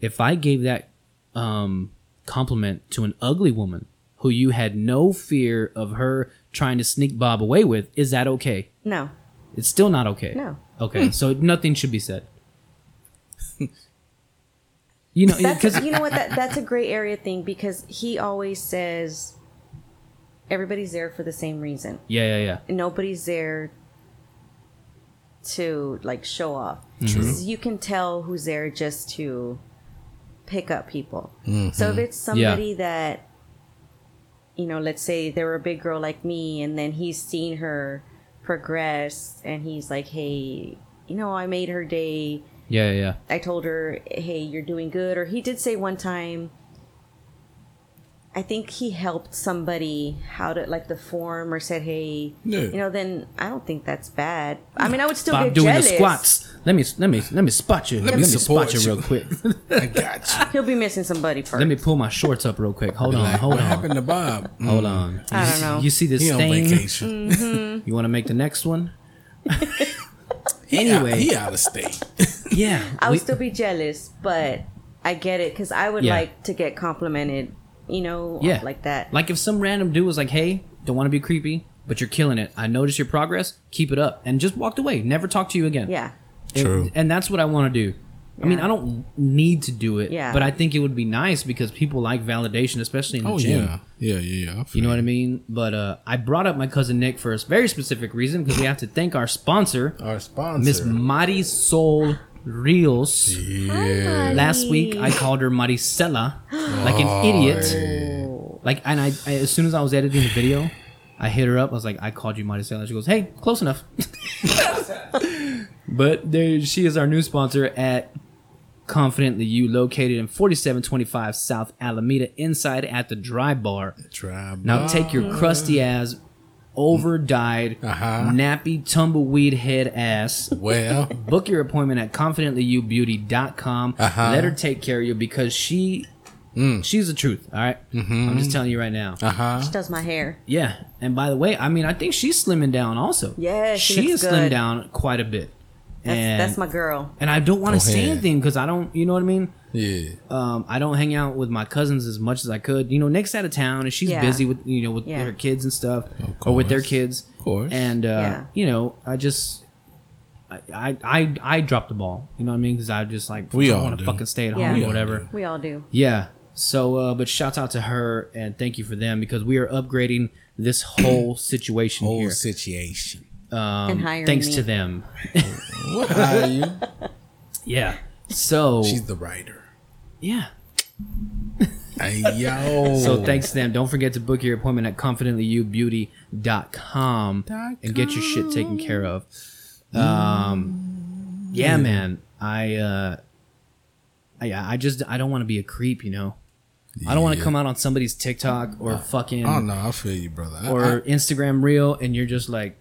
Speaker 2: If I gave that um compliment to an ugly woman who you had no fear of her trying to sneak Bob away with, is that okay?
Speaker 4: No,
Speaker 2: It's still not okay.
Speaker 4: No.
Speaker 3: Hmm.
Speaker 2: Okay, so nothing should be
Speaker 3: <laughs>
Speaker 2: said. you know,
Speaker 4: that's
Speaker 2: because
Speaker 4: you know what that, that's a gray area thing because he always says everybody's there for the same reason.
Speaker 2: yeah, yeah, yeah.
Speaker 4: nobody's there to like show off.
Speaker 3: Mm-hmm.
Speaker 2: Mm-hmm.
Speaker 4: You can tell who's there just to pick up people. So if it's somebody that you know, let's say they were a big girl like me, and then he's seen her progress, and he's like, hey, you know, I made her day.
Speaker 2: Yeah, yeah.
Speaker 4: I told her, hey, you're doing good. Or he did say one time, I think he helped somebody how to like the form or said, hey,
Speaker 3: Yeah.
Speaker 4: you know, then I don't think that's bad. I mean, I would still
Speaker 2: Bob
Speaker 4: get
Speaker 2: doing
Speaker 4: jealous.
Speaker 2: the squats. Let me let me let me spot you. Let,
Speaker 3: me
Speaker 2: me spot
Speaker 3: support
Speaker 2: you
Speaker 3: you.
Speaker 2: real quick.
Speaker 3: I
Speaker 2: Uh,
Speaker 3: got
Speaker 4: He'll be missing somebody first.
Speaker 2: let me pull my shorts up real quick. Hold
Speaker 3: you.
Speaker 2: on,
Speaker 3: Like,
Speaker 2: hold
Speaker 3: what
Speaker 2: on,
Speaker 3: happened to Bob? Mm,
Speaker 2: hold on.
Speaker 4: I
Speaker 2: You
Speaker 4: don't
Speaker 2: see-
Speaker 4: know.
Speaker 2: You see this
Speaker 3: He on
Speaker 2: stain?
Speaker 3: vacation.
Speaker 2: You want to make the next one?
Speaker 3: He out-
Speaker 2: anyway,
Speaker 3: he out of state.
Speaker 4: <laughs>
Speaker 2: yeah.
Speaker 4: I would
Speaker 2: we-
Speaker 4: still be jealous, but I get it because I would
Speaker 2: Yeah.
Speaker 4: like to get complimented, you know,
Speaker 2: Yeah.
Speaker 4: like that.
Speaker 2: Like if some random dude was like, "Hey, don't want to be creepy, but you're killing it. I noticed your progress. Keep it up," and just walked away, never talked to you again.
Speaker 4: yeah.
Speaker 2: It-
Speaker 3: True.
Speaker 2: and that's what I want to do. I mean,
Speaker 4: Yeah.
Speaker 2: I don't need to do it,
Speaker 4: Yeah.
Speaker 2: but I think it would be nice because people like validation, especially in the
Speaker 3: Oh
Speaker 2: gym.
Speaker 3: yeah, yeah, yeah, yeah. I
Speaker 2: You
Speaker 3: feel
Speaker 2: know what I mean? But uh, I brought up my cousin Nick for a very specific reason because we have to thank our sponsor,
Speaker 3: Our
Speaker 2: Miss
Speaker 3: sponsor.
Speaker 2: Mari Sol Rios.
Speaker 3: yeah.
Speaker 2: Last week I called her Maricela, like an idiot. Like, and I, I as soon as I was editing the video, I hit her up. I was like, I called you Maricela. She goes, Hey, close enough. <laughs> but there, she is our new sponsor at Confidently You, located in 4725 South Alameda, inside at the Dry Bar.
Speaker 3: Try
Speaker 2: Now
Speaker 3: Bob.
Speaker 2: take your crusty ass, over dyed,
Speaker 3: Ah. Uh-huh.
Speaker 2: nappy tumbleweed head ass.
Speaker 3: Well,
Speaker 2: Book your appointment at confidentlyoubeauty.com.
Speaker 3: Uh-huh. Mm.
Speaker 2: Let her take care of you because she she's the truth, all right?
Speaker 3: Mm-hmm.
Speaker 2: I'm just telling you right now.
Speaker 3: uh huh.
Speaker 2: <laughs>
Speaker 4: She does my hair.
Speaker 2: Yeah. And by the way, I mean, I think she's slimming down also.
Speaker 4: Yeah, she
Speaker 2: is
Speaker 4: looks
Speaker 2: slimmed
Speaker 4: good.
Speaker 2: down quite a bit.
Speaker 4: That's,
Speaker 2: and,
Speaker 4: that's my girl.
Speaker 2: and I don't want
Speaker 3: Go
Speaker 2: to say
Speaker 3: ahead.
Speaker 2: anything because I don't, you know what I mean?
Speaker 3: Yeah.
Speaker 2: um, I don't hang out with my cousins as much as I could. You know, Nick's out of town and she's
Speaker 4: Yeah.
Speaker 2: busy with you know with
Speaker 4: Yeah.
Speaker 2: her kids and stuff, or with their
Speaker 3: course.
Speaker 2: kids.
Speaker 3: Of course.
Speaker 2: And uh,
Speaker 4: Yeah.
Speaker 2: you know, I just I I I, I dropped the ball. You know what I mean? Because I just like
Speaker 3: We
Speaker 2: I
Speaker 3: all
Speaker 2: want to
Speaker 3: do.
Speaker 2: fucking stay at
Speaker 4: Yeah.
Speaker 2: home
Speaker 4: We
Speaker 2: or
Speaker 4: all
Speaker 2: whatever.
Speaker 4: We all do.
Speaker 2: Yeah. So, uh, but shouts out to her and thank you for them because we are upgrading this
Speaker 3: <clears throat>
Speaker 2: whole situation
Speaker 3: Whole
Speaker 2: here.
Speaker 3: situation.
Speaker 2: <laughs>
Speaker 4: and hiring
Speaker 2: um, Thanks
Speaker 4: me.
Speaker 2: to them.
Speaker 3: What are you?
Speaker 2: Yeah. So
Speaker 3: She's the writer.
Speaker 2: yeah.
Speaker 3: Hey yo.
Speaker 2: So thanks to them. Don't forget to book your appointment at confidentlyoubeauty.com and get your shit taken care of. Um, yeah, man. I, uh, I, I just, I don't want to be a creep, you know? I don't want to
Speaker 3: Yeah.
Speaker 2: come out on somebody's TikTok or fucking,
Speaker 3: Oh no, I feel you, brother. I-
Speaker 2: or Instagram reel and you're just like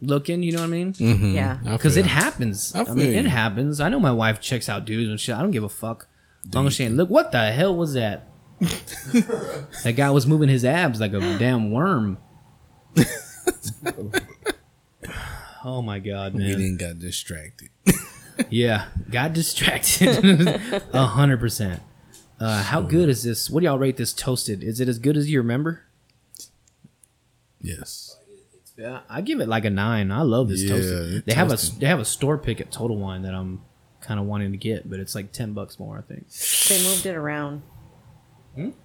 Speaker 2: looking, you know what I mean?
Speaker 4: Mm-hmm. Yeah.
Speaker 3: I, I
Speaker 2: Because
Speaker 3: feel
Speaker 2: it happens.
Speaker 3: I
Speaker 2: I, mean,
Speaker 3: feel
Speaker 2: it
Speaker 3: you.
Speaker 2: happens. I know my wife checks out dudes and shit. I don't give a fuck. As long as she ain't look, what the hell was that? that guy was moving his abs like a damn worm. oh my god,
Speaker 3: We
Speaker 2: man.
Speaker 3: didn't
Speaker 2: <laughs>
Speaker 3: got distracted.
Speaker 2: Yeah, got distracted. <laughs> A hundred percent. Uh, How good is this? What do y'all rate this toasted? Is it as good as you remember?
Speaker 3: yes.
Speaker 2: Yeah, I give it like a nine. I love this
Speaker 3: Yeah,
Speaker 2: toasted.
Speaker 3: it's
Speaker 2: They have a
Speaker 3: toasted.
Speaker 2: they have a store pick at Total Wine that I'm kind of wanting to get, but it's like ten bucks more, I think.
Speaker 4: They moved it around.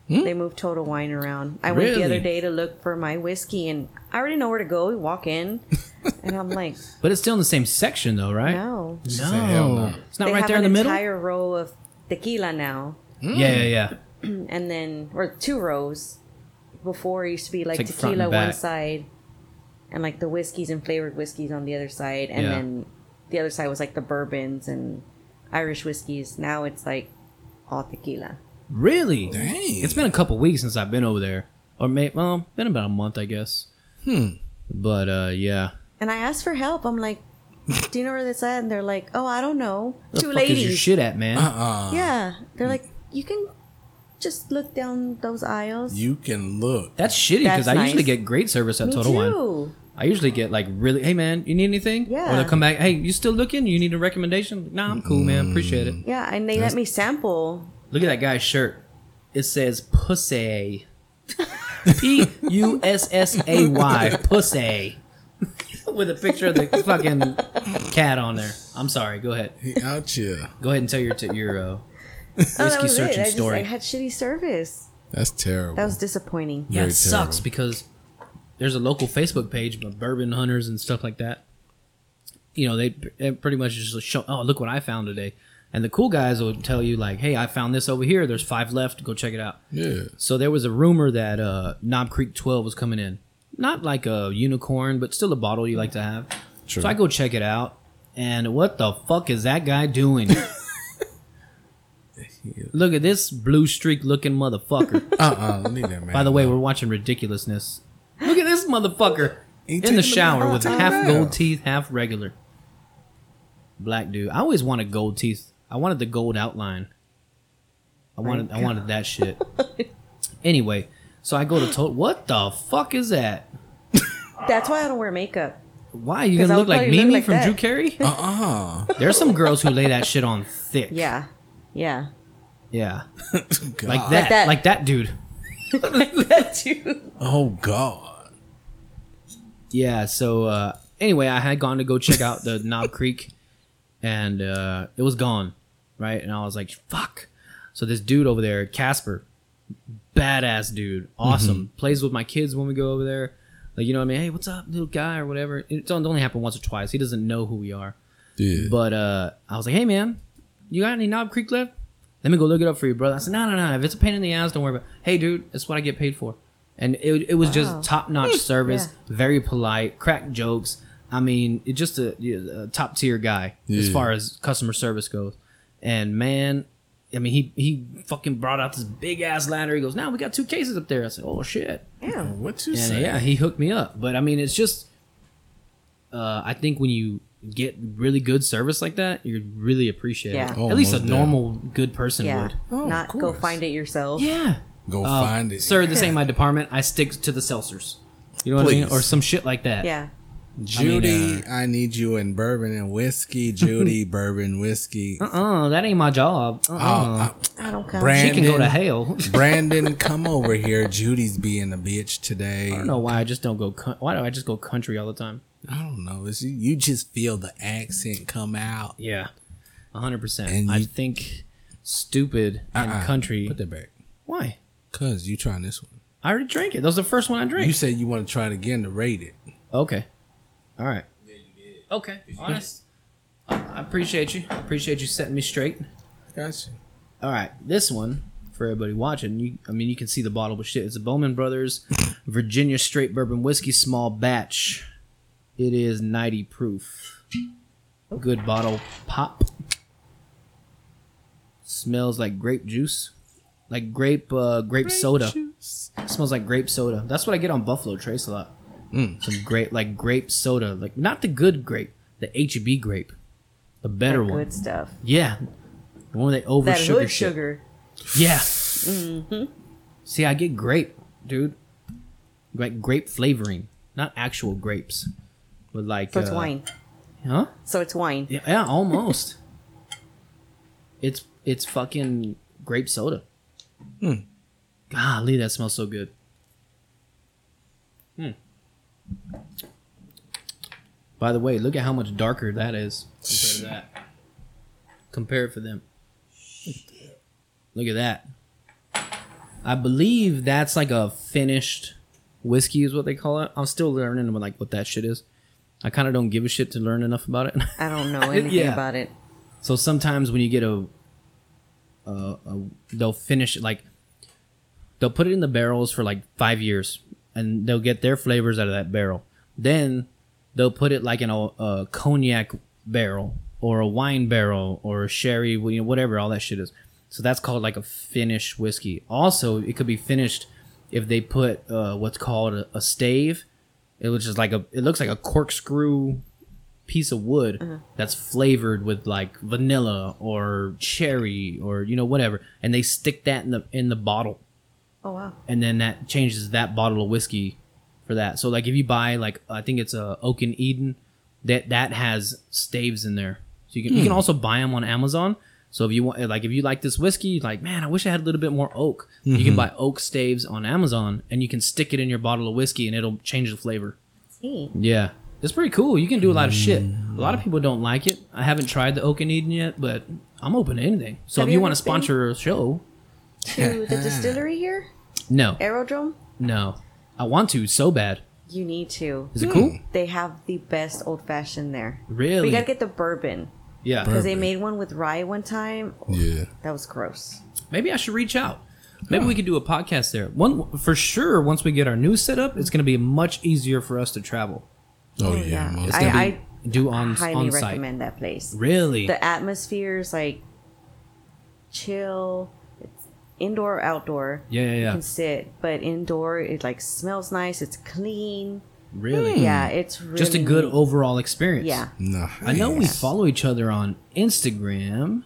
Speaker 4: They moved Total Wine around. I went the
Speaker 2: Hmm? Really?
Speaker 4: other day to look for my whiskey, and I already know where to go. We
Speaker 2: <laughs>
Speaker 4: walk in, and I'm like,
Speaker 2: But it's still in the same section though, right?
Speaker 4: no.
Speaker 2: No,
Speaker 3: said, "Hell no."
Speaker 2: it's not
Speaker 4: they
Speaker 2: right
Speaker 4: have
Speaker 2: there in
Speaker 4: an
Speaker 2: the middle.
Speaker 4: entire row of tequila now,
Speaker 2: Yeah, yeah, yeah.
Speaker 4: and then or two rows. Before it used to be like,
Speaker 2: like front and
Speaker 4: tequila one
Speaker 2: back.
Speaker 4: side, and like the whiskeys and flavored whiskeys on the other side, and
Speaker 2: Yeah.
Speaker 4: then the other side was like the bourbons and Irish whiskeys. Now it's like all tequila.
Speaker 2: Really?
Speaker 3: Dang.
Speaker 2: It's been a couple weeks since I've been over there, or may well, been about a month, I guess. Hmm. But uh, yeah.
Speaker 4: And I asked for help. I'm like, do you know where that's at? And they're like, oh, I don't know.
Speaker 2: Where the
Speaker 4: Two
Speaker 2: fuck is your
Speaker 4: ladies.
Speaker 2: shit Ah. at, man?
Speaker 3: Uh,
Speaker 4: yeah. They're like, you can just look down those aisles.
Speaker 3: you can look.
Speaker 2: That's shitty because
Speaker 4: That's
Speaker 2: I usually
Speaker 4: nice.
Speaker 2: get great service at
Speaker 4: Me
Speaker 2: Total Wine.
Speaker 4: too.
Speaker 2: I usually get like really, hey man, you need anything? Or
Speaker 4: Yeah.
Speaker 2: they'll come back, hey, you still looking? You need a recommendation? Nah, I'm cool, man. Appreciate it.
Speaker 4: Yeah, and they let me sample.
Speaker 2: Look at that guy's shirt. It says pussy. <laughs> P U S S A Y pussy. <laughs> With a picture of the fucking cat on there. I'm sorry. Go ahead.
Speaker 3: He out here.
Speaker 2: Go ahead and tell your t- your uh,
Speaker 4: Oh, that
Speaker 2: whiskey
Speaker 4: was it.
Speaker 2: searching
Speaker 4: I just
Speaker 2: story.
Speaker 4: I had shitty service.
Speaker 3: That's terrible.
Speaker 4: That was disappointing.
Speaker 2: yeah,
Speaker 3: Very
Speaker 2: it sucks
Speaker 3: terrible.
Speaker 2: because there's a local Facebook page of bourbon hunters and stuff like that. You know, they, they pretty much just show. Oh, look what I found today. And the cool guys will tell you like, "Hey, I found this over here. There's five left. Go check it out."
Speaker 3: Yeah.
Speaker 2: So there was a rumor that uh, Knob Creek 12 was coming in. Not like a unicorn, but still a bottle you like to have.
Speaker 3: True.
Speaker 2: So I go check it out, and what the fuck is that guy
Speaker 3: <laughs>
Speaker 2: doing? Look at this blue streak looking
Speaker 3: <laughs>
Speaker 2: motherfucker.
Speaker 3: Uh uh Leave that man.
Speaker 2: By the way, we're watching ridiculousness. Look at this motherfucker
Speaker 3: He
Speaker 2: in
Speaker 3: taking
Speaker 2: the
Speaker 3: the
Speaker 2: shower
Speaker 3: hard
Speaker 2: with
Speaker 3: time
Speaker 2: half
Speaker 3: out.
Speaker 2: gold teeth, half regular. Black dude. I always wanted gold teeth. I wanted the gold outline. I wanted I wanted that shit. anyway, so I go to Total. What the fuck is that?
Speaker 4: That's why I don't wear makeup.
Speaker 2: Why you
Speaker 4: 'Cause I
Speaker 2: gonna
Speaker 4: would
Speaker 2: look like
Speaker 4: probably look
Speaker 2: Mimi
Speaker 4: like
Speaker 2: from
Speaker 4: that.
Speaker 2: Drew
Speaker 4: <laughs>
Speaker 2: Carey?
Speaker 3: Uh uh
Speaker 2: There's some girls who lay that shit on thick.
Speaker 4: Yeah, yeah.
Speaker 2: Yeah. <laughs> Like
Speaker 3: Like
Speaker 2: that. Like
Speaker 4: that.
Speaker 2: that,
Speaker 4: <laughs>
Speaker 2: dude.
Speaker 4: that
Speaker 2: <laughs>
Speaker 4: too.
Speaker 3: Oh God.
Speaker 2: Yeah, so uh anyway, I had gone to go check out the Knob Creek and uh it was gone, right? And I was like, fuck. So this dude over there, Casper, badass dude, awesome. Plays with my kids when we go over there. Like, you know what I mean? Hey, what's up, little guy or whatever. It don't- it only happened once or twice. He doesn't know who we are.
Speaker 3: Yeah.
Speaker 2: But uh, I was like, hey, man, you got any Knob Creek left? Let me go look it up for you, brother. I said, no, no, no. If it's a pain in the ass, don't worry about it. Hey, dude, that's what I get paid for. And it, it was
Speaker 4: Wow.
Speaker 2: just top
Speaker 3: <laughs>
Speaker 2: notch service, very polite, crack jokes. I mean, it just a, a top tier guy as
Speaker 3: Yeah.
Speaker 2: far as customer service goes. And man, I mean, he, he fucking brought out this big ass ladder. He goes, now we got two cases up there. I said, oh, shit.
Speaker 4: Yeah.
Speaker 3: what you
Speaker 2: And
Speaker 3: say?
Speaker 2: yeah, he hooked me up. But I mean, it's just, uh, I think when you get really good service like that, you really appreciate
Speaker 4: Yeah.
Speaker 2: it.
Speaker 3: Oh,
Speaker 2: At least a
Speaker 3: most
Speaker 2: normal good person
Speaker 4: Yeah.
Speaker 2: would.
Speaker 3: Oh, of
Speaker 4: Not go
Speaker 3: course.
Speaker 4: find it yourself.
Speaker 2: Yeah.
Speaker 3: Go
Speaker 2: Uh,
Speaker 3: find it,
Speaker 2: Sir, this ain't my department. I stick to the seltzers. You know what I mean?
Speaker 3: Please.
Speaker 2: Or some shit like that.
Speaker 4: Yeah.
Speaker 3: Judy. I,
Speaker 2: mean,
Speaker 3: need you in bourbon and
Speaker 2: <laughs>
Speaker 3: whiskey. Judy, bourbon whiskey.
Speaker 2: Uh uh that ain't my job.
Speaker 4: Uh-uh.
Speaker 2: Uh uh
Speaker 3: Oh,
Speaker 4: I don't count.
Speaker 3: Brand-
Speaker 2: She can go to
Speaker 3: Brandon.
Speaker 2: hell. <laughs>
Speaker 3: uh, Brandon, come over here. Judy's being a bitch today.
Speaker 2: I don't know why I just don't go. coun- Why do I just go country all the time?
Speaker 3: I don't know. It's, you- you just feel the accent come out.
Speaker 2: Yeah, hundred percent.
Speaker 3: And
Speaker 2: I
Speaker 3: you-
Speaker 2: think stupid and
Speaker 3: Uh-uh.
Speaker 2: country.
Speaker 3: Put that back.
Speaker 2: why?
Speaker 3: Cause you trying this one.
Speaker 2: I already drank it. That was the first one I drank.
Speaker 3: You said you want to try it again to rate it.
Speaker 2: Okay. All right. Okay. Honest. I I appreciate you. I appreciate you setting me straight.
Speaker 3: Gotcha.
Speaker 2: All right. This one for everybody watching. You, I mean, you can see the bottle, but shit, it's a Bowman
Speaker 4: <laughs>
Speaker 2: Brothers Virginia Straight Bourbon Whiskey Small Batch. It is 90 proof. Good bottle pop. Smells like grape juice. Like grape uh grape, soda. smells like grape soda. That's what I get on Buffalo Trace a lot.
Speaker 4: Mm.
Speaker 2: Some grape like grape soda. Like not the good grape, the HB grape. The better one.
Speaker 4: Good stuff.
Speaker 2: Yeah. The one they over
Speaker 4: That
Speaker 2: sugar
Speaker 4: hood
Speaker 2: shit.
Speaker 4: sugar.
Speaker 2: Yeah. See, I get grape, dude. Like grape flavoring, not actual grapes, but like
Speaker 4: So it's
Speaker 2: uh,
Speaker 4: wine.
Speaker 2: huh?
Speaker 4: So it's wine.
Speaker 2: Yeah, yeah almost. it's it's fucking grape soda. Hmm. Golly, that smells so good. Hmm. By the way, look at how much darker that is compared to that. Compare it for them. Look at that. I believe that's like a finished whiskey, is what they call it. I'm still learning about like what that shit is. I kind of don't give a shit to learn enough about it. <laughs>
Speaker 4: I don't know anything
Speaker 2: Yeah.
Speaker 4: about it.
Speaker 2: So sometimes when you get a, a, a they'll finish it like they'll put it in the barrels for like five years, and they'll get their flavors out of that barrel. Then they'll put it like in a, a cognac barrel or a wine barrel or a sherry, you know, whatever all that shit is. So that's called like a finished whiskey. Also, it could be finished if they put uh, what's called a, a stave. It was just like a. It looks like a corkscrew piece of wood
Speaker 4: Uh-huh.
Speaker 2: that's flavored with like vanilla or cherry or you know whatever and they stick that in the in the bottle
Speaker 4: Oh wow.
Speaker 2: and then that changes that bottle of whiskey for that so like if you buy like i think it's a oak and eden that that has staves in there so you can you
Speaker 4: Hmm.
Speaker 2: can also buy them on amazon so if you want like if you like this whiskey you're like man i wish i had a little bit more oak you can buy oak staves on amazon and you can stick it in your bottle of whiskey and it'll change the flavor
Speaker 4: See.
Speaker 2: yeah. It's pretty cool. You can do a lot of shit. A
Speaker 3: Mm.
Speaker 2: lot of people don't like it. I haven't tried the Oak and Eden yet, but I'm open to anything. So
Speaker 4: Have
Speaker 2: if
Speaker 4: you
Speaker 2: you want
Speaker 4: ever
Speaker 2: to sponsor a show,
Speaker 4: To
Speaker 2: <laughs>
Speaker 4: the distillery here,
Speaker 2: no,
Speaker 4: Aerodrome.
Speaker 2: no, I want to so bad.
Speaker 4: You need to.
Speaker 2: Is it cool?
Speaker 3: Hmm.
Speaker 4: They have the best old fashioned there. We
Speaker 2: Really?
Speaker 4: gotta get the bourbon.
Speaker 2: Yeah.
Speaker 3: Bur-
Speaker 4: because they
Speaker 3: Perfect.
Speaker 4: made one with rye one time.
Speaker 3: Yeah.
Speaker 4: That was gross.
Speaker 2: Maybe I should reach out. Maybe we could do a podcast there. One for sure. Once we get our new set up, it's going to be much easier for us to travel.
Speaker 3: Oh, yeah. most
Speaker 4: I,
Speaker 3: definitely.
Speaker 4: I
Speaker 2: Do on
Speaker 4: highly
Speaker 2: on site.
Speaker 4: recommend that place.
Speaker 2: Really?
Speaker 4: The atmosphere is like chill. It's indoor, outdoor.
Speaker 2: yeah, yeah,
Speaker 4: You
Speaker 2: yeah.
Speaker 4: can sit, but indoor it like smells nice. It's clean.
Speaker 2: Really?
Speaker 4: Yeah, it's really
Speaker 2: Just a good
Speaker 4: neat.
Speaker 2: overall experience.
Speaker 4: Yeah,
Speaker 3: Nah,
Speaker 2: I know we
Speaker 3: yes.
Speaker 2: follow each other on Instagram.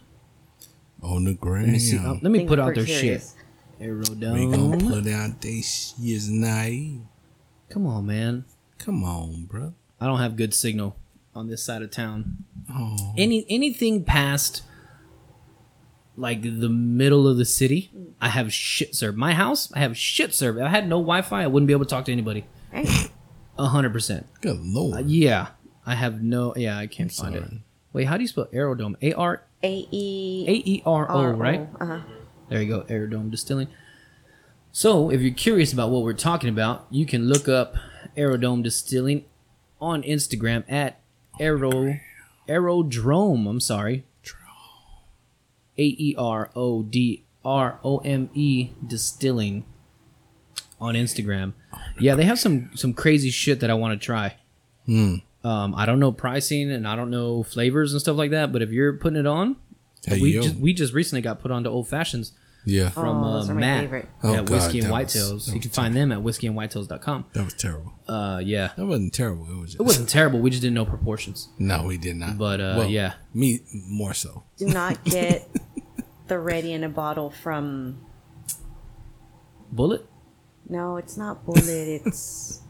Speaker 3: on the ground.
Speaker 2: Let me see. uh, let me
Speaker 4: Think
Speaker 2: put out
Speaker 4: we're
Speaker 2: their
Speaker 4: serious.
Speaker 2: shit.
Speaker 3: We gonna
Speaker 2: Aerodome.
Speaker 3: put out this year's night.
Speaker 2: Come on, man.
Speaker 3: Come on, bro.
Speaker 2: I don't have good signal on this side of town.
Speaker 3: Oh,
Speaker 2: Any anything past like the middle of the city, I have shit served. My house, I have shit served. If I had no Wi-Fi, I wouldn't be able to talk to anybody.
Speaker 4: Hey,
Speaker 2: A hundred percent.
Speaker 3: good lord.
Speaker 2: Uh, Yeah, I have no. Yeah, I can't find it.
Speaker 3: sorry.
Speaker 2: Wait, how do you spell aerodome? A R
Speaker 4: A E
Speaker 2: A E R O,
Speaker 4: R O,
Speaker 2: right?
Speaker 4: Uh-huh.
Speaker 2: There you go, Aerodome Distilling. So, if you're curious about what we're talking about, you can look up Aerodome Distilling on Instagram at Aero Aerodrome. I'm sorry. A E R O D R O M E Distilling on Instagram. Yeah, they have some some crazy shit that I want to try.
Speaker 3: Hmm.
Speaker 2: Um, I don't know pricing and I don't know flavors and stuff like that, but if you're putting it on,
Speaker 3: Hey,
Speaker 2: we
Speaker 3: yo.
Speaker 2: just we just recently got put onto old fashions
Speaker 3: yeah.
Speaker 2: from
Speaker 4: Oh,
Speaker 2: uh,
Speaker 4: those are my
Speaker 2: Matt
Speaker 4: favorite.
Speaker 3: Oh,
Speaker 2: at
Speaker 3: God,
Speaker 2: Whiskey and
Speaker 3: that was-
Speaker 2: Whitetails.
Speaker 3: that
Speaker 2: you
Speaker 3: was
Speaker 2: can find them at whiskeyandwhitetails.com.
Speaker 3: That was terrible.
Speaker 2: Uh, yeah,
Speaker 3: That wasn't terrible. It was <laughs> just.
Speaker 2: it wasn't terrible. We just didn't know proportions.
Speaker 3: No, we did not.
Speaker 2: But, uh, yeah.
Speaker 3: Me more so.
Speaker 4: Do not get the ready in a bottle from.
Speaker 2: Bullet.
Speaker 4: No, it's not Bullet. It's.
Speaker 2: <laughs>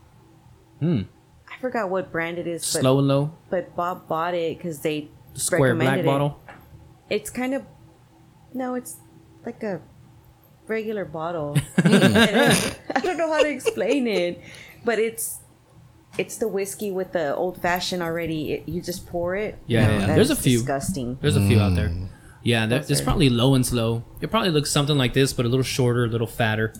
Speaker 2: Hmm.
Speaker 4: I forgot what brand it is, but
Speaker 2: Slow and low.
Speaker 4: but Bob bought it because they
Speaker 2: The square black
Speaker 4: recommended it.
Speaker 2: bottle.
Speaker 4: It's kind of no, it's like a
Speaker 2: <laughs>
Speaker 4: regular bottle. <laughs> I don't know how to explain it, but it's it's the whiskey with the old fashioned already. It, you just pour it.
Speaker 2: Yeah, yeah, yeah.
Speaker 4: that
Speaker 2: There's
Speaker 4: is
Speaker 2: a few.
Speaker 4: disgusting.
Speaker 2: There's a few out there.
Speaker 3: Mm.
Speaker 2: Yeah, there,
Speaker 4: Those
Speaker 2: it's
Speaker 4: are-
Speaker 2: probably low and slow. It probably looks something like this, but a little shorter, a little fatter.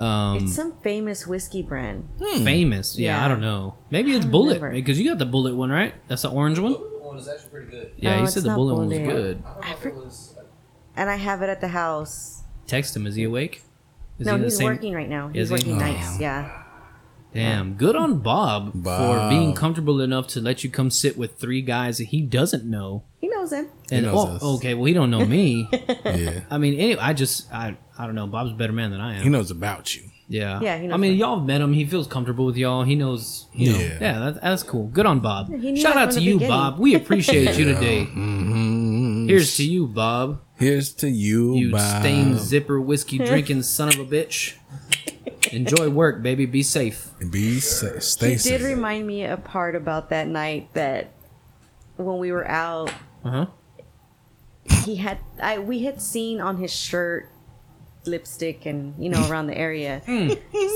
Speaker 2: Um,
Speaker 4: It's some famous whiskey brand.
Speaker 3: Mm. Hmm.
Speaker 2: famous. Yeah,
Speaker 4: Yeah.
Speaker 2: I don't know. Maybe it's
Speaker 4: don't
Speaker 2: bullet
Speaker 4: remember.
Speaker 2: because you got the bullet one, right? That's the orange one.
Speaker 5: The one is actually pretty good.
Speaker 2: Yeah,
Speaker 4: No,
Speaker 2: he
Speaker 4: it's
Speaker 2: said the
Speaker 4: not
Speaker 2: bullet, one was
Speaker 4: Bullet.
Speaker 2: good.
Speaker 5: I don't know if it was.
Speaker 4: And I have it at the house.
Speaker 2: Text him. Is he awake? Is
Speaker 4: no,
Speaker 2: in the
Speaker 4: he's
Speaker 2: same-
Speaker 4: working right now.
Speaker 2: Is
Speaker 4: He's
Speaker 2: he?
Speaker 4: working
Speaker 2: Oh.
Speaker 4: nights. Yeah.
Speaker 2: Damn, good on Bob, for
Speaker 3: Bob.
Speaker 2: being comfortable enough to let you come sit with three guys that he doesn't know.
Speaker 4: He knows him.
Speaker 2: And
Speaker 3: knows
Speaker 2: oh,
Speaker 3: us.
Speaker 2: okay, well he don't know
Speaker 3: <laughs>
Speaker 2: me.
Speaker 3: Yeah.
Speaker 2: I mean, anyway, I just I I don't know. Bob's a better man than I am.
Speaker 3: he knows about you.
Speaker 2: yeah,
Speaker 4: Yeah, he knows
Speaker 2: I mean,
Speaker 4: me.
Speaker 2: y'all have met him. He feels comfortable with y'all. He knows. You know, yeah,
Speaker 3: Yeah.
Speaker 2: that, that's cool. Good on Bob.
Speaker 4: he knew
Speaker 2: Shout
Speaker 4: that
Speaker 2: out
Speaker 4: from
Speaker 2: to
Speaker 4: the
Speaker 2: you,
Speaker 4: beginning.
Speaker 2: Bob. We appreciate
Speaker 3: <laughs>
Speaker 2: you today.
Speaker 3: Mm-hmm.
Speaker 2: Here's to you, Bob.
Speaker 3: Here's to you,
Speaker 2: You
Speaker 3: Bob.
Speaker 2: stained zipper whiskey drinking son of a bitch. Enjoy work, baby. Be safe.
Speaker 3: Be sa- stay
Speaker 4: It
Speaker 3: safe.
Speaker 4: did remind me a part about that night that when we were out,
Speaker 2: Uh huh.
Speaker 4: he had I we had seen on his shirt lipstick and you know around
Speaker 2: <laughs>
Speaker 4: the area.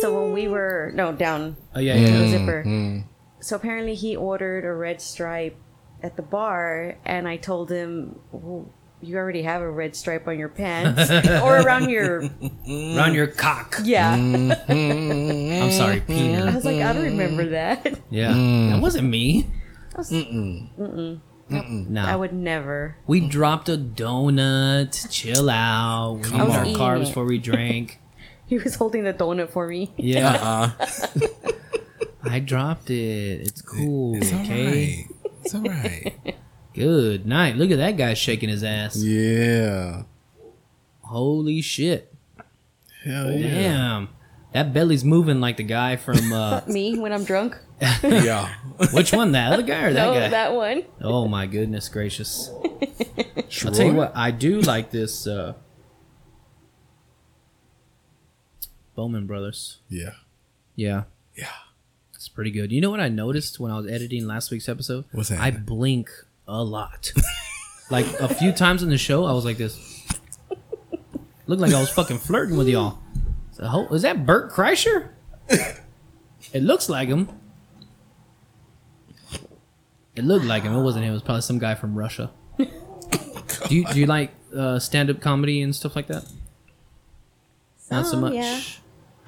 Speaker 4: so when we were no down
Speaker 2: Oh yeah, Hmm. yeah. Hmm.
Speaker 4: the
Speaker 2: yeah.
Speaker 4: zipper. So apparently he ordered a red stripe at the bar and I told him well, you already have a red stripe on
Speaker 2: <laughs>
Speaker 4: your pants or around your
Speaker 2: Round your cock.
Speaker 4: yeah.
Speaker 2: Mm-hmm.
Speaker 3: Mm-hmm.
Speaker 2: I'm sorry,
Speaker 4: I
Speaker 2: Peter.
Speaker 4: was like I don't remember that.
Speaker 2: Yeah, that wasn't me.
Speaker 4: was-
Speaker 2: Nah,
Speaker 4: I would never. <laughs>
Speaker 2: we dropped a donut. Chill out. We
Speaker 3: I
Speaker 2: used
Speaker 3: was
Speaker 2: our
Speaker 4: eating
Speaker 2: carbs
Speaker 4: it.
Speaker 2: before we drank.
Speaker 4: He was holding the donut for me.
Speaker 2: Yeah,
Speaker 3: Uh-uh.
Speaker 2: I dropped it. <laughs> It's cool.
Speaker 3: It's all
Speaker 2: okay.
Speaker 3: right. It's all right.
Speaker 2: Good night. Look at that guy shaking his ass.
Speaker 3: yeah.
Speaker 2: Holy shit! Oh,
Speaker 3: Hell yeah.
Speaker 2: Damn, that belly's moving like the guy from
Speaker 4: <laughs>
Speaker 2: uh,
Speaker 4: <laughs> Me when I'm drunk?
Speaker 2: <laughs>
Speaker 3: Yeah.
Speaker 2: which one? That other guy or that
Speaker 4: no,
Speaker 2: guy?
Speaker 4: that one.
Speaker 2: Oh my goodness gracious! I'll tell you what, I do like this uh, Bowman Brothers.
Speaker 3: Yeah.
Speaker 2: Yeah,
Speaker 3: Yeah.
Speaker 2: it's pretty good. You know what I noticed when I was editing last week's episode?
Speaker 3: What's that?
Speaker 2: I blink a lot. <laughs> like a few times in the show, I was like this. Looked like I was fucking flirting with y'all. It's a whole- is that Bert Kreischer? it looks like him. It looked like him. It wasn't him. It was probably some guy from
Speaker 3: <laughs>
Speaker 2: Russia. do you do you like uh, stand up comedy and stuff like that? Not so
Speaker 4: Some,
Speaker 2: much.
Speaker 4: Oh, yeah.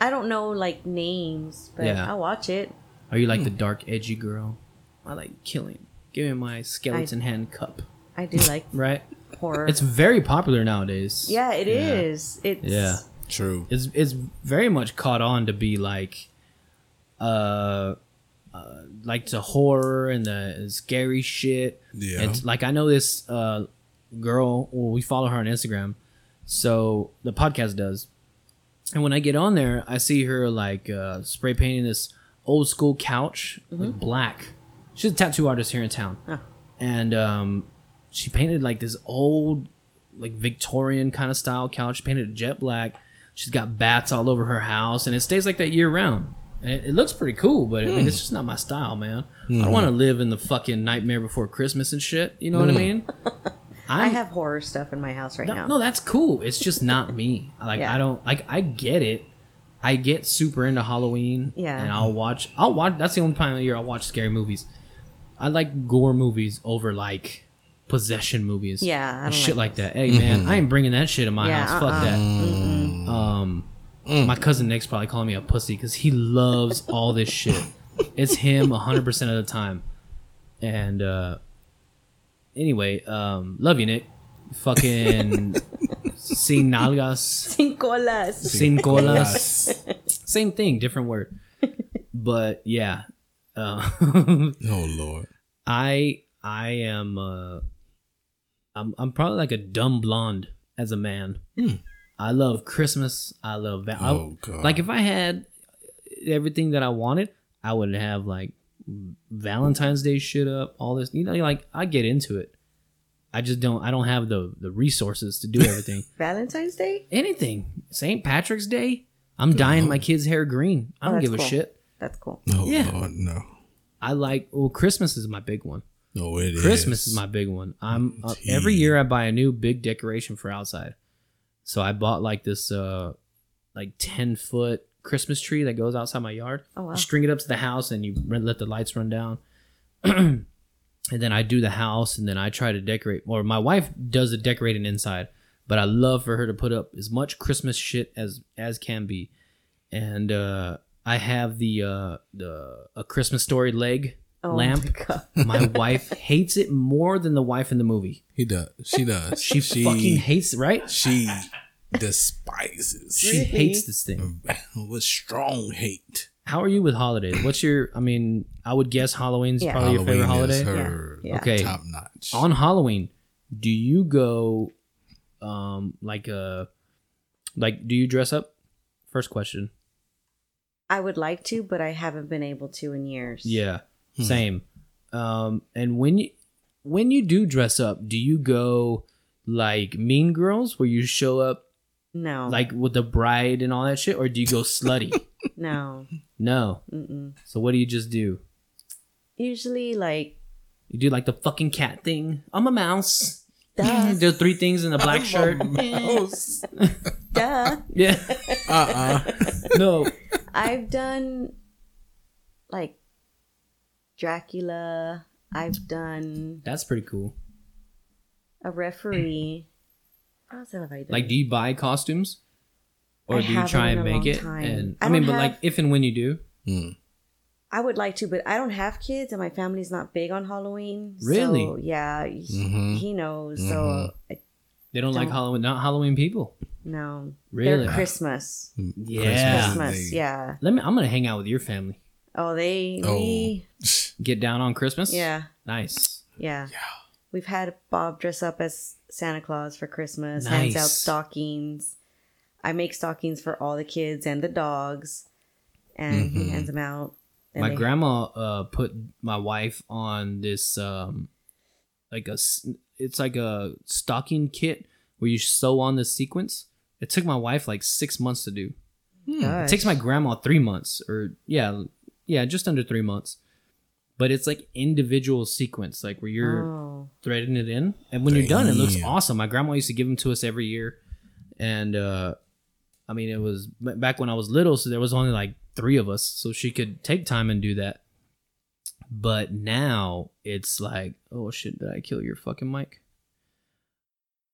Speaker 4: I don't know like names, but
Speaker 2: Yeah.
Speaker 4: I watch it.
Speaker 2: Hmm. Are you like the dark, edgy girl? I like killing. Give me my skeleton hand cup.
Speaker 4: I do like
Speaker 2: <laughs> right?
Speaker 4: horror.
Speaker 2: It's very popular nowadays.
Speaker 4: yeah, it
Speaker 2: Yeah.
Speaker 4: is. It's
Speaker 2: Yeah.
Speaker 3: True.
Speaker 2: It's it's very much caught on to be like, uh, uh like the horror and the scary shit.
Speaker 3: Yeah.
Speaker 2: It's like I know this uh girl. Well, we follow her on Instagram, so the podcast does. And when I get on there, I see her like uh, spray painting this old school couch like black. She's a tattoo artist here in town,
Speaker 4: Oh.
Speaker 2: and um, she painted like this old, like Victorian kind of style couch. She painted it jet black. She's got bats all over her house, and it stays like that year round. And it, it looks pretty cool, but I mean,
Speaker 4: Hmm.
Speaker 2: it's just not my style, man. I don't want to live in the fucking Nightmare Before Christmas and shit. You know what I mean?
Speaker 4: Hmm. <laughs> I
Speaker 2: I'm-
Speaker 4: have horror stuff in my house right
Speaker 2: no,
Speaker 4: now. <laughs>
Speaker 2: no, that's cool. It's just not me. Like
Speaker 4: Yeah.
Speaker 2: I don't like I get it. I get super into Halloween.
Speaker 4: Yeah.
Speaker 2: And I'll watch I'll watch that's the only time of the year I'll watch scary movies. I like gore movies over like possession movies.
Speaker 4: Yeah, I
Speaker 2: and
Speaker 4: don't
Speaker 2: shit
Speaker 4: like
Speaker 2: like that. Hey man, I ain't bringing that shit in my
Speaker 4: Yeah,
Speaker 2: house. Fuck
Speaker 4: uh-uh.
Speaker 2: that. Um my cousin Nick's probably calling me a pussy because he loves all this shit. It's him hundred percent of the time. And uh anyway, um love you, Nick. Fucking sin nalgas,
Speaker 4: Cinco alas.
Speaker 2: sin colas. Same thing, different word. But yeah. Uh,
Speaker 3: Oh Lord.
Speaker 2: I I am uh I'm I'm probably like a dumb blonde as a man. I love Christmas. I love va- I-
Speaker 3: Hmm. Oh, God.
Speaker 2: like if I had everything that I wanted, I would have like Valentine's Day shit up, all this. You know, like I get into it. I just don't I don't have the the resources to
Speaker 3: <laughs>
Speaker 2: do everything.
Speaker 4: Valentine's Day?
Speaker 2: Anything. St. Patrick's Day, I'm dyeing my kids' hair green. I
Speaker 4: Oh,
Speaker 2: don't
Speaker 4: that's
Speaker 2: give a
Speaker 4: cool.
Speaker 2: shit.
Speaker 4: That's cool.
Speaker 3: Oh
Speaker 2: Yeah.
Speaker 3: Lord, no.
Speaker 2: I like well Christmas is my big one.
Speaker 3: No, it is.
Speaker 2: Christmas is my big one. I'm uh, every
Speaker 3: Gee.
Speaker 2: year I buy a new big decoration for outside. So I bought like this uh like 10 foot Christmas tree that goes outside my yard.
Speaker 4: Oh, wow.
Speaker 2: You string it up to the house and you run- let the lights run down. <clears throat> and then I do the house and then I try to decorate or my wife does the decorating inside, but I love for her to put up as much Christmas shit as as can be. And uh I have the uh the a Christmas story leg
Speaker 4: Oh
Speaker 2: lamp
Speaker 4: my god.
Speaker 3: <laughs>
Speaker 2: my wife hates it more than the wife in the movie.
Speaker 3: He does. She does.
Speaker 2: <laughs> She, fucking hates it, right?
Speaker 3: she despises. <laughs>
Speaker 2: She
Speaker 3: She
Speaker 2: hates this thing.
Speaker 3: with strong hate.
Speaker 2: How are you with holidays? What's your? I mean, I would guess Halloween's
Speaker 4: Yeah.
Speaker 2: probably your favorite
Speaker 3: Halloween
Speaker 2: holiday.
Speaker 3: is her
Speaker 4: Yeah. Yeah.
Speaker 2: Okay.
Speaker 3: top notch.
Speaker 2: On Halloween, do you go, um, like a, like do you dress up? First question.
Speaker 4: I would like to, but I haven't been able to in years.
Speaker 2: Yeah,
Speaker 3: Hmm.
Speaker 2: same. Um, and when you when you do dress up, do you go like Mean Girls, where you show up
Speaker 4: No.
Speaker 2: like with the bride and all that shit, or do you go slutty? <laughs>
Speaker 4: no.
Speaker 2: No.
Speaker 4: Mm-mm.
Speaker 2: So what do you just do?
Speaker 4: Usually, like,
Speaker 2: You do like the fucking cat thing. I'm a mouse. <laughs>
Speaker 4: duh,
Speaker 2: Do three things in a black shirt.
Speaker 4: duh.
Speaker 2: <laughs> Yeah.
Speaker 3: Uh uh
Speaker 2: No.
Speaker 4: I've done like Dracula. I've done
Speaker 2: That's pretty cool.
Speaker 4: a referee. What else have I done?
Speaker 2: Like, do you buy costumes, or
Speaker 4: I
Speaker 2: do you
Speaker 4: haven't
Speaker 2: try
Speaker 4: in
Speaker 2: and
Speaker 4: a
Speaker 2: make
Speaker 4: long
Speaker 2: it?
Speaker 4: time.
Speaker 2: And
Speaker 4: I
Speaker 2: I, mean,
Speaker 4: don't
Speaker 2: but
Speaker 4: have-
Speaker 2: like, if and when you do,
Speaker 3: Hmm.
Speaker 4: I would like to, but I don't have kids, and my family's not big on Halloween.
Speaker 2: Really?
Speaker 4: So, yeah, he,
Speaker 3: Mhm.
Speaker 4: he knows. So I,
Speaker 2: they don't, like
Speaker 4: Don't.
Speaker 2: Halloween. Not Halloween people.
Speaker 4: no,
Speaker 2: Really?
Speaker 4: they're Christmas,
Speaker 2: Yeah.
Speaker 4: Christmas, yeah.
Speaker 2: Let me. I'm gonna hang out with your family.
Speaker 4: Oh, they,
Speaker 3: Oh.
Speaker 4: we,
Speaker 2: Get down on Christmas.
Speaker 4: yeah,
Speaker 2: Nice.
Speaker 4: yeah, We've had Bob dress up as Santa Claus for Christmas, hands out
Speaker 2: Nice.
Speaker 4: stockings. I make stockings for all the kids and the dogs, and he hands them out.
Speaker 2: Mm-hmm.
Speaker 4: And
Speaker 2: my
Speaker 4: they-
Speaker 2: grandma uh put my wife on this um like a s- it's like a stocking kit where you sew on the sequence it took my wife like six months to do
Speaker 3: Hmm.
Speaker 4: Gosh.
Speaker 2: it hmm, takes my grandma three months or yeah yeah just under three months but it's like individual sequence like where you're
Speaker 4: Oh,
Speaker 2: threading it in and when you're done it looks
Speaker 3: Damn.
Speaker 2: awesome my grandma used to give them to us every year and uh i mean it was b- back when i was little so there was only like three of us so she could take time and do that but now it's like oh shit did i kill your fucking mic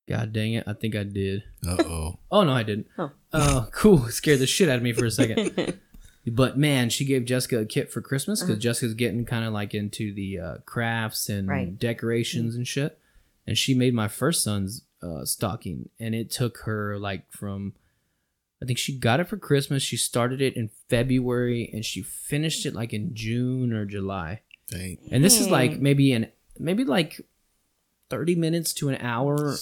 Speaker 2: god dang it i think i did
Speaker 3: Uh oh.
Speaker 2: oh no i didn't
Speaker 4: Oh.
Speaker 2: Oh, cool scared the shit out of me for a second but man she gave jessica a kit for christmas because jessica's getting kind of like into the uh, crafts and
Speaker 4: Right.
Speaker 2: decorations and shit and she made my first son's uh, stocking, and it took her like from, I think she got it for Christmas. She started it in February, and she finished it like in June or July.
Speaker 3: Dang.
Speaker 2: And this is like maybe an maybe like thirty minutes to an hour,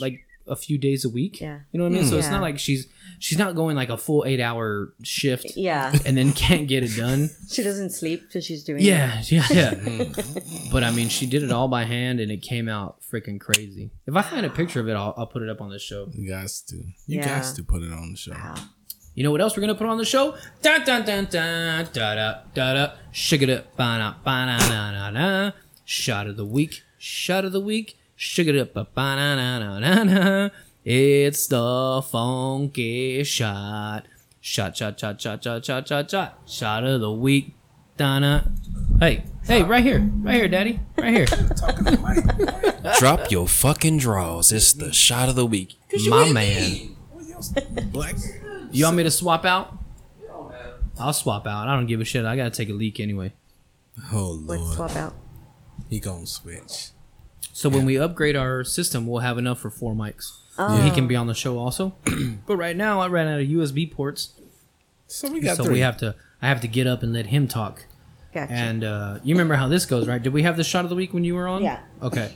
Speaker 2: like a few days a week.
Speaker 4: Yeah.
Speaker 2: you know what I mean. So it's
Speaker 4: Yeah.
Speaker 2: not like she's she's not going like a full eight hour shift <laughs>
Speaker 4: Yeah.
Speaker 2: and then can't get it done.
Speaker 4: She doesn't sleep till she's doing it.
Speaker 2: Yeah, yeah, yeah.
Speaker 4: <laughs>
Speaker 2: but I mean, she did it all by hand, and it came out freaking crazy. If I find a picture of it, I'll, I'll put it up on the show.
Speaker 3: You guys to. You
Speaker 4: Yeah.
Speaker 3: guys to put it on the show.
Speaker 2: You know what else we're gonna put on the show? Dun dun dun dun da da da da. Shake it up, ba na ba na na na na. Shot of the week, shot of the week. Shake it up, ba ba na na na na na. It's the funky shot. Shot, shot, shot, shot, shot, shot, shot, shot. Shot of the week. Da na. Hey, hey, right here, right here, Daddy, right here.
Speaker 6: Drop your fucking draws. It's the shot of the week.
Speaker 2: My man.
Speaker 3: Black.
Speaker 2: You want me to swap out?
Speaker 5: You don't have.
Speaker 2: I'll swap out. I don't give a shit. I gotta take a leak anyway.
Speaker 3: Oh
Speaker 4: Let's
Speaker 3: lord.
Speaker 4: swap out.
Speaker 3: He gonna switch.
Speaker 2: So when we upgrade our system, we'll have enough for four mics.
Speaker 4: Oh.
Speaker 2: He can be on the show also. <clears throat> but right now, I ran out of USB ports,
Speaker 3: So we got
Speaker 2: so
Speaker 3: three.
Speaker 2: we have to. I have to get up and let him talk.
Speaker 4: Gotcha.
Speaker 2: And uh, you remember how this goes, right? Did we have the shot of the week when you were on?
Speaker 4: Yeah. <laughs>
Speaker 2: Okay.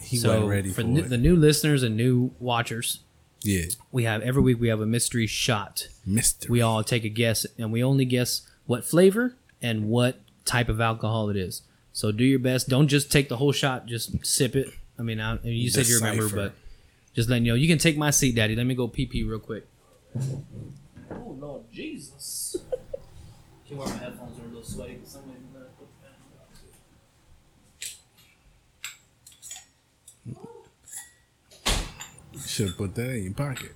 Speaker 3: he
Speaker 2: so
Speaker 3: wasn't ready for,
Speaker 2: for n-
Speaker 3: it.
Speaker 2: the new listeners and new watchers,
Speaker 3: yeah.
Speaker 2: we have every week we have a mystery shot.
Speaker 3: Mister.
Speaker 2: we all take a guess and we only guess what flavor and what type of alcohol it is. So do your best. Don't just take the whole shot, just sip it. I mean, I, I mean, you said you remember,
Speaker 3: Decipher.
Speaker 2: but just letting you know. You can take my seat, Daddy. Let me go pee pee real quick.
Speaker 5: Oh Lord Jesus. Can wear my headphones are a little sweaty. but Somebody better put the headphones on.
Speaker 3: Should have put that in your pocket.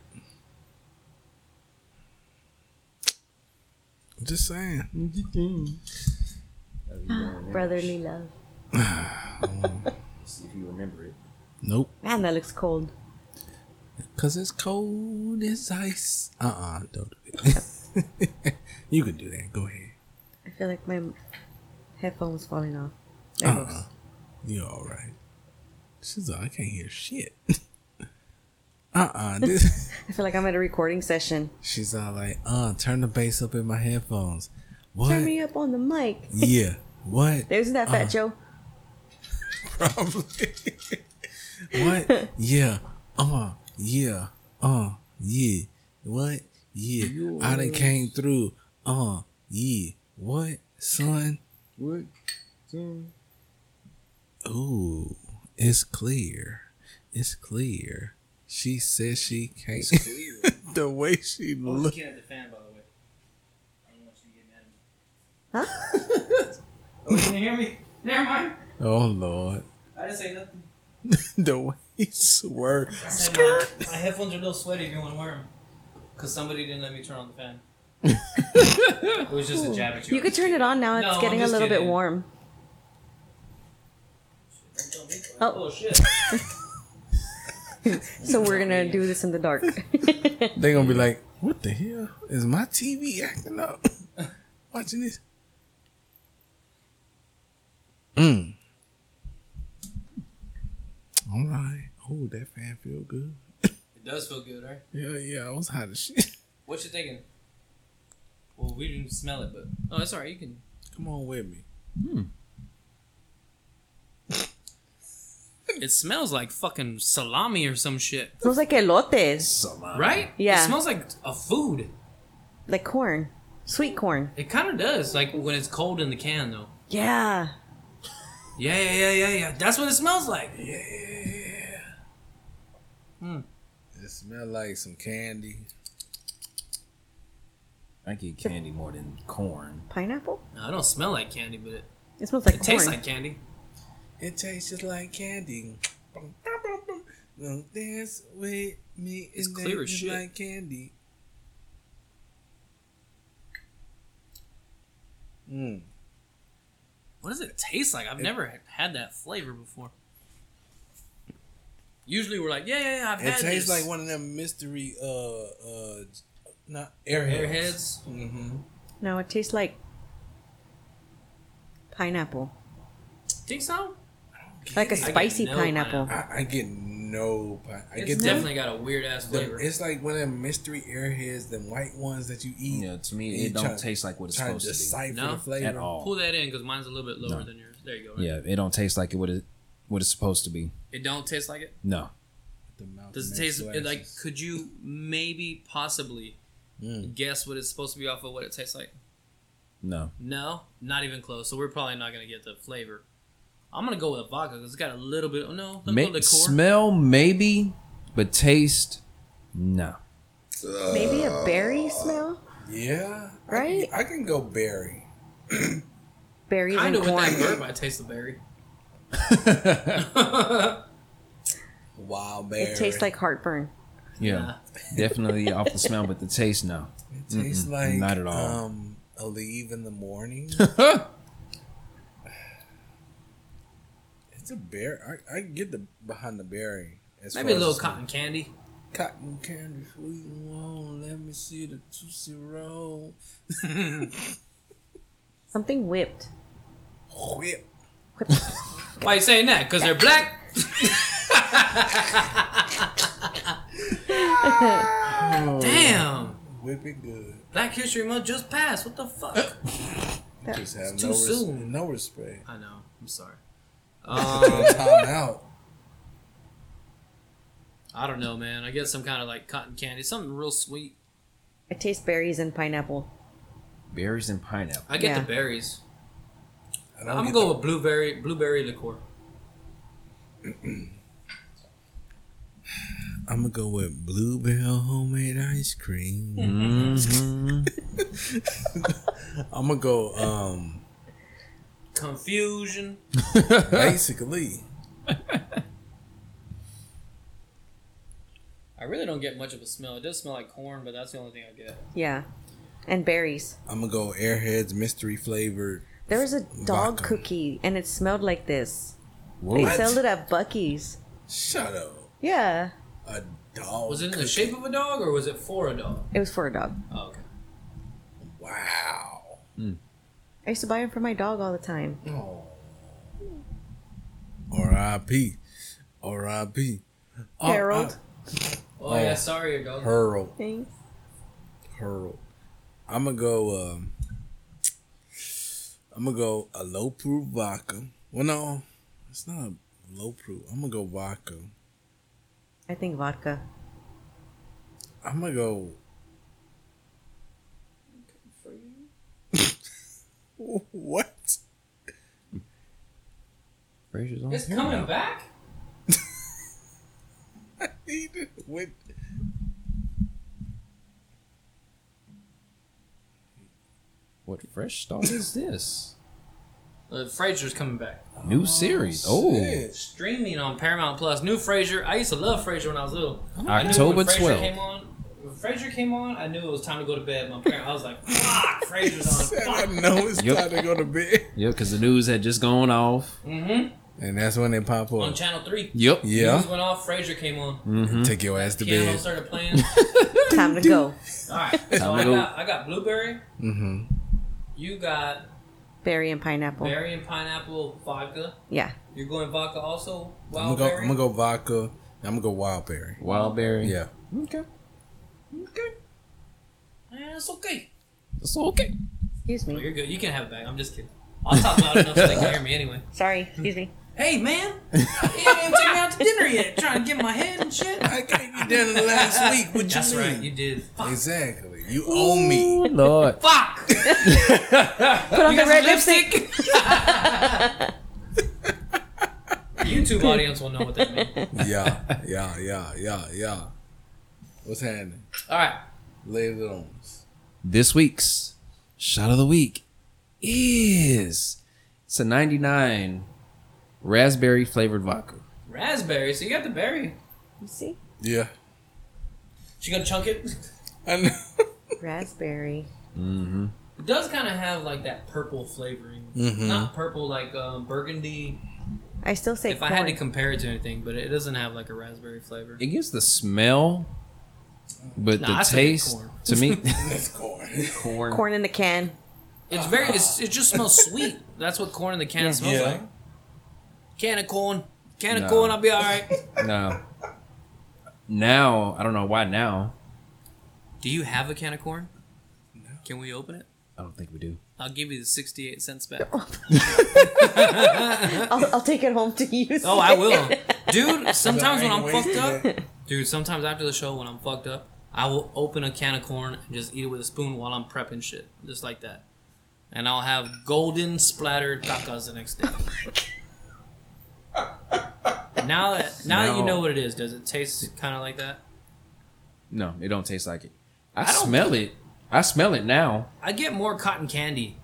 Speaker 3: Just saying.
Speaker 4: Brotherly love.
Speaker 5: See if you remember it.
Speaker 3: Nope.
Speaker 4: Man, that looks cold.
Speaker 3: Cause it's cold as ice. Uh uh-uh, uh, do not do it. <laughs> you can do that. Go ahead.
Speaker 4: I feel like my headphone's falling off. There
Speaker 2: Uh-huh.
Speaker 4: it goes.
Speaker 3: You're all right. She's like, I can't hear shit. <laughs> Uh
Speaker 4: <laughs>
Speaker 3: uh This. <laughs>
Speaker 4: I feel like I'm at a recording session.
Speaker 3: She's all like, uh, turn the bass up in my headphones. What?
Speaker 4: Turn me up on the mic.
Speaker 3: yeah. What?
Speaker 4: There's that Fat
Speaker 2: Uh-huh.
Speaker 4: Joe.
Speaker 3: Probably. <laughs> what? Yeah. Uh. Yeah. Uh. Yeah. What? Yeah. I done came through. Uh. Yeah. What? Son.
Speaker 5: What?
Speaker 3: Ooh. It's clear. It's clear. She says she can't. <laughs> the way
Speaker 2: <laughs>
Speaker 3: she looked.
Speaker 5: at the fan, by the way. I don't want you to get mad at me.
Speaker 4: Huh?
Speaker 5: Oh, can you hear me? Never mind.
Speaker 3: Oh Lord. <laughs>
Speaker 5: I didn't say nothing.
Speaker 3: the way he swerved.
Speaker 5: I said my,
Speaker 2: uh,
Speaker 5: my headphones are a little sweaty if you want to wear them. Because somebody didn't let me turn on the fan.
Speaker 3: <laughs>
Speaker 5: it was just a jab at you.
Speaker 4: You could turn it on now. It's
Speaker 5: No, I'm
Speaker 4: getting a
Speaker 5: just
Speaker 4: little bit
Speaker 5: kidding.
Speaker 4: warm.
Speaker 5: Oh, shit.
Speaker 4: So we're gonna do this in
Speaker 2: <laughs>
Speaker 4: the dark. <laughs>
Speaker 3: They gonna be like, what the hell? Is my TV acting up? <laughs> Watching this. Mm. All right. Oh, that fan feel good.
Speaker 5: It does feel good, right?
Speaker 3: Yeah, yeah. I was hot as shit. <laughs>
Speaker 5: What you thinking? Well, we didn't smell it, but oh, it's alright. You can.
Speaker 3: Come on with me.
Speaker 2: It smells like fucking salami or some shit,
Speaker 4: smells like elotes,
Speaker 2: right?
Speaker 4: Yeah.
Speaker 2: It smells like a food.
Speaker 4: like corn, sweet corn.
Speaker 2: It kind of does, like when it's cold in the can, though.
Speaker 4: Yeah.
Speaker 2: Yeah, yeah, yeah, yeah, yeah. That's what it smells like.
Speaker 3: It smell like some candy.
Speaker 5: I get candy more than corn.
Speaker 4: Pineapple?
Speaker 2: No, I don't smell like candy, but it,
Speaker 4: It smells like
Speaker 2: it
Speaker 4: corn.
Speaker 2: tastes like candy.
Speaker 3: It tastes just like candy. Don't dance with me.
Speaker 2: It's
Speaker 3: and
Speaker 2: clear as
Speaker 3: dance
Speaker 2: shit.
Speaker 3: Like candy. Mm.
Speaker 2: What does it taste like? I've never h- had that flavor before. Usually we're like, yeah, yeah, yeah I've
Speaker 3: It
Speaker 2: had this.
Speaker 3: tastes like one of them mystery, uh, uh, not airheads.
Speaker 2: Airheads.
Speaker 3: Mm-hmm.
Speaker 4: no, it tastes like pineapple.
Speaker 2: Think so?
Speaker 3: get
Speaker 4: Like a
Speaker 3: it.
Speaker 4: spicy
Speaker 2: no
Speaker 4: pineapple.
Speaker 3: I, I get no. pi- I
Speaker 2: It's
Speaker 3: get the-
Speaker 2: definitely got a weird ass
Speaker 3: the-
Speaker 2: flavor.
Speaker 3: it's like one of them mystery airheads, the white ones that you eat.
Speaker 6: Yeah, to me,
Speaker 3: You
Speaker 6: it
Speaker 3: try-
Speaker 6: don't taste like what it's
Speaker 3: Try to
Speaker 6: supposed to
Speaker 3: decipher
Speaker 2: No?
Speaker 3: the
Speaker 6: be
Speaker 3: flavor
Speaker 6: at all.
Speaker 2: Pull that in because mine's a little bit lower
Speaker 6: No.
Speaker 2: than yours. There you go. Right?
Speaker 6: Yeah, it don't taste like it what it what it's supposed to be.
Speaker 2: It don't taste like it.
Speaker 6: No,
Speaker 3: The mouth
Speaker 2: Does it
Speaker 3: makes
Speaker 2: taste it,
Speaker 3: flashes.
Speaker 2: like? Could you maybe possibly
Speaker 3: Mm.
Speaker 2: guess what it's supposed to be off of what it tastes like?
Speaker 6: no.
Speaker 2: No, not even close. So we're probably not gonna get the flavor. I'm gonna go with a vodka because it's got a little bit. oh, No, let me
Speaker 6: Ma-
Speaker 2: go liqueur.
Speaker 6: smell maybe, but taste no.
Speaker 4: Maybe a berry smell?
Speaker 3: Yeah, I can-
Speaker 4: Right?
Speaker 3: I, can go berry.
Speaker 4: Berries
Speaker 2: Kind
Speaker 4: and
Speaker 2: of with that
Speaker 4: corn.
Speaker 2: herb, I taste the
Speaker 3: <laughs>
Speaker 2: berry.
Speaker 3: Wild berry.
Speaker 4: It tastes like heartburn.
Speaker 6: Yeah, <laughs> definitely off the smell, but the taste no.
Speaker 3: It tastes
Speaker 6: Mm-mm,
Speaker 3: like
Speaker 6: not at all.
Speaker 3: Um, a leave in the
Speaker 6: <laughs>
Speaker 3: morning. it's a berry. I, I can get the behind the berry. as
Speaker 2: Maybe
Speaker 3: far
Speaker 2: a
Speaker 3: as
Speaker 2: little
Speaker 3: the-
Speaker 2: cotton candy.
Speaker 3: Cotton candy sweet and warm. Let me see the tootsie roll.
Speaker 4: Something whipped.
Speaker 3: Whip.
Speaker 2: <laughs> Why you saying that? Because they're black.
Speaker 3: <laughs>
Speaker 2: <laughs> Damn!
Speaker 3: Whip it good.
Speaker 2: Black History Month just passed. What the fuck?
Speaker 3: Just have
Speaker 2: too
Speaker 3: no, res-
Speaker 2: soon. Uh,
Speaker 3: no respect.
Speaker 2: I know. I'm sorry.
Speaker 3: Time out.
Speaker 2: I don't know, man. I get some kind of like cotton candy, something real sweet.
Speaker 4: I taste berries and pineapple.
Speaker 6: Berries and pineapple.
Speaker 2: I get
Speaker 4: Yeah.
Speaker 2: the berries.
Speaker 3: I don't
Speaker 2: I'm gonna
Speaker 3: get
Speaker 2: go
Speaker 3: the-
Speaker 2: with blueberry blueberry liqueur.
Speaker 3: I'm gonna go with bluebell homemade ice cream.
Speaker 2: Hmm.
Speaker 6: Mm-hmm.
Speaker 2: <laughs>
Speaker 3: I'm gonna go um
Speaker 2: Confusion.
Speaker 3: basically.
Speaker 2: I really don't get much of a smell. It does smell like corn, but that's the only thing I get.
Speaker 4: Yeah. And berries.
Speaker 3: I'm gonna go Airheads mystery flavored.
Speaker 4: There was a dog
Speaker 3: Vodka.
Speaker 4: cookie and it smelled like this.
Speaker 6: Whoa.
Speaker 4: They sold it at Bucky's.
Speaker 3: Shut up,
Speaker 4: Yeah.
Speaker 3: a dog.
Speaker 2: Was it in the
Speaker 3: cookie.
Speaker 2: shape of a dog or was it for a dog?
Speaker 4: It was for a dog.
Speaker 2: Oh, okay.
Speaker 3: Wow.
Speaker 4: I used to buy them for my dog all the time.
Speaker 2: Oh.
Speaker 3: R.I.P. R.I.P. Oh,
Speaker 4: Harold.
Speaker 5: uh,
Speaker 2: Oh, yeah, sorry, your dog.
Speaker 3: I- Harold.
Speaker 4: Thanks.
Speaker 3: Harold. I'm gonna go. Um, I'm gonna go a low proof vodka. Well, no, it's not a low proof. I'm gonna go vodka.
Speaker 4: I think vodka.
Speaker 3: I'm gonna go. <laughs> what?
Speaker 6: Frazier's on
Speaker 2: It's
Speaker 6: here
Speaker 2: coming
Speaker 6: now.
Speaker 2: back.
Speaker 3: He just <laughs> went.
Speaker 6: What fresh start is this?
Speaker 2: Uh, Frasier's coming back.
Speaker 6: New series. Oh,
Speaker 3: shit.
Speaker 2: Streaming on Paramount Plus. New Frasier. I used to love Frasier when I was little. I knew
Speaker 6: Oh, October
Speaker 2: when Frasier
Speaker 6: 12th.
Speaker 2: Came on, when Frasier came on, I knew it was time to go to bed. My parents, I was like, fuck, Frasier's
Speaker 3: <laughs>
Speaker 2: on.
Speaker 3: I know it's
Speaker 6: Yep.
Speaker 3: time to go to bed.
Speaker 6: yeah, because the news had just gone off.
Speaker 2: Mm-hmm.
Speaker 3: And that's when they pop
Speaker 2: On
Speaker 3: up.
Speaker 2: Channel 3.
Speaker 6: Yep. Mm-hmm.
Speaker 3: Yeah.
Speaker 2: News went off, Frasier came on.
Speaker 3: <laughs> Take your ass to
Speaker 2: Piano
Speaker 3: bed.
Speaker 2: started
Speaker 3: <laughs>
Speaker 2: playing.
Speaker 4: Time to go.
Speaker 2: Alright, so I
Speaker 6: Hello.
Speaker 2: got, I got blueberry.
Speaker 3: Mm-hmm.
Speaker 2: You got
Speaker 4: Berry and pineapple.
Speaker 2: berry and pineapple vodka.
Speaker 4: Yeah.
Speaker 2: You're going vodka also?
Speaker 3: I'm gonna
Speaker 2: Wild
Speaker 3: go.
Speaker 2: berry?
Speaker 3: I'm gonna go vodka. and I'm gonna go wild berry.
Speaker 6: Wildberry.
Speaker 3: Yeah.
Speaker 6: Okay. Okay.
Speaker 2: Eh, it's okay.
Speaker 6: It's okay.
Speaker 4: Excuse
Speaker 2: Well,
Speaker 4: me.
Speaker 2: you're good. You can have it back. I'm just kidding. I'll talk loud enough so they can hear me anyway.
Speaker 4: Sorry. Excuse
Speaker 5: Hmm.
Speaker 4: me.
Speaker 2: <laughs> Hey,
Speaker 4: <laughs>
Speaker 2: man. You ain't taken me out to dinner yet. Trying to get my head and shit.
Speaker 3: I gave you dinner last week. What you
Speaker 2: That's
Speaker 3: mean?
Speaker 2: right. You did. Fuck.
Speaker 3: Exactly. You owe me.
Speaker 6: Oh, Lord.
Speaker 2: Fuck.
Speaker 4: <laughs> Put on
Speaker 2: You
Speaker 4: the
Speaker 2: got
Speaker 4: red
Speaker 2: some
Speaker 4: lipstick.
Speaker 2: <laughs> YouTube audience will know what that
Speaker 4: <laughs>
Speaker 2: means.
Speaker 3: yeah, yeah, yeah, yeah, yeah. What's happening?
Speaker 2: All right.
Speaker 3: Lay it on us.
Speaker 6: This week's shot of the week is it's a 99 raspberry flavored vodka.
Speaker 2: Raspberry. So you got the berry.
Speaker 4: You see?
Speaker 3: Yeah.
Speaker 2: She gonna chunk it?
Speaker 3: I know. <laughs>
Speaker 4: Raspberry.
Speaker 2: It does kind of have like that purple flavoring.
Speaker 4: Mm-hmm.
Speaker 2: Not purple like um, burgundy.
Speaker 4: I still say
Speaker 2: If I
Speaker 4: corn.
Speaker 2: had to compare it to anything, but it doesn't have like a raspberry flavor.
Speaker 6: It gives the smell, but
Speaker 2: Nah, I
Speaker 6: the
Speaker 2: still get
Speaker 6: taste
Speaker 2: corn.
Speaker 6: to me, <laughs>
Speaker 3: That's corn.
Speaker 6: corn.
Speaker 4: corn in the can.
Speaker 2: It's very. It's, it just smells sweet. That's what corn in the can smells
Speaker 3: Yeah.
Speaker 2: like.
Speaker 5: Can of corn. Can of
Speaker 6: No.
Speaker 5: corn, I'll be all right.
Speaker 6: No. Now I don't know why. Now
Speaker 5: Do you have a can of corn? No. Can we open it?
Speaker 6: I don't think we do.
Speaker 5: I'll give you the 68 cents
Speaker 3: <laughs>
Speaker 5: back.
Speaker 4: I'll, I'll take it home to use.
Speaker 5: Oh, I will. Dude, sometimes when
Speaker 3: I
Speaker 5: I'm
Speaker 3: ain't
Speaker 5: fucked up,
Speaker 3: wasting it.
Speaker 5: dude, sometimes after the show when I'm fucked up, I will open a can of corn and just eat it with a spoon while I'm prepping shit. Just like that. And I'll have golden splattered tacos the next day. now that now that you
Speaker 6: No.
Speaker 5: know what it is, does it taste kind of like that?
Speaker 6: No, it don't taste like it. I,
Speaker 5: I don't-
Speaker 6: smell it. I smell it now.
Speaker 5: I get more cotton candy.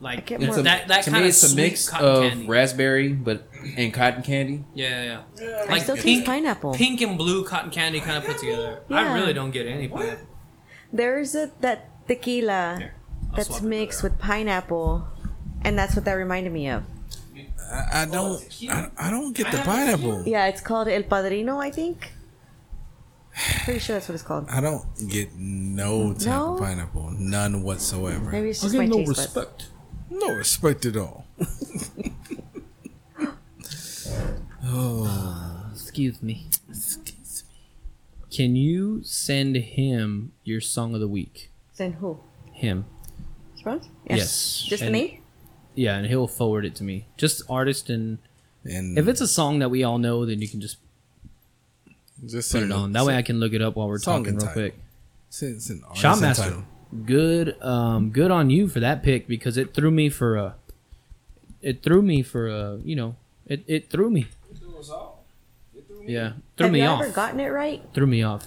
Speaker 5: Like
Speaker 4: get
Speaker 5: it's
Speaker 4: more-
Speaker 5: that that
Speaker 6: to
Speaker 5: kind
Speaker 6: me,
Speaker 5: of
Speaker 6: it's a mix
Speaker 5: cotton
Speaker 6: of
Speaker 5: candy.
Speaker 6: raspberry, but and cotton candy.
Speaker 5: yeah, yeah, yeah.
Speaker 4: <laughs> I
Speaker 5: Like
Speaker 4: still
Speaker 5: pink-
Speaker 4: taste pineapple.
Speaker 5: Pink and blue cotton candy kind of put together. I
Speaker 4: Yeah.
Speaker 5: really don't get any pineapple.
Speaker 4: There's a, that tequila
Speaker 5: I'll swap
Speaker 4: that's
Speaker 5: it
Speaker 4: mixed
Speaker 5: over.
Speaker 4: with pineapple, and that's what that reminded me of.
Speaker 3: I, I don't. I, I don't get the pineapple.
Speaker 4: Yeah, it's called El Padrino, I think. Pretty sure that's what it's called.
Speaker 3: I don't get no type
Speaker 4: No?
Speaker 3: of pineapple, none whatsoever.
Speaker 4: Maybe it's just my taste buds.
Speaker 3: No respect at all.
Speaker 2: Excuse me. Can you send him your song of the week?
Speaker 4: Then who?
Speaker 2: Him.
Speaker 4: Sprouts?
Speaker 2: Yes.
Speaker 4: Just the
Speaker 2: And-
Speaker 4: name?
Speaker 2: Yeah, and he'll forward it to me. Just artist and
Speaker 3: And
Speaker 2: if it's a song that we all know, then you can just
Speaker 3: just
Speaker 2: put it on. That way I can look it up while we're
Speaker 3: Song
Speaker 2: talking
Speaker 3: and
Speaker 2: real
Speaker 3: title.
Speaker 2: quick.
Speaker 3: it's, it's an artist
Speaker 2: Shotmaster.
Speaker 3: title.
Speaker 2: Good um good on you for that pick because it threw me for a it threw me for a, you know, it, it threw me. Yeah, threw
Speaker 4: Have
Speaker 2: me
Speaker 4: you
Speaker 2: off.
Speaker 4: ever gotten it right?
Speaker 2: threw me off.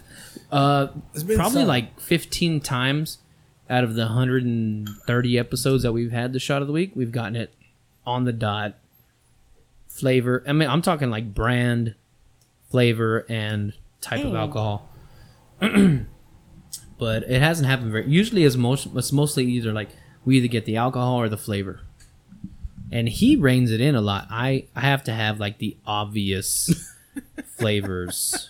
Speaker 2: Uh,
Speaker 3: It's been
Speaker 2: probably
Speaker 3: some.
Speaker 2: like 15 times out of the 130 episodes that we've had the shot of the week, we've gotten it on the dot. Flavor. I mean, I'm talking like brand, flavor, and type of
Speaker 4: Mm.
Speaker 2: alcohol. <clears throat> but it hasn't happened very. Usually, it's most. It's mostly either like we either get the alcohol or the flavor. And he reins it in a lot. I, I have to have like the
Speaker 3: <laughs>
Speaker 2: obvious flavors.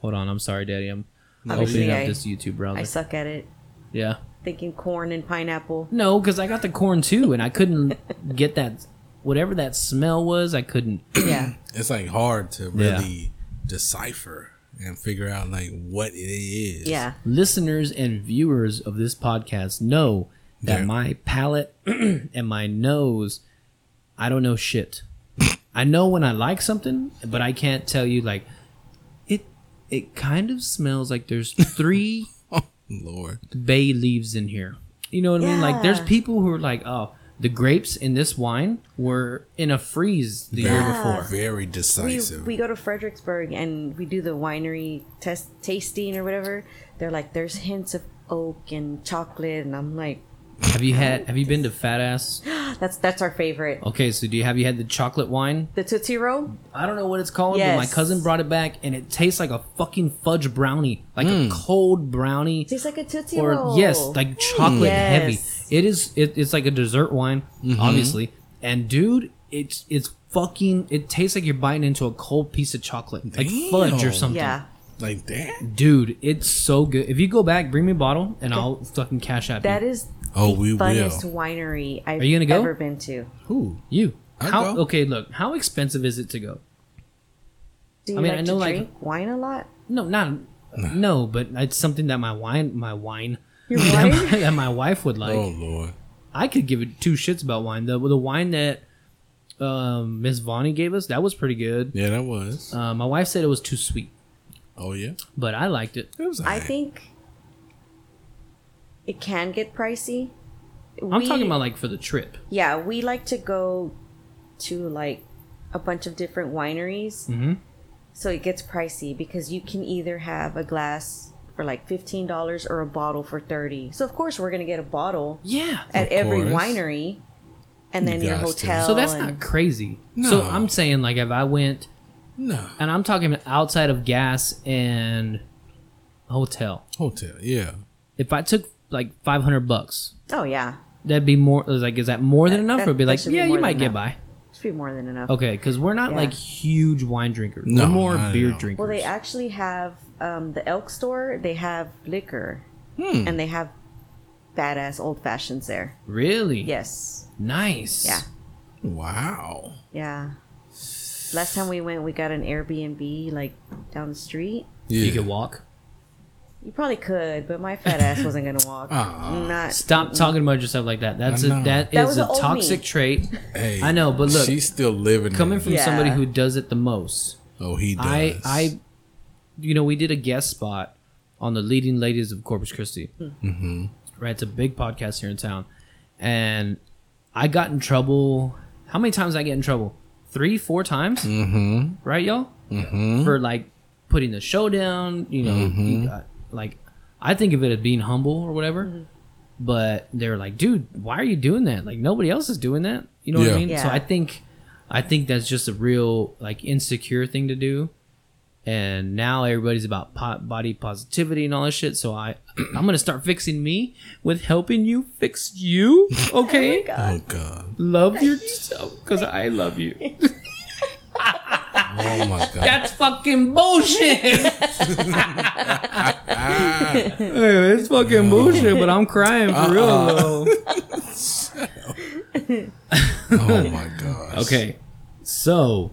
Speaker 2: Hold on, I'm sorry, Daddy. I'm opening
Speaker 4: Obviously,
Speaker 2: up
Speaker 4: I-
Speaker 2: this YouTube browser.
Speaker 4: I suck at it.
Speaker 2: yeah.
Speaker 4: Thinking corn and pineapple.
Speaker 2: No, because I got the corn too, and I couldn't <laughs> get that whatever that smell was. I couldn't.
Speaker 4: <clears throat> yeah.
Speaker 3: It's like hard to
Speaker 2: Yeah.
Speaker 3: really decipher and figure out like what it is.
Speaker 4: Yeah.
Speaker 2: Listeners and viewers of this podcast know that
Speaker 3: Yeah.
Speaker 2: my palate <clears throat> and my nose, I don't know shit. I know when I like something, but I can't tell you like it. It kind of smells like <laughs> there's three
Speaker 3: <laughs> Lord.
Speaker 2: bay leaves in here. You know what I mean? Like there's
Speaker 4: Yeah.
Speaker 2: people who are like, oh, the grapes in this wine were in a freeze the year before.
Speaker 3: Very
Speaker 4: We,
Speaker 3: decisive.
Speaker 4: we go to Fredericksburg and we do the winery test tasting or whatever. They're like, there's hints of oak and chocolate, and I'm like,
Speaker 2: Have you had? Have you been to Fat Ass?
Speaker 4: that's that's our favorite.
Speaker 2: Okay, so do you have you had the chocolate wine?
Speaker 4: The Tootsie Roll?
Speaker 2: I don't know what it's called, but my
Speaker 4: Yes.
Speaker 2: cousin brought it back, and it tastes like a fucking fudge brownie, like a cold brownie,
Speaker 4: Tastes like a Tootsie
Speaker 2: or
Speaker 4: Roll.
Speaker 2: yes, like chocolate
Speaker 4: Hmm. Yes.
Speaker 2: heavy. It is. It, it's like a dessert wine, obviously. And dude, it's it's fucking. It tastes like you're biting into a cold piece of chocolate, like fudge or
Speaker 3: Damn.
Speaker 2: something.
Speaker 4: Yeah.
Speaker 3: like that.
Speaker 2: Dude, it's so good. If you go back, bring me a bottle, and I'll fucking cash out.
Speaker 4: That is
Speaker 3: Oh,
Speaker 4: the
Speaker 3: we will.
Speaker 4: funnest winenery I've
Speaker 2: Are you gonna go?
Speaker 4: ever been to.
Speaker 2: who you.
Speaker 3: I'll
Speaker 2: How
Speaker 3: go.
Speaker 2: okay? Look, how expensive is it to go?
Speaker 4: Do you
Speaker 2: I mean,
Speaker 4: like
Speaker 2: I know,
Speaker 4: to
Speaker 2: like-
Speaker 4: drink wine a lot?
Speaker 2: <laughs> No, not no, but it's something that my wine, my wine, <laughs>
Speaker 4: Your
Speaker 2: that
Speaker 4: wine?
Speaker 2: my, that my wife would like.
Speaker 3: oh Lord.
Speaker 2: I could give it two shits about wine. The the wine that um, Miss Vonnie gave us that was pretty good.
Speaker 3: Yeah, that was.
Speaker 2: Uh, my wife said it was too sweet,
Speaker 3: oh yeah.
Speaker 2: but I liked it.
Speaker 3: It was
Speaker 4: I
Speaker 3: alright.
Speaker 4: think it can get pricey.
Speaker 2: I'm talking about like for the trip.
Speaker 4: yeah, we like to go to like a bunch of different wineries,
Speaker 2: Mhm.
Speaker 4: so it gets pricey because you can either have a glass for like fifteen dollars or a bottle for thirty. So of course we're gonna get a bottle
Speaker 2: Yeah.
Speaker 4: at every
Speaker 3: course.
Speaker 4: winery, and then your
Speaker 3: gots to.
Speaker 4: hotel.
Speaker 2: So that's
Speaker 4: and-
Speaker 2: not crazy. So
Speaker 3: No.
Speaker 2: I'm saying like if I went
Speaker 3: No.
Speaker 2: and I'm talking outside of gas and hotel.
Speaker 3: Hotel. Yeah.
Speaker 2: If I took like 500 bucks,
Speaker 4: Oh yeah,
Speaker 2: that'd be more like is that more than
Speaker 4: That-
Speaker 2: enough?
Speaker 4: that-
Speaker 2: Or it'd be
Speaker 4: that
Speaker 2: like
Speaker 4: should be
Speaker 2: yeah, you
Speaker 4: more
Speaker 2: might
Speaker 4: than
Speaker 2: get
Speaker 4: enough.
Speaker 2: by.
Speaker 4: should be more than enough.
Speaker 2: Okay, because we're not
Speaker 4: Yeah.
Speaker 2: like huge wine drinkers.
Speaker 3: No,
Speaker 2: we're more
Speaker 3: not at
Speaker 2: beer
Speaker 3: all.
Speaker 2: drinkers.
Speaker 4: Well, they actually have um, the Elk Store. They have liquor,
Speaker 2: Hmm.
Speaker 4: and they have badass old fashions there.
Speaker 2: really?
Speaker 4: Yes,
Speaker 2: Nice.
Speaker 4: Yeah.
Speaker 3: Wow.
Speaker 4: yeah. Last time we went, we got an Airbnb like down the street.
Speaker 2: You
Speaker 3: Yeah.
Speaker 2: can walk.
Speaker 4: You probably could, but my fat ass wasn't gonna
Speaker 2: <laughs>
Speaker 4: walk.
Speaker 3: Aw.
Speaker 4: Not
Speaker 2: Stop talking about yourself like that. That's a,
Speaker 3: I know.
Speaker 2: that
Speaker 4: Mm-hmm. That
Speaker 2: is
Speaker 4: was
Speaker 2: a
Speaker 4: the old
Speaker 2: toxic
Speaker 4: me.
Speaker 2: trait.
Speaker 3: Hey,
Speaker 2: I know, but look,
Speaker 3: she's still living
Speaker 2: Coming
Speaker 3: it.
Speaker 2: from somebody
Speaker 4: Yeah.
Speaker 2: who does it the most.
Speaker 3: Oh, he does.
Speaker 2: I I you know, we did a guest spot on the leading ladies of Corpus Christi.
Speaker 4: Hmm.
Speaker 2: Mm-hmm. Right, it's a big podcast here in town, and I got in trouble. How many times did I get in trouble? Three, four times. Mm-hmm. Right, y'all, mm-hmm. for like putting the show down. You know, you got- like I think of it as being humble or whatever. But they're like, dude, why are you doing that? Like nobody else is doing that. You know what
Speaker 3: Yeah.
Speaker 2: I mean? So
Speaker 4: Yeah.
Speaker 2: I think, I think that's just a real like insecure thing to do and now everybody's about po- body positivity and all that shit. So I, <clears throat> I'm gonna start fixing me with helping you fix you. Okay,
Speaker 3: Oh God.
Speaker 2: love yourself because I love you.
Speaker 3: Oh
Speaker 4: <laughs>
Speaker 3: my God.
Speaker 2: That's fucking bullshit. <laughs>
Speaker 3: Oh,
Speaker 2: it's fucking bullshit, but I'm crying for real. Though.
Speaker 3: oh my God.
Speaker 2: Okay, so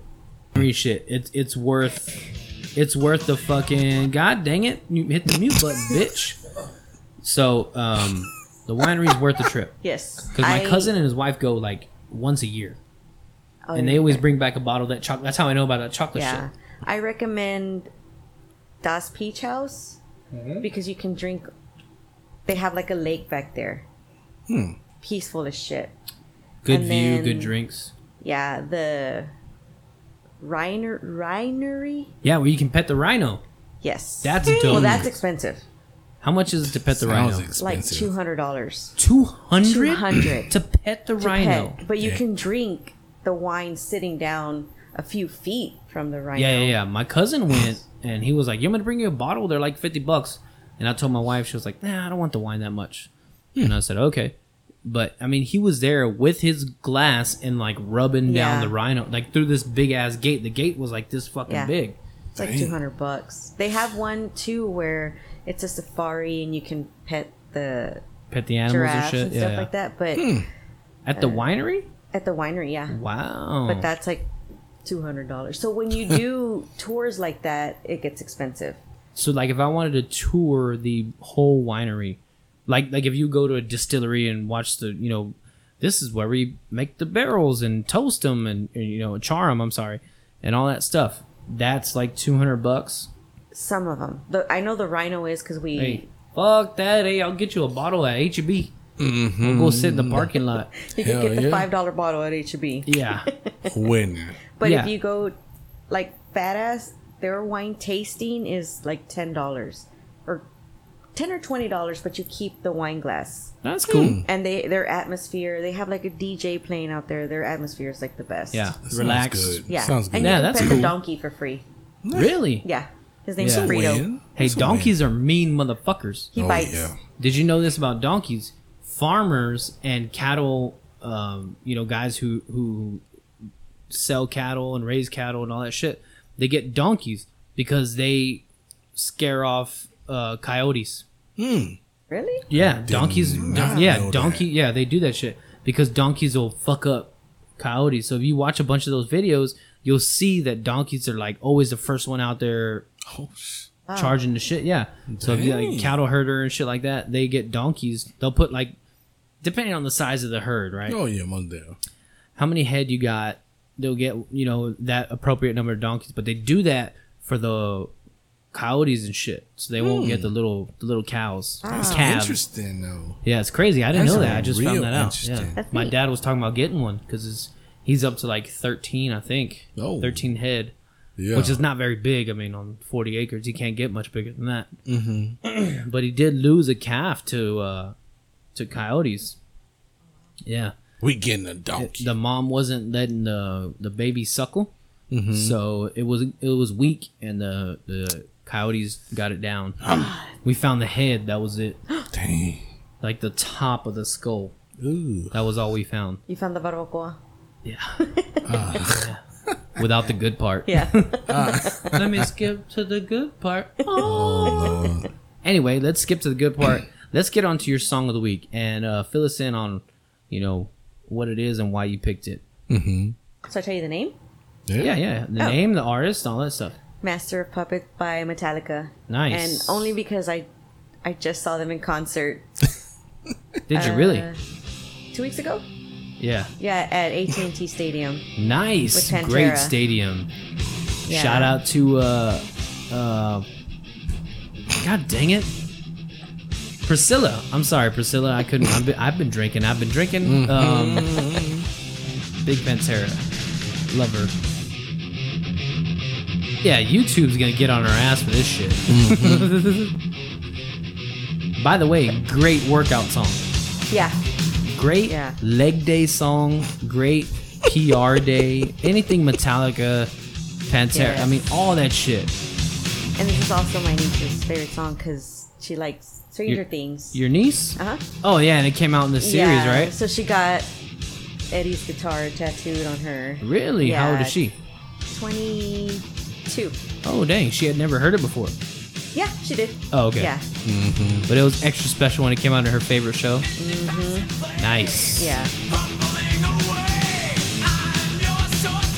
Speaker 2: free shit. It's it's worth it's worth the fucking god dang it. You hit the mute button, bitch. So um, the winery's worth the trip.
Speaker 4: yes.
Speaker 2: Because my
Speaker 4: I-
Speaker 2: cousin and his wife go like once a year,
Speaker 4: oh,
Speaker 2: and they always bring back a bottle of that chocolate. That's how I know about that chocolate
Speaker 4: yeah.
Speaker 2: shit.
Speaker 4: I recommend Das Peach House
Speaker 2: Mm-hmm.
Speaker 4: because you can drink. They have like a lake back there.
Speaker 2: Hmm.
Speaker 4: Peaceful as shit.
Speaker 2: Good
Speaker 4: And
Speaker 2: view,
Speaker 4: then-
Speaker 2: good drinks.
Speaker 4: Yeah, the Reiner Reinery.
Speaker 2: Yeah, where you can pet the rhino.
Speaker 4: Yes,
Speaker 2: That's
Speaker 4: well.
Speaker 2: dope.
Speaker 4: That's expensive.
Speaker 2: How much is it to pet the
Speaker 3: Sounds
Speaker 2: rhino?
Speaker 4: Like
Speaker 3: expensive.
Speaker 4: two hundred dollars.
Speaker 2: Two hundred
Speaker 4: 200
Speaker 2: to pet the
Speaker 4: to
Speaker 2: rhino.
Speaker 4: pet, but you
Speaker 3: Yeah.
Speaker 4: can drink the wine sitting down a few feet from the rhino.
Speaker 2: Yeah, yeah, yeah. My cousin went and he was like, "Yeah, I'm gonna bring you a bottle. They're like fifty bucks." And I told my wife, she was like, "Nah, I don't want the wine that much." And I said, "Okay." But I mean, he was there with his glass and like rubbing down
Speaker 4: Yeah.
Speaker 2: the rhino, like through this big ass gate. The gate was like this fucking
Speaker 4: Yeah.
Speaker 2: big.
Speaker 4: It's like
Speaker 3: Dang.
Speaker 4: two hundred bucks. They have one too where it's a safari and you can pet the
Speaker 2: Pet the animals and
Speaker 4: giraffes
Speaker 2: shit.
Speaker 4: and
Speaker 2: yeah,
Speaker 4: stuff
Speaker 2: yeah.
Speaker 4: like that. But
Speaker 3: Hmm.
Speaker 2: At the winery?
Speaker 4: at the winery, yeah,
Speaker 2: Wow.
Speaker 4: but that's like two hundred dollars. So when
Speaker 3: <laughs>
Speaker 4: you do tours like that, it gets expensive.
Speaker 2: so like if I wanted to tour the whole winery, like like if you go to a distillery and watch the, you know, this is where we make the barrels and toast them and, and, you know, char them, I'm sorry, and all that stuff. That's like 200 bucks.
Speaker 4: Some of them, the, I know the rhino is because we
Speaker 2: Hey, fuck that. Hey, I'll get you a bottle at H-E-B. We'll go sit in the parking lot.
Speaker 4: you can
Speaker 3: Hell
Speaker 4: <laughs> get the
Speaker 3: yeah.
Speaker 4: five dollar bottle at H E B.
Speaker 2: Yeah.
Speaker 3: Winner.
Speaker 4: But
Speaker 2: Yeah.
Speaker 4: if you go like fat ass, their wine tasting is like ten dollars or ten or twenty dollars, but you keep the wine glass.
Speaker 2: That's cool.
Speaker 4: And they their atmosphere, they have like a DJ playing out there. Their atmosphere is like the best.
Speaker 2: Yeah.
Speaker 3: Sounds
Speaker 2: Relax.
Speaker 3: good.
Speaker 4: yeah.
Speaker 3: Sounds good.
Speaker 4: And you
Speaker 2: Yeah,
Speaker 4: can
Speaker 2: that's
Speaker 4: pet
Speaker 2: cool.
Speaker 4: the donkey for free.
Speaker 2: Really?
Speaker 4: Yeah, his name's
Speaker 2: Yeah.
Speaker 4: Frito.
Speaker 3: Win.
Speaker 2: Hey,
Speaker 3: That's a
Speaker 2: donkeys are mean motherfuckers.
Speaker 4: He
Speaker 3: win.
Speaker 4: bites.
Speaker 3: Oh,
Speaker 2: Did you know this about donkeys? Farmers and cattle, um, you know, guys who who sell cattle and raise cattle and all that shit, they get donkeys because they scare off uh, coyotes.
Speaker 4: Really?
Speaker 2: Yeah, donkeys.
Speaker 3: not
Speaker 2: yeah,
Speaker 3: know
Speaker 2: donkey. Yeah, they do that shit because donkeys will fuck up coyotes. So if you watch a bunch of those videos, you'll see that donkeys are like always the first one out there
Speaker 3: yeah. Oh, sh-
Speaker 2: charging the shit. Yeah. So if you
Speaker 3: Dang.
Speaker 2: like cattle herder and shit like that, they get donkeys. They'll put like depending on the size of the herd, right?
Speaker 3: oh yeah, Mondale.
Speaker 2: How many head you got? They'll get you know that appropriate number of donkeys, but they do that for the coyotes and shit, so they won't get the little the little cows, calves.
Speaker 3: Hmm. Interesting though.
Speaker 2: Yeah, it's crazy. I didn't
Speaker 3: That's
Speaker 2: know that. I just
Speaker 3: real
Speaker 2: found that out.
Speaker 3: interesting.
Speaker 2: Yeah.
Speaker 4: That's
Speaker 2: My
Speaker 4: neat.
Speaker 2: dad was talking about getting one because he's up to like thirteen, I think.
Speaker 3: Oh.
Speaker 2: Thirteen head
Speaker 3: Yeah.
Speaker 2: which is not very big. I mean, on 40 acres, he can't get much bigger than that. Mm-hmm. <clears throat> but he did lose a calf to uh, to coyotes. Yeah,
Speaker 3: we getting a donkey.
Speaker 2: the mom wasn't letting the the baby suckle, so it was it was weak, and the the coyotes got it down. we found the head. That was it.
Speaker 3: Dang.
Speaker 2: Like the top of the skull.
Speaker 3: Ooh.
Speaker 2: That was all we found.
Speaker 4: You found the
Speaker 2: <laughs>
Speaker 4: barbacoa?
Speaker 2: Yeah. Without the good part.
Speaker 4: Yeah.
Speaker 2: Let me skip to the good
Speaker 4: <laughs>
Speaker 2: part.
Speaker 4: Oh,
Speaker 2: anyway, let's skip to the good part. Let's get on to your song of the week and uh, fill us in on, you know, what it is and why you picked it.
Speaker 4: so I tell you the name.
Speaker 2: Yeah, yeah. The
Speaker 4: Oh.
Speaker 2: name, the artist, all that stuff.
Speaker 4: Master of Puppet by Metallica.
Speaker 2: Nice.
Speaker 4: And only because I I just saw them in concert
Speaker 2: Did you really?
Speaker 4: uh, two weeks ago.
Speaker 2: Yeah.
Speaker 4: Yeah, at AT&T Stadium.
Speaker 2: Nice.
Speaker 4: with Pantera.
Speaker 2: Great stadium.
Speaker 4: Yeah.
Speaker 2: Shout out to uh uh God dang it. Priscilla. I'm sorry, Priscilla. I couldn't I've been, I've been drinking. I've been drinking um Big Pantera. Love her. Yeah, YouTube's gonna get on her ass for this shit. <laughs> By the way, great workout song.
Speaker 4: Yeah.
Speaker 2: Great
Speaker 4: Yeah.
Speaker 2: leg day song, great PR day, anything Metallica, Pantera,
Speaker 4: Yeah.
Speaker 2: I mean, all that shit.
Speaker 4: And this is also my niece's favorite song because she likes Stranger
Speaker 2: Your-
Speaker 4: Things.
Speaker 2: Your niece?
Speaker 4: uh huh.
Speaker 2: Oh, yeah, and it came out in the series,
Speaker 4: yeah.
Speaker 2: right?
Speaker 4: So she got Eddie's guitar tattooed on her.
Speaker 2: Really? How old
Speaker 4: Yeah.
Speaker 2: is she?
Speaker 4: 22.
Speaker 2: Oh, dang, she had never heard it before.
Speaker 4: Yeah, she did.
Speaker 2: Oh, okay.
Speaker 4: Yeah.
Speaker 2: But it was extra special when it came out in her favorite show. Nice.
Speaker 4: Yeah. I'm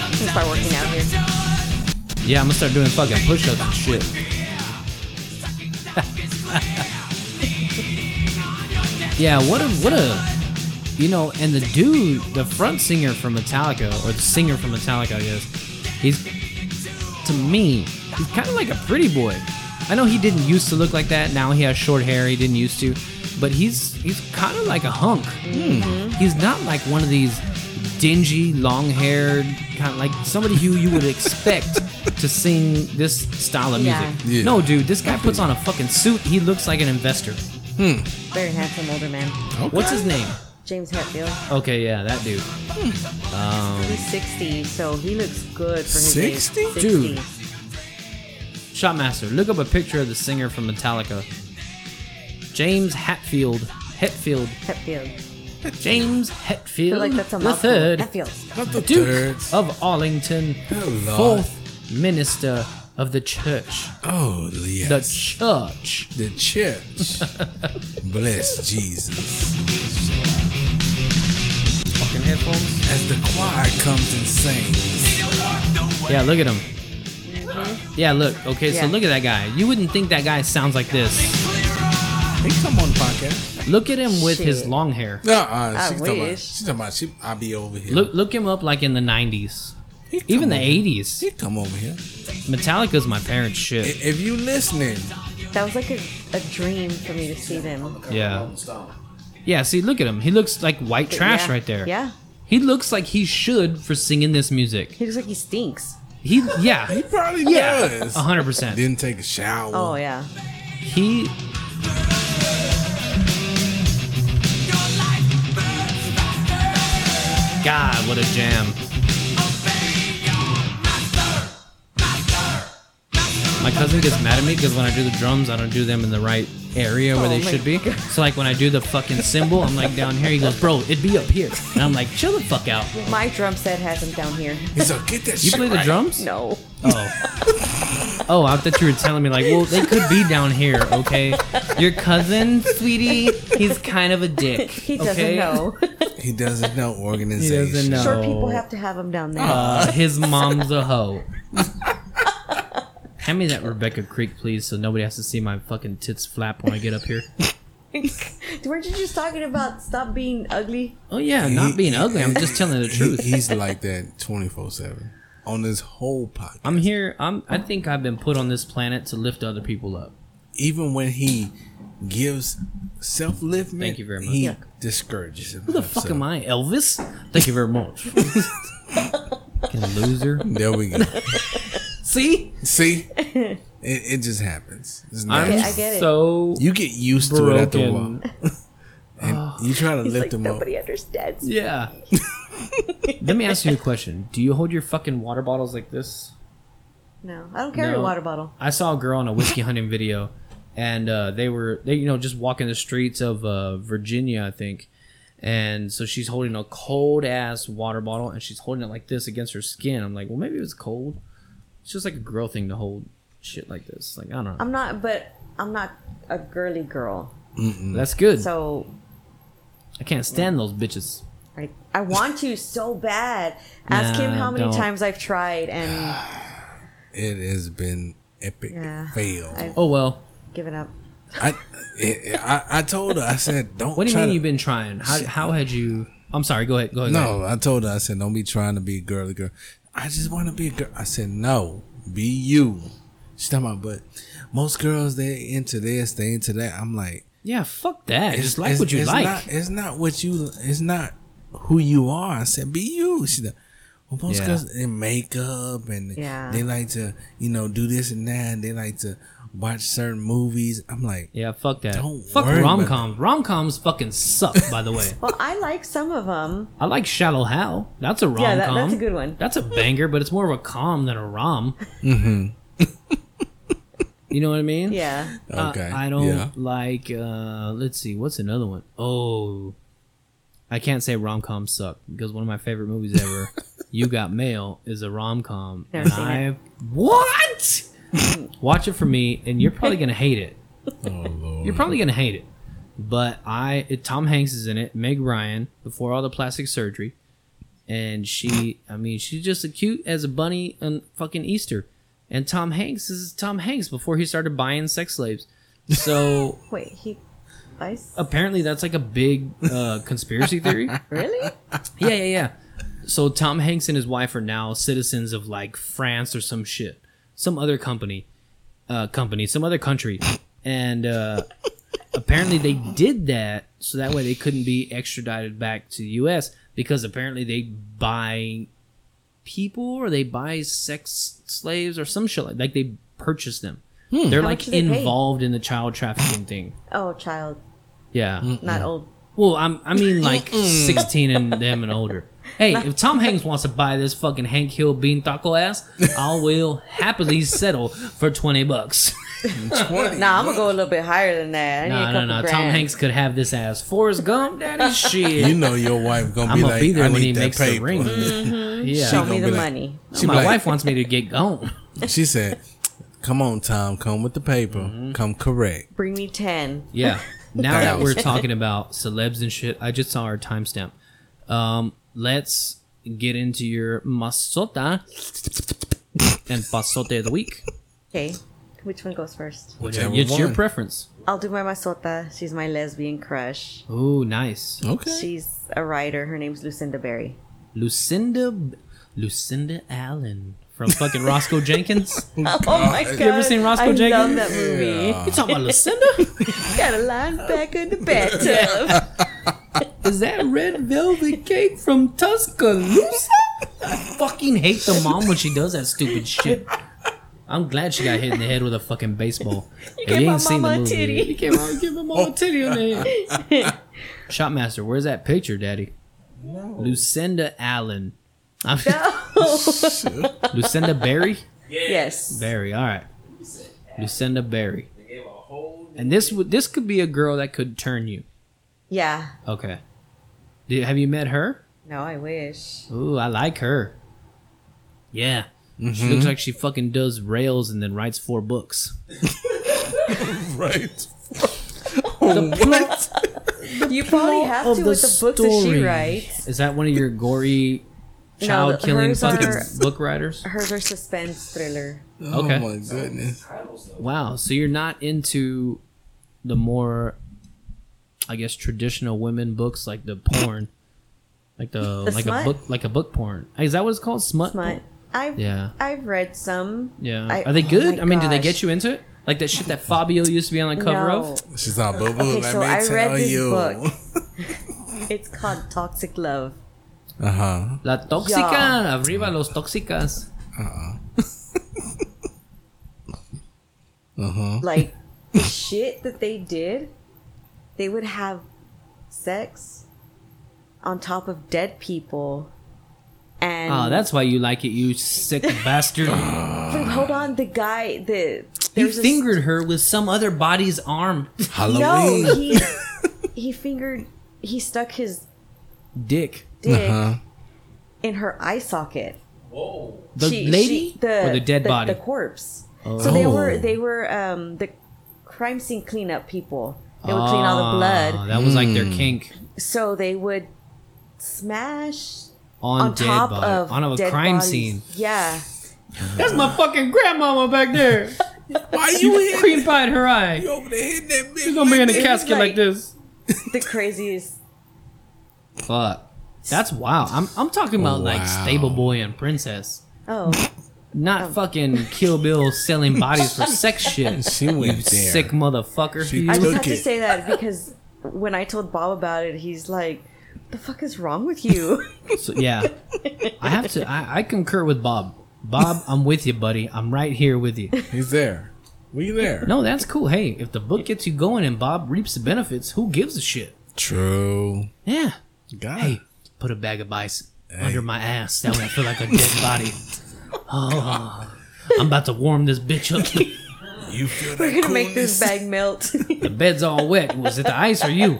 Speaker 4: gonna start working out here.
Speaker 2: Yeah, I'm gonna start doing fucking push ups and shit. yeah, what a what a you know, and the dude, the front singer from Metallica, or the singer from Metallica, I guess, he's to me, he's kinda like a pretty boy. I know he didn't used to look like that, now he has short hair, he didn't used to, but he's he's kinda like a hunk. He's not like one of these dingy, long haired kind of like somebody who you would expect to sing this style of music.
Speaker 4: Yeah.
Speaker 3: Yeah.
Speaker 2: No, dude, this guy puts on a fucking suit. He looks like an investor.
Speaker 4: Very handsome older man.
Speaker 2: What's his name?
Speaker 4: James Hetfield.
Speaker 2: Okay, yeah, that dude.
Speaker 4: He's 60, so he looks good for his
Speaker 3: 60?
Speaker 4: age. 60?
Speaker 2: Dude. Shotmaster, look up a picture of the singer from Metallica. James Hatfield. Hetfield.
Speaker 4: Hetfield.
Speaker 2: James
Speaker 4: I
Speaker 2: Hetfield.
Speaker 4: feel like that's a
Speaker 2: the
Speaker 4: mouthful.
Speaker 2: third
Speaker 4: Hetfield.
Speaker 3: Not the
Speaker 2: Duke
Speaker 3: third.
Speaker 2: of Arlington.
Speaker 3: Hello.
Speaker 2: Fourth minister of the church.
Speaker 3: Oh, yes.
Speaker 2: The church.
Speaker 3: the church. Bless Jesus.
Speaker 2: Fucking headphones.
Speaker 3: As the choir comes and sings.
Speaker 2: Yeah, look at him. Yeah, look. Okay, so
Speaker 4: Mm-hmm. Yeah.
Speaker 2: look at that guy. You wouldn't think that guy sounds like this.
Speaker 3: He come on the podcast.
Speaker 2: Look at him with his
Speaker 4: Shit.
Speaker 2: long hair.
Speaker 3: No, uh,
Speaker 4: I
Speaker 3: she talking about,
Speaker 4: wish.
Speaker 3: she talking about she, I'll be over here.
Speaker 2: Look, look him up like in the '90s,
Speaker 3: He come
Speaker 2: even the
Speaker 3: over-
Speaker 2: '80s.
Speaker 3: He come over here.
Speaker 2: Metallica's my parents'
Speaker 3: I-
Speaker 2: shit.
Speaker 3: If you listening,
Speaker 4: That was like a, a dream for me to see them.
Speaker 2: Yeah. Yeah. See, look at him. He looks like white trash
Speaker 4: Yeah.
Speaker 2: right there.
Speaker 4: Yeah.
Speaker 2: He looks like he should for singing this music.
Speaker 4: He looks like he stinks.
Speaker 2: He,
Speaker 3: <laughs>
Speaker 2: yeah,
Speaker 3: he probably
Speaker 2: yeah, Uh-huh.
Speaker 3: does.
Speaker 2: hundred percent.
Speaker 3: Didn't take a shower.
Speaker 4: Oh, yeah.
Speaker 2: He. God, what a jam. My cousin gets mad at me because when I do the drums, I don't do them in the right area where they
Speaker 4: my
Speaker 2: should be. So, like, when I do the fucking cymbal, I'm like down here. He goes, Bro, it'd be up here. And I'm like, Chill the fuck out.
Speaker 4: My drum set has him down here. <laughs>
Speaker 3: He's like, get that
Speaker 2: You
Speaker 3: shit
Speaker 2: play the
Speaker 3: right."
Speaker 2: drums?
Speaker 4: No.
Speaker 2: Oh. Oh, I thought you were telling me like, well, they could be down here, okay? Your cousin, sweetie, he's kind of a dick.
Speaker 4: <laughs> He doesn't
Speaker 2: okay? <laughs>
Speaker 4: know.
Speaker 3: He doesn't know
Speaker 2: He
Speaker 3: organization.
Speaker 2: doesn't know.
Speaker 4: Short people have to have him down there. <laughs>
Speaker 2: Uh, his mom's a
Speaker 3: <laughs>
Speaker 2: hoe. Hand me that Rebecca Creek, please, so nobody has to see my fucking tits flap when I get up here.
Speaker 4: Weren't you just talking about stop being ugly?
Speaker 2: Oh yeah, not
Speaker 3: He-
Speaker 2: being ugly. I'm just telling the
Speaker 3: He-
Speaker 2: truth.
Speaker 3: he's like that twenty four seven on this whole podcast.
Speaker 2: I'm here. I'm. I think I've been put on this planet to lift other people up.
Speaker 3: Even when he gives self liftment,
Speaker 2: Thank you very much.
Speaker 3: He
Speaker 2: Yeah.
Speaker 3: discourages him.
Speaker 2: Who the fuck am I, Elvis? Thank you very <laughs> much. Fucking loser.
Speaker 3: There
Speaker 2: <laughs>
Speaker 3: we go.
Speaker 2: See,
Speaker 3: See, it, it just happens. It's
Speaker 2: I'm
Speaker 3: natural.
Speaker 4: I get it.
Speaker 2: so
Speaker 3: you get used to it after a while.
Speaker 2: broken.
Speaker 3: <laughs>
Speaker 2: Oh,
Speaker 3: And you try to
Speaker 4: He's
Speaker 3: lift
Speaker 4: like,
Speaker 3: him up.
Speaker 4: nobody understands. me."
Speaker 2: Yeah. <laughs> Let me ask you a question. Do you hold your fucking water bottles like this?
Speaker 4: No, I don't carry
Speaker 2: No.
Speaker 4: a water bottle.
Speaker 2: I saw a girl on a whiskey hunting video, and uh, they were they you know just walking the streets of uh, Virginia, I think, and so she's holding a cold ass water bottle, and she's holding it like this against her skin. I'm like, well, maybe it was cold. It's just like a girl thing to hold shit like this. Like I don't know.
Speaker 4: I'm not, but I'm not a girly girl.
Speaker 2: That's good.
Speaker 4: So
Speaker 2: I can't stand those bitches.
Speaker 4: I, I want to so bad. Ask him
Speaker 2: Nah,
Speaker 4: how many
Speaker 2: don't.
Speaker 4: times I've tried and
Speaker 3: It has been epic
Speaker 4: Yeah.
Speaker 3: fail. I,
Speaker 4: I've
Speaker 2: Oh well.
Speaker 4: given up.
Speaker 3: I, it- I I told her. I said, don't.
Speaker 2: What do you
Speaker 3: try
Speaker 2: mean
Speaker 3: to,
Speaker 2: you've been trying? How how had you? I'm sorry. Go ahead. Go ahead. go
Speaker 3: No, I told her. I said, don't be trying to be a girly girl. I just want to be a girl. I said, no, be you. She's talking about, but most girls they into this, they into that. I'm like,
Speaker 2: Yeah, fuck that. Just like what you
Speaker 3: it's
Speaker 2: like.
Speaker 3: Not, it's not what you. It's not who you are. I said, be you. She said, well, most
Speaker 2: Yeah.
Speaker 3: girls in makeup and
Speaker 4: Yeah.
Speaker 3: they like to, you know, do this and that. And they like to watch certain movies. I'm like,
Speaker 2: yeah, fuck that.
Speaker 3: Don't
Speaker 2: fuck
Speaker 3: worry about
Speaker 2: rom coms. Rom coms fucking suck. By the
Speaker 3: <laughs>
Speaker 2: way,
Speaker 4: Well, I like some of them.
Speaker 2: I like Shallow Hal. That's a rom com.
Speaker 4: Yeah, that, that's a
Speaker 2: <laughs>
Speaker 4: good one.
Speaker 2: That's a banger, but it's more of a com than a rom. Mm-hmm. you know what I mean?
Speaker 4: Yeah.
Speaker 2: Uh,
Speaker 3: okay,
Speaker 2: I don't <laughs>
Speaker 3: Yeah.
Speaker 2: like. uh Let's see. What's another one? Oh, I can't say rom coms suck because one of my favorite movies ever, You Got Mail, is a rom com.
Speaker 4: Never
Speaker 2: And
Speaker 4: seen
Speaker 2: I what?
Speaker 4: <laughs>
Speaker 2: Watch it for me, and you're probably gonna hate it. You're probably gonna hate it. But I, it, Tom Hanks is in it. Meg Ryan before all the plastic surgery, and she, I mean, she's just as cute as a bunny on fucking Easter. And Tom Hanks is Tom Hanks before he started buying sex slaves.
Speaker 4: <laughs>
Speaker 2: So
Speaker 4: Wait, he buys
Speaker 2: <laughs> apparently that's like a big uh, conspiracy theory.
Speaker 4: really?
Speaker 2: Yeah, yeah, yeah. So Tom Hanks and his wife are now citizens of like France or some shit, some other company, uh, company, some other country, and uh, apparently they did that so that way they couldn't be extradited back to the U.S. because apparently they buy people or they buy sex slaves or some shit like like they purchase them. They're
Speaker 4: Hmm. How
Speaker 2: like
Speaker 4: much do they pay?
Speaker 2: involved in the child trafficking thing.
Speaker 4: Oh, child,
Speaker 2: Yeah.
Speaker 4: not old.
Speaker 2: Well, I'm, I
Speaker 4: <laughs> Mm.
Speaker 2: mean, like 16 and them and older. Hey, if Tom Hanks wants to buy this fucking Hank Hill bean taco ass, I will happily settle for 20 bucks.
Speaker 4: Nah, I'm gonna go a little bit higher than that. I need
Speaker 2: No,
Speaker 4: a
Speaker 2: no,
Speaker 4: couple
Speaker 2: no.
Speaker 4: grand.
Speaker 2: Tom Hanks could have this ass. Forrest Gump,
Speaker 4: <laughs>
Speaker 2: daddy
Speaker 3: You
Speaker 2: shit.
Speaker 3: know your wife gonna
Speaker 2: I'm
Speaker 3: be
Speaker 2: going
Speaker 3: like,
Speaker 2: to be there
Speaker 3: I
Speaker 2: when
Speaker 3: need
Speaker 2: he
Speaker 3: that
Speaker 2: makes the
Speaker 3: paper.
Speaker 2: ring.
Speaker 4: Show
Speaker 2: Yeah.
Speaker 3: gonna
Speaker 4: me the
Speaker 3: be like-
Speaker 4: money.
Speaker 3: She be
Speaker 2: My
Speaker 3: like-
Speaker 2: wife wants me to get gone.
Speaker 3: She said, "Come on, Tom, come with the paper.
Speaker 2: Mm-hmm.
Speaker 3: Come correct."
Speaker 4: Bring me ten. <laughs>
Speaker 2: Yeah. Now that we're
Speaker 3: Thousand.
Speaker 2: talking about celebs and shit, I just saw our timestamp. Um, let's get into your masota and pasote of the week.
Speaker 4: Okay, which one goes first?
Speaker 3: Whichever
Speaker 2: it's your
Speaker 3: one.
Speaker 2: preference.
Speaker 4: I'll do my masota. She's my lesbian crush.
Speaker 2: Oh, nice.
Speaker 3: Okay.
Speaker 4: She's a writer. Her name's Lucinda Berry.
Speaker 2: Lucinda, Lucinda Allen from fucking Roscoe <laughs> Jenkins. You
Speaker 4: Oh my god!
Speaker 2: ever seen Roscoe
Speaker 4: I
Speaker 2: Jenkins?
Speaker 4: love that movie.
Speaker 2: talking about Lucinda?
Speaker 4: Got a line back in the <laughs> bathtub.
Speaker 2: Is that red velvet cake from Tuscaloosa? I fucking hate the mom when she does that stupid shit. I'm glad she got hit in the head with a <laughs> fucking baseball. You
Speaker 4: gave my mama a titty.
Speaker 2: You gave my give my mama a titty on the head. Oh. <laughs> Shopmaster, where's that picture, Daddy? Lucinda <laughs> Allen. I'm,
Speaker 4: <laughs>
Speaker 2: Lucinda Berry?
Speaker 4: yes.
Speaker 2: Barry. All right, Lucinda Barry. And this would this could be a girl that could turn you.
Speaker 4: Yeah.
Speaker 2: Okay. Did, have you met her?
Speaker 4: No, I wish.
Speaker 2: Ooh, I like her. Yeah. She looks like she fucking does rails and then writes four books.
Speaker 3: Right.
Speaker 4: You probably have to
Speaker 2: of the
Speaker 4: with the books that she
Speaker 2: story.
Speaker 4: writes.
Speaker 2: Is that one of your gory
Speaker 4: No,
Speaker 2: child killing
Speaker 4: hers
Speaker 2: fucking
Speaker 4: are-
Speaker 2: book writers?
Speaker 4: Hers are suspense thriller.
Speaker 2: Okay.
Speaker 3: Oh my goodness.
Speaker 2: Wow. So you're not into the more I guess traditional women books like the porn. Like the, like
Speaker 4: smut?
Speaker 2: a book like a book porn. Is that what it's called? Smut?
Speaker 4: Smut. I've
Speaker 2: Yeah.
Speaker 4: I've read some.
Speaker 2: Yeah.
Speaker 4: I-
Speaker 2: Are they
Speaker 4: oh
Speaker 2: good?
Speaker 4: my
Speaker 2: I mean, did they
Speaker 4: gosh.
Speaker 2: get you into it? Like that shit that Fabio used to be on the cover
Speaker 4: no.
Speaker 2: of?
Speaker 3: She's all boo boo.
Speaker 4: Okay,
Speaker 3: let
Speaker 4: so
Speaker 3: me
Speaker 4: I
Speaker 3: tell
Speaker 4: read this
Speaker 3: you.
Speaker 4: book.
Speaker 3: <laughs>
Speaker 4: It's called Toxic Love.
Speaker 3: Uh huh.
Speaker 2: La Toxica.
Speaker 4: Yeah.
Speaker 2: Arriba los Toxicas.
Speaker 4: Like the shit that they did, they would have sex on top of dead people. And
Speaker 2: Oh, that's why you like it, you sick bastard.
Speaker 4: hold on, the guy the
Speaker 2: You
Speaker 4: there's a-
Speaker 2: fingered her with some other body's arm.
Speaker 3: Halloween.
Speaker 4: No, he
Speaker 2: <laughs>
Speaker 4: he fingered he stuck his
Speaker 2: Dick.
Speaker 4: dick
Speaker 3: Uh-huh.
Speaker 4: in her eye socket.
Speaker 2: The
Speaker 4: She-
Speaker 2: lady?
Speaker 4: she- the,
Speaker 2: or the dead body?
Speaker 4: the corpse. So they
Speaker 3: Oh.
Speaker 4: were they were um, the crime scene cleanup people. They would clean all the
Speaker 2: Ah,
Speaker 4: blood,
Speaker 2: That was like their kink.
Speaker 4: so they would smashed
Speaker 2: on,
Speaker 4: on
Speaker 2: dead
Speaker 4: top
Speaker 2: body,
Speaker 4: of
Speaker 2: on a
Speaker 4: dead
Speaker 2: crime
Speaker 4: bodies.
Speaker 2: scene.
Speaker 4: Yeah,
Speaker 2: That's my fucking grandmama back there.
Speaker 3: Why you
Speaker 2: <laughs>
Speaker 3: in
Speaker 2: Cream pie in her eye.
Speaker 3: you over there hitting that bitch?
Speaker 2: She's gonna be in a
Speaker 4: It was
Speaker 2: casket like,
Speaker 4: like-
Speaker 2: this.
Speaker 4: the craziest.
Speaker 2: Fuck. That's wow. I'm I'm talking about like
Speaker 3: Wow.
Speaker 2: stable boy and princess. <laughs>
Speaker 4: Oh,
Speaker 2: Not fucking Kill Bill selling bodies for sex shit.
Speaker 3: She went there.
Speaker 2: Sick motherfucker.
Speaker 3: She
Speaker 2: You-
Speaker 4: I just
Speaker 3: Look
Speaker 4: had to
Speaker 3: it.
Speaker 4: say that because when I told Bob about it, he's like, "The fuck is wrong with you?" <laughs>
Speaker 2: So, yeah. I have to I, I concur with Bob. Bob, I'm with you, buddy. I'm right here with you.
Speaker 3: He's there. We there.
Speaker 2: No, that's cool. Hey, if the book gets you going and Bob reaps the benefits, who gives a shit?
Speaker 3: True.
Speaker 2: Yeah.
Speaker 3: God.
Speaker 2: Hey, put a bag of bison under my ass. That way I feel like a dead body. Oh, I'm about to warm this bitch up. <laughs>
Speaker 3: You feel that
Speaker 4: We're gonna make this bag melt. <laughs>
Speaker 2: the bed's all wet. Was it the ice or you?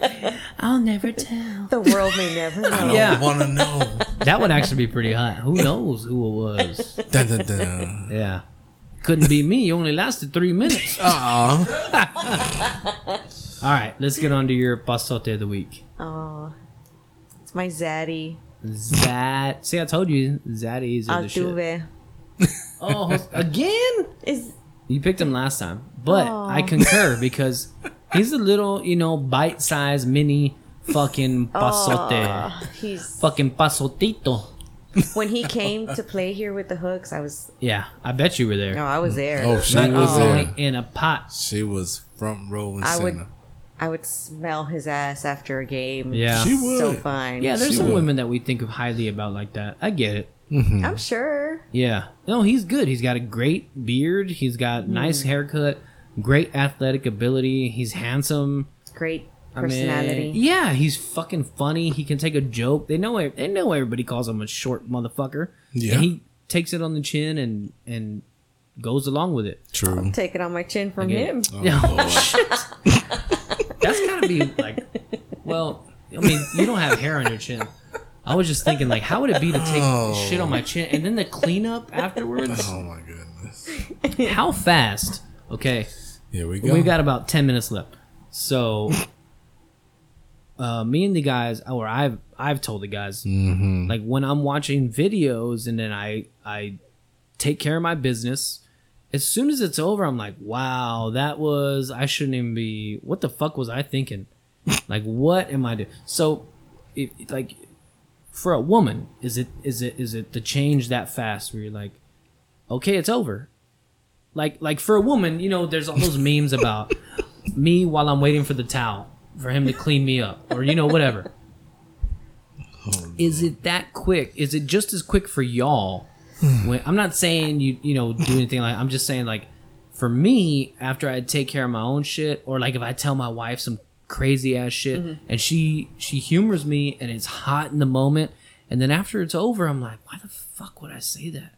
Speaker 2: I'll never tell.
Speaker 4: the world
Speaker 2: <laughs>
Speaker 4: may never know.
Speaker 2: Yeah.
Speaker 3: want to know.
Speaker 2: That would actually be pretty hot. Who knows who it was?
Speaker 3: <laughs> Dun, dun, dun.
Speaker 2: Yeah. Couldn't be me. You only lasted three minutes.
Speaker 3: Aw.
Speaker 2: All right, let's get on to your pasote of the week.
Speaker 4: Oh, it's my zaddy.
Speaker 2: That see, I told you, Zaddy is the shit.
Speaker 4: Altuve.
Speaker 2: Oh, again?
Speaker 4: Is
Speaker 2: You picked him last time, but
Speaker 4: Aw.
Speaker 2: I concur because he's a little, you know, bite-sized mini fucking pasote,
Speaker 4: <laughs> Aw, oh, he's
Speaker 2: fucking pasotito.
Speaker 4: when he came to play here with the hooks. I was
Speaker 2: Yeah, I bet you were there.
Speaker 4: no, I was there.
Speaker 3: Oh, she
Speaker 2: Not
Speaker 3: was
Speaker 2: only
Speaker 3: there.
Speaker 2: in a pot.
Speaker 3: She was front row and
Speaker 4: I would-
Speaker 3: center.
Speaker 4: I would smell his ass after a game.
Speaker 2: Yeah.
Speaker 3: She
Speaker 4: so
Speaker 3: would.
Speaker 4: fine.
Speaker 2: yeah, there's
Speaker 3: She
Speaker 2: some
Speaker 3: would.
Speaker 2: women that we think of highly about like that. I get it.
Speaker 4: I'm sure.
Speaker 2: Yeah. No, he's good. He's got a great beard. He's got nice
Speaker 4: Hmm.
Speaker 2: haircut, great athletic ability. He's handsome.
Speaker 4: Great
Speaker 2: I mean,
Speaker 4: personality.
Speaker 2: yeah, he's fucking funny. He can take a joke. They know e-, they know everybody calls him a short motherfucker.
Speaker 3: Yeah.
Speaker 2: And he takes it on the chin and and goes along with it.
Speaker 4: <laughs>
Speaker 3: True. Oh,
Speaker 4: Take it on my chin from
Speaker 2: Okay.
Speaker 4: him.
Speaker 2: Yeah.
Speaker 4: <laughs>
Speaker 2: That's gotta be like, well, I mean, you don't have hair on your chin. I was just thinking, like, how would it be to take
Speaker 3: Oh.
Speaker 2: shit on my chin and then the cleanup afterwards?
Speaker 3: Oh my goodness.
Speaker 2: How fast? Okay,
Speaker 3: Here we go.
Speaker 2: we've got about ten minutes left. So, uh, me and the guys, or I've I've told the guys, like when I'm watching videos and then I I take care of my business. As soon as it's over, I'm like, wow, that was I shouldn't even be. What the fuck was I thinking? like, what am I doing? So, if like for a woman, is it is it is it the change that fast where you're like, okay, it's over. Like like for a woman, you know, there's all those memes about me while I'm waiting for the towel for him to clean me up or you know whatever. Is it that quick? Is it just as quick for y'all? When, I'm not saying you you know do anything like I'm just saying like for me after I take care of my own shit or like if I tell my wife some crazy ass shit and she she humors me and it's hot in the moment and then after it's over I'm like why the fuck would I say that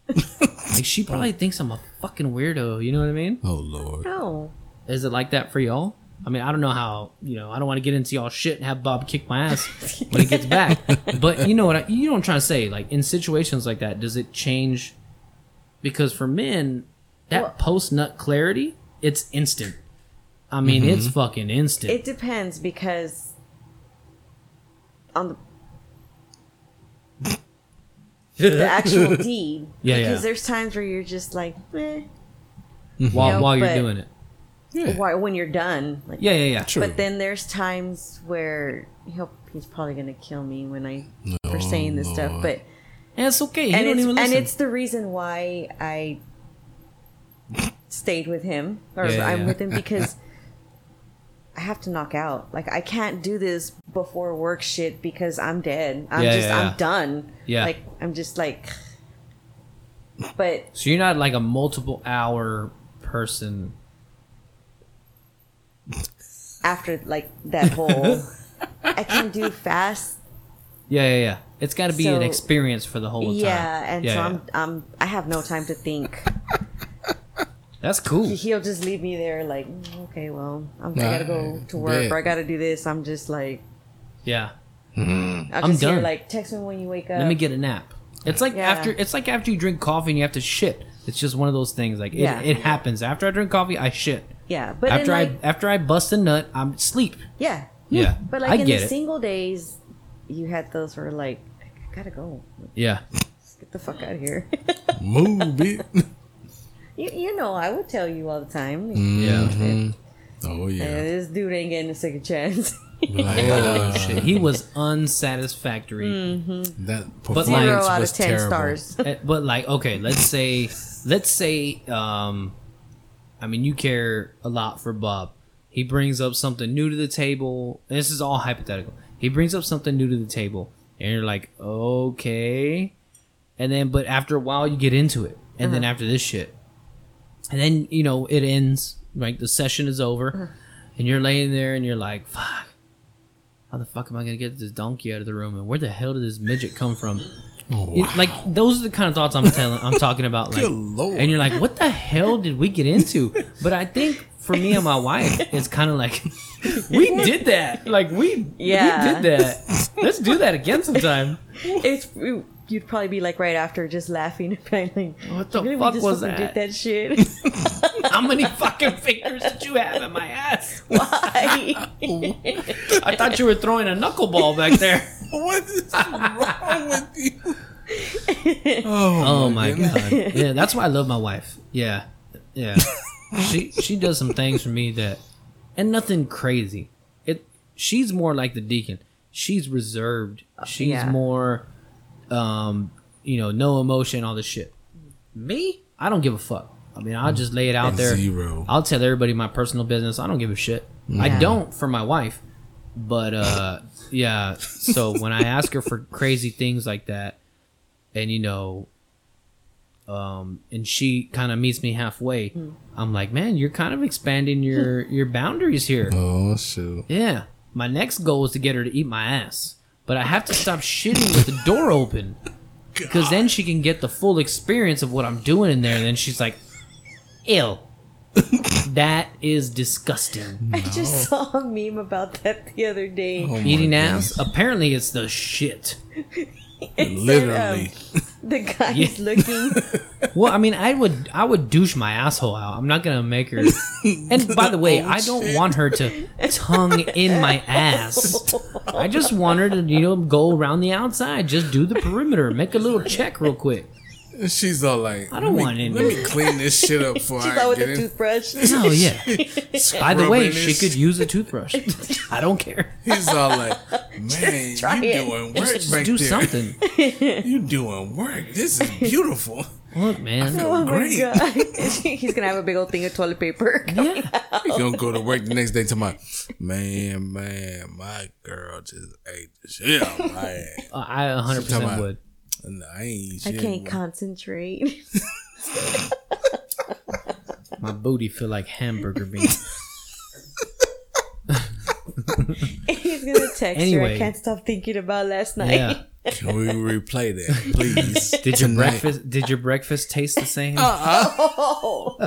Speaker 2: like she probably thinks I'm a fucking weirdo you know what I mean
Speaker 3: Oh Lord.
Speaker 4: No.
Speaker 2: is it like that for y'all? I mean, I don't know how you know. I don't want to get into y'all shit and have Bob kick my ass when he gets back.
Speaker 4: <laughs>
Speaker 2: But you know what? I, you know what I'm trying to say. Like in situations like that, does it change? Because for men, that
Speaker 4: Well-
Speaker 2: post nut clarity, it's instant. I mean, it's fucking instant.
Speaker 4: Mm-hmm. It depends because on
Speaker 2: <laughs>
Speaker 4: the the actual deed.
Speaker 2: Yeah, yeah.
Speaker 4: Because there's times where you're just like, eh,
Speaker 2: while
Speaker 4: No,
Speaker 2: while you're
Speaker 4: but-
Speaker 2: doing it.
Speaker 3: Yeah.
Speaker 4: why, when you're done. Like,
Speaker 2: Yeah, yeah, yeah.
Speaker 3: True.
Speaker 4: But then there's times where he'll, he's probably gonna kill me when I
Speaker 3: Oh,
Speaker 4: for saying this stuff.
Speaker 3: Lord.
Speaker 4: But
Speaker 2: And it's okay. He
Speaker 4: and
Speaker 2: don't
Speaker 4: it's,
Speaker 2: even listen.
Speaker 4: and it's the reason why I stayed with him or
Speaker 2: Yeah, yeah,
Speaker 4: I'm
Speaker 2: yeah.
Speaker 4: with
Speaker 2: <laughs>
Speaker 4: him because I have to knock out. Like I can't do this before work shit because I'm dead. I'm
Speaker 2: Yeah,
Speaker 4: just
Speaker 2: yeah, yeah.
Speaker 4: I'm done.
Speaker 2: Yeah.
Speaker 4: Like I'm just like <sighs> but
Speaker 2: so you're not like a multiple hour person.
Speaker 4: after like
Speaker 2: <laughs>
Speaker 4: that whole I can do fast.
Speaker 2: Yeah, yeah, yeah. It's got to be an
Speaker 4: So-
Speaker 2: experience for the whole
Speaker 4: Yeah,
Speaker 2: time.
Speaker 4: and so I'm I'm I have no time to think.
Speaker 2: That's cool.
Speaker 4: He'll just leave me there like, "Mm, okay, well, I'm, I gotta go to work
Speaker 3: Yeah.
Speaker 4: or I gotta do this. I'm just like
Speaker 2: Yeah.
Speaker 4: I'll
Speaker 2: I'm
Speaker 4: just hear
Speaker 2: done.
Speaker 4: like text me when you wake up.
Speaker 2: Let me get a nap. It's like
Speaker 4: Yeah.
Speaker 2: after it's like after you drink coffee and you have to shit. It's just one of those things. Like it,
Speaker 4: Yeah.
Speaker 2: it happens. After I drink coffee, I shit.
Speaker 4: yeah, but
Speaker 2: after
Speaker 4: in
Speaker 2: I
Speaker 4: like,
Speaker 2: after I bust a nut, I'm sleep.
Speaker 4: yeah,
Speaker 2: Yeah,
Speaker 4: but like
Speaker 2: I
Speaker 4: in
Speaker 2: get
Speaker 4: the
Speaker 2: it.
Speaker 4: single days, you had those where like I gotta go.
Speaker 2: Yeah.
Speaker 4: Let's get the fuck out of here. <laughs>
Speaker 3: Move it.
Speaker 4: you you know I would tell you all the
Speaker 2: Mm,
Speaker 4: time.
Speaker 3: Mhm. Oh
Speaker 4: "Yeah,
Speaker 3: yeah.
Speaker 4: this dude ain't getting a
Speaker 2: <laughs>
Speaker 4: second chance.
Speaker 3: Like, uh,
Speaker 4: <laughs>
Speaker 2: Shit, he was unsatisfactory.
Speaker 4: Mm.
Speaker 3: that
Speaker 2: like-
Speaker 3: performance
Speaker 4: Zero out
Speaker 3: was
Speaker 4: of ten
Speaker 3: terrible.
Speaker 2: <laughs>
Speaker 4: stars.
Speaker 2: Uh, but like okay let's say let's say um i mean you care a lot for bob he brings up something new to the table and this is all hypothetical he brings up something new to the table and you're like okay and then but after a while you get into it and then after this shit and then you know it ends like the session is over and you're laying there and you're like fuck how the fuck am i gonna get this donkey out of the room and where the hell did this midget come from
Speaker 3: Oh,
Speaker 2: it- like those are the kind of thoughts I'm telling I'm talking about like
Speaker 3: <laughs> Good lord.
Speaker 2: and you're like what the hell did we get into but I think for me and my wife it's kind of like <laughs> we did that like we
Speaker 4: Yeah.
Speaker 2: we did that let's do that again sometime
Speaker 4: it's you'd probably be like right after just laughing and being like
Speaker 2: What the
Speaker 4: "Really, we
Speaker 2: fuck
Speaker 4: just
Speaker 2: was
Speaker 4: fucking
Speaker 2: that?"
Speaker 4: Did that shit?
Speaker 2: how many fucking fingers did you have in my ass
Speaker 4: Why?
Speaker 2: <laughs> I thought you were throwing a knuckleball back there
Speaker 3: What
Speaker 4: <laughs>
Speaker 3: is wrong with you? Oh,
Speaker 2: oh my
Speaker 3: goodness.
Speaker 2: god yeah that's why I love my wife yeah yeah she she does some things for me that and nothing crazy it she's more like the deacon she's reserved she's
Speaker 4: yeah.
Speaker 2: more um you know no emotion all this shit me i don't give a fuck i mean i'll just lay it out there
Speaker 3: Zero.
Speaker 2: i'll tell everybody my personal business i don't give a shit i
Speaker 4: Yeah.
Speaker 2: don't for my wife but uh yeah so when i ask her for crazy things like that and you know um and she kind of meets me halfway i'm like man you're kind of expanding your your boundaries here
Speaker 3: Oh shoot.
Speaker 2: yeah my next goal is to get her to eat my ass but i have to stop shitting with the door open because then she can get the full experience of what i'm doing in there and then she's like ill that is
Speaker 4: <laughs>
Speaker 2: disgusting
Speaker 4: I just saw a meme about that the other day.
Speaker 3: Oh, my
Speaker 2: eating
Speaker 3: goodness.
Speaker 2: ass apparently it's the shit
Speaker 4: It said,
Speaker 3: Literally.
Speaker 4: um, the guy is
Speaker 2: Yeah. <laughs>
Speaker 4: looking.
Speaker 2: Well, I mean, I would I would douche my asshole out. I'm not gonna make her. And by the way, I don't want her to tongue in my ass. I just want her to you know go around the outside, just do the perimeter, make a little check real quick.
Speaker 3: She's all like,
Speaker 2: I don't
Speaker 3: let
Speaker 2: want
Speaker 3: me,
Speaker 2: any-
Speaker 3: Let me clean this shit up before
Speaker 4: She's
Speaker 3: I
Speaker 4: out with
Speaker 3: get
Speaker 4: a
Speaker 3: in.
Speaker 4: toothbrush.
Speaker 2: Oh yeah. By the way,
Speaker 3: Rubbing
Speaker 2: she
Speaker 3: this-
Speaker 2: could use a toothbrush. I don't care.
Speaker 3: <laughs> He's all
Speaker 4: <laughs>
Speaker 3: like, man,
Speaker 4: try
Speaker 3: you
Speaker 4: it.
Speaker 3: doing work
Speaker 2: Just
Speaker 3: back
Speaker 2: do
Speaker 3: there.
Speaker 2: something.
Speaker 3: You doing work. This is
Speaker 4: <laughs>
Speaker 3: beautiful.
Speaker 2: Look, man.
Speaker 4: <laughs> Oh
Speaker 3: Great.
Speaker 4: my god! <laughs> He's gonna have a big old thing of toilet paper. <laughs>
Speaker 2: Yeah.
Speaker 3: You gonna go to work the next day tomorrow. Man, man, my girl just ate the shit out of my ass.
Speaker 2: I 100
Speaker 3: Come
Speaker 2: percent
Speaker 3: on.
Speaker 2: would.
Speaker 3: And I ain't eat
Speaker 4: I
Speaker 3: shit.
Speaker 4: can't concentrate. <laughs>
Speaker 2: My booty feel like hamburger
Speaker 3: <laughs>
Speaker 2: meat.
Speaker 4: He's gonna text her.
Speaker 2: Anyway.
Speaker 4: I can't stop thinking about last night.
Speaker 2: Yeah.
Speaker 3: Can we
Speaker 2: <laughs>
Speaker 3: replay that, please?
Speaker 2: Did your
Speaker 3: Tonight. Uh.
Speaker 2: breakfast? Did your breakfast taste the same?
Speaker 4: <laughs> Oh,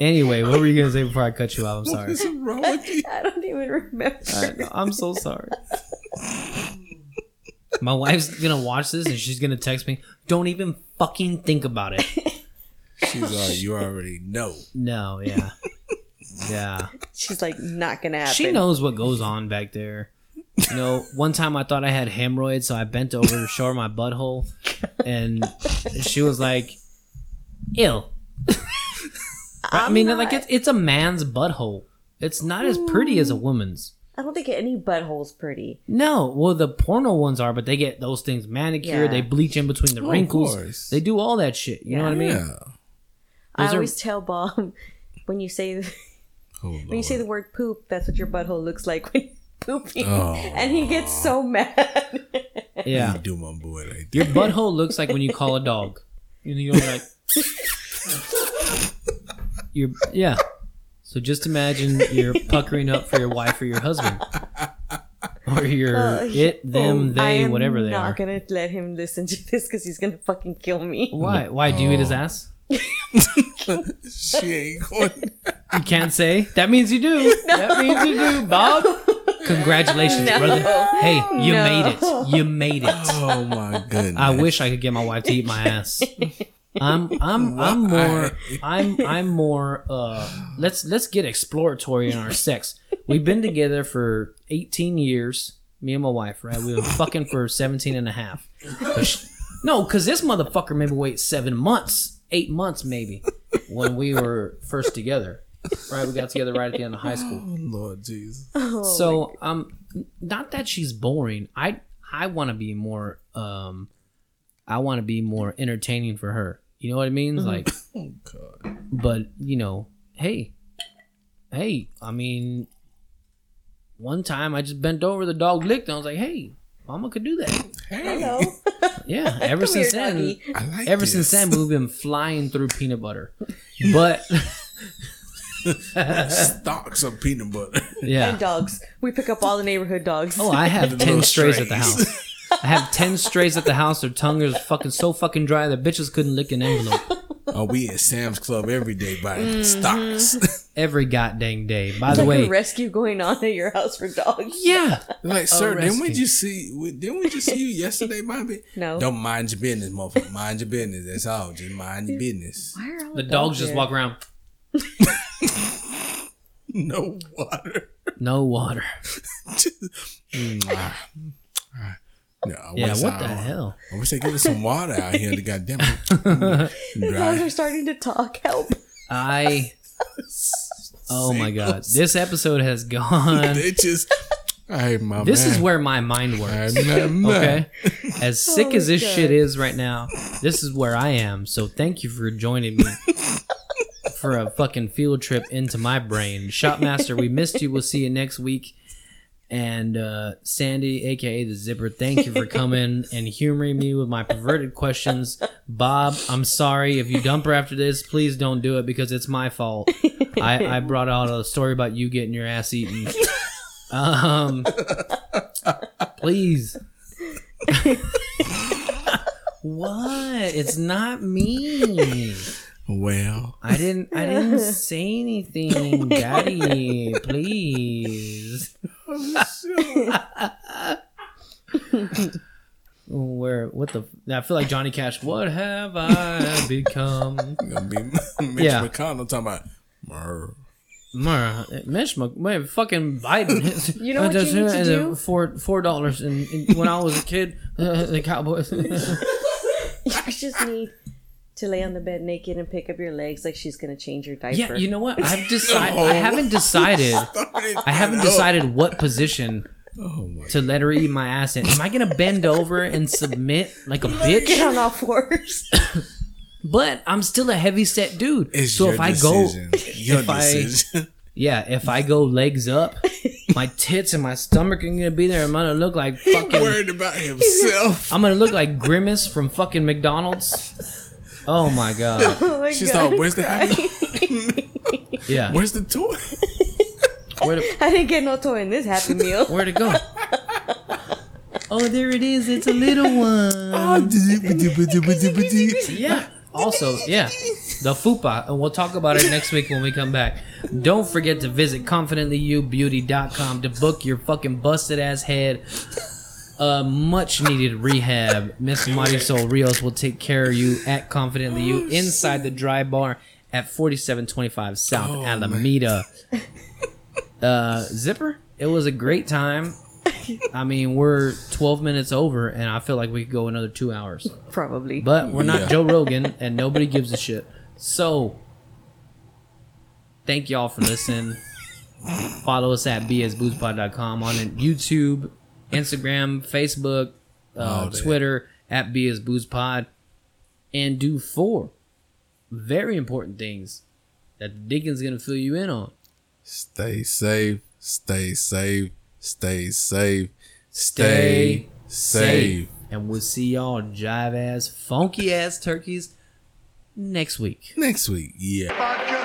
Speaker 2: Anyway, what were you gonna say before I cut you off? I'm sorry.
Speaker 3: What's
Speaker 4: <laughs>
Speaker 3: wrong with you?
Speaker 4: I don't even remember.
Speaker 2: I'm so sorry. My wife's gonna watch this and she's gonna text me. Don't even fucking think about it.
Speaker 3: She's all, you already know.
Speaker 2: No, yeah, yeah.
Speaker 4: She's like, not gonna happen.
Speaker 2: She knows what goes on back there. You know, one time I thought I had hemorrhoids, so I bent over to show her my butthole, and she was like, "Ill." I mean, like it's it's a man's butthole. It's not as pretty as a woman's.
Speaker 4: I don't think any butthole's pretty.
Speaker 2: No, well, the porno ones are, but they get those things manicured. They
Speaker 4: Yeah.
Speaker 2: bleach in between the
Speaker 3: of course.
Speaker 2: wrinkles. They do all that shit. You know what I mean?
Speaker 3: Yeah.
Speaker 2: Those
Speaker 4: I
Speaker 2: are-
Speaker 4: always tell Bob <laughs> when you say
Speaker 3: Oh,
Speaker 4: when you say the word poop, that's what your butthole looks like when you're <laughs> pooping,
Speaker 3: Oh.
Speaker 4: and he gets so mad.
Speaker 2: Yeah.
Speaker 3: You do my boy like
Speaker 2: Your
Speaker 3: that.
Speaker 2: butthole looks like when you call a dog. You know, you're like. Your yeah. So just imagine you're puckering up for your wife or your husband, or your it, <laughs> them,
Speaker 4: Uh, Oh, I
Speaker 2: they,
Speaker 4: am
Speaker 2: whatever they
Speaker 4: not
Speaker 2: are.
Speaker 4: gonna let him listen to this because he's gonna fucking kill me.
Speaker 2: Why? Why do you eat his ass?
Speaker 3: She
Speaker 4: <laughs>
Speaker 3: ain't going.
Speaker 2: You can't say. That means you do. That means you do,
Speaker 4: <laughs>
Speaker 2: Bob. Congratulations, brother. Hey, you
Speaker 4: No.
Speaker 2: made it. You made it.
Speaker 3: Oh my goodness.
Speaker 2: I wish I could get my wife to eat my ass. I'm I'm I'm more I'm I'm more uh let's let's get exploratory in our sex. We've been together for 18 years. me and my wife, right? We were fucking for 17 and a half. But sh- no, because this motherfucker maybe wait seven months, eight months maybe, when we were first together. Right? We got together right at the end of high school
Speaker 3: Oh,
Speaker 2: <laughs>
Speaker 3: Lord Jesus.
Speaker 4: Oh,
Speaker 2: so um not that she's boring i i want to be more um i want to be more entertaining for her you know what i mean
Speaker 4: Mm-hmm. <laughs>
Speaker 2: like
Speaker 4: Oh,
Speaker 2: but you know hey hey i mean one time i just bent over the dog licked and i was like hey mama could do that
Speaker 4: Hello. <laughs>
Speaker 2: yeah ever
Speaker 4: Come here,
Speaker 2: since then
Speaker 4: doggy.
Speaker 3: I like
Speaker 2: ever
Speaker 3: this.
Speaker 2: since then we've been flying through peanut
Speaker 4: <laughs>
Speaker 2: butter but <laughs>
Speaker 3: Stocks of
Speaker 2: <laughs>
Speaker 3: peanut butter.
Speaker 2: yeah
Speaker 4: And dogs. We pick up all the neighborhood dogs.
Speaker 2: Oh, I
Speaker 3: <laughs>
Speaker 2: have
Speaker 3: little
Speaker 2: ten strays at the
Speaker 3: strays.
Speaker 2: house. I have ten strays at the house. Their tongue is fucking so fucking dry that bitches couldn't lick an envelope
Speaker 3: oh, we at Sam's Club every day buying
Speaker 4: Mm-hmm. <laughs>
Speaker 3: stocks. <laughs>
Speaker 2: every goddamn day. By
Speaker 4: It's
Speaker 2: the
Speaker 4: like
Speaker 2: way,
Speaker 4: a rescue going on at your house for dogs.
Speaker 2: yeah,
Speaker 3: like,
Speaker 4: Oh,
Speaker 3: sir, didn't we
Speaker 2: rescue.
Speaker 3: just see? we- Didn't we just see
Speaker 4: <laughs>
Speaker 3: you yesterday, Bobby?
Speaker 4: No.
Speaker 3: Don't mind your business, motherfucker. Mind your business. That's all. Just mind your business.
Speaker 4: Why are all
Speaker 2: the dogs just
Speaker 4: there?
Speaker 2: walk around.
Speaker 3: <laughs> No water.
Speaker 2: No water.
Speaker 3: Mwah. no, I
Speaker 2: Yeah,
Speaker 3: wish
Speaker 2: what
Speaker 3: I-
Speaker 2: the hell?
Speaker 3: I wish they give us some water out here.
Speaker 2: <laughs>
Speaker 3: The goddamn
Speaker 4: The dogs are
Speaker 3: dry.
Speaker 4: starting to talk. Help.
Speaker 3: <laughs>
Speaker 2: I. Oh my god, this episode has
Speaker 3: <laughs>
Speaker 2: gone.
Speaker 3: They just. Hey, my
Speaker 2: This
Speaker 3: man.
Speaker 2: is where my mind works.
Speaker 3: okay.
Speaker 2: Okay,
Speaker 4: <laughs>
Speaker 2: as sick as this
Speaker 4: Oh my
Speaker 2: shit
Speaker 4: God.
Speaker 2: is right now, this is where I am. So thank you for joining
Speaker 4: <laughs>
Speaker 2: me for a fucking field trip into my brain. Shopmaster, we missed you. We'll see you next week. And uh, Sandy, aka the Zipper, thank you for
Speaker 4: <laughs>
Speaker 2: coming and humoring me with my perverted questions. Bob, I'm sorry if you dump her after this. Please don't do it because it's my fault. I,
Speaker 4: <laughs>
Speaker 2: I brought out a story about you getting your ass eaten.
Speaker 4: <laughs>
Speaker 2: Um, please. what? It's not me.
Speaker 3: Well,
Speaker 2: I didn't. I didn't say
Speaker 4: <laughs>
Speaker 2: anything, Daddy. Please. <laughs> Where? What the? I feel like Johnny Cash. What have I become?
Speaker 3: gonna be <laughs> Mitch
Speaker 2: Yeah.
Speaker 3: McConnell talking about. "Mer."
Speaker 2: Mara, Mitch Mc, wait, fucking Biden.
Speaker 4: <laughs> You know what you need to do?
Speaker 2: Four four dollars, and, and when I was a kid, <laughs> uh, the Cowboys. <laughs>
Speaker 4: You just need to lay on the bed naked and pick up your legs like she's gonna change your diaper.
Speaker 2: yeah, you know what?
Speaker 4: <laughs>
Speaker 2: I've decided.
Speaker 3: Oh,
Speaker 2: I
Speaker 3: <laughs>
Speaker 2: haven't decided. I haven't decided what position
Speaker 3: oh
Speaker 2: to let her eat my ass E in. Am I gonna bend over and submit like a
Speaker 4: Get
Speaker 2: bitch?
Speaker 4: on all fours. <laughs>
Speaker 2: But I'm still a heavy set dude.
Speaker 3: It's
Speaker 2: so
Speaker 3: your
Speaker 2: if I
Speaker 3: decision.
Speaker 2: go,
Speaker 3: your
Speaker 2: if I-
Speaker 3: decision.
Speaker 2: yeah, if I go legs up, my tits and my stomach are gonna be there. I'm gonna look like fucking.
Speaker 3: <laughs> worried
Speaker 2: <laughs>
Speaker 3: about himself.
Speaker 2: I'm gonna look like Grimace from fucking McDonald's. Oh my god!
Speaker 4: Oh my
Speaker 3: She
Speaker 4: god.
Speaker 3: thought, "Where's the
Speaker 2: <laughs> Yeah,
Speaker 3: <laughs> where's
Speaker 2: <laughs>
Speaker 3: the toy?"
Speaker 2: where to,
Speaker 4: I didn't get no toy in this happy meal.
Speaker 2: where to go? Oh, there it is. It's a little one.
Speaker 3: <laughs>
Speaker 2: Yeah. <laughs> Also, yeah, the fupa, and we'll talk about it next week when we come back. Don't forget to visit confidentlyoubeauty.com to book your fucking busted ass head. A much needed rehab. Miss Marisol Rios will take care of you at Confidently You inside the dry bar at 4725 South Alameda. <laughs> Uh, Zipper, it was a great time. I mean, we're 12 minutes over, and I feel like we could go another two hours.
Speaker 4: Probably.
Speaker 2: But we're not
Speaker 3: Yeah.
Speaker 2: Joe Rogan, and nobody gives a shit. So, thank y'all for listening. Follow us at bsboozpod.com on YouTube, Instagram, Facebook, uh,
Speaker 3: Oh, damn.
Speaker 2: Twitter at bsboozpod, and do four very important things that Dickens gonna fill you in on.
Speaker 3: Stay safe. Stay safe. Stay safe.
Speaker 2: Stay
Speaker 3: safe.
Speaker 2: and we'll see y'all jive ass, funky ass turkeys next week.
Speaker 3: Next week. Yeah.
Speaker 1: Vodka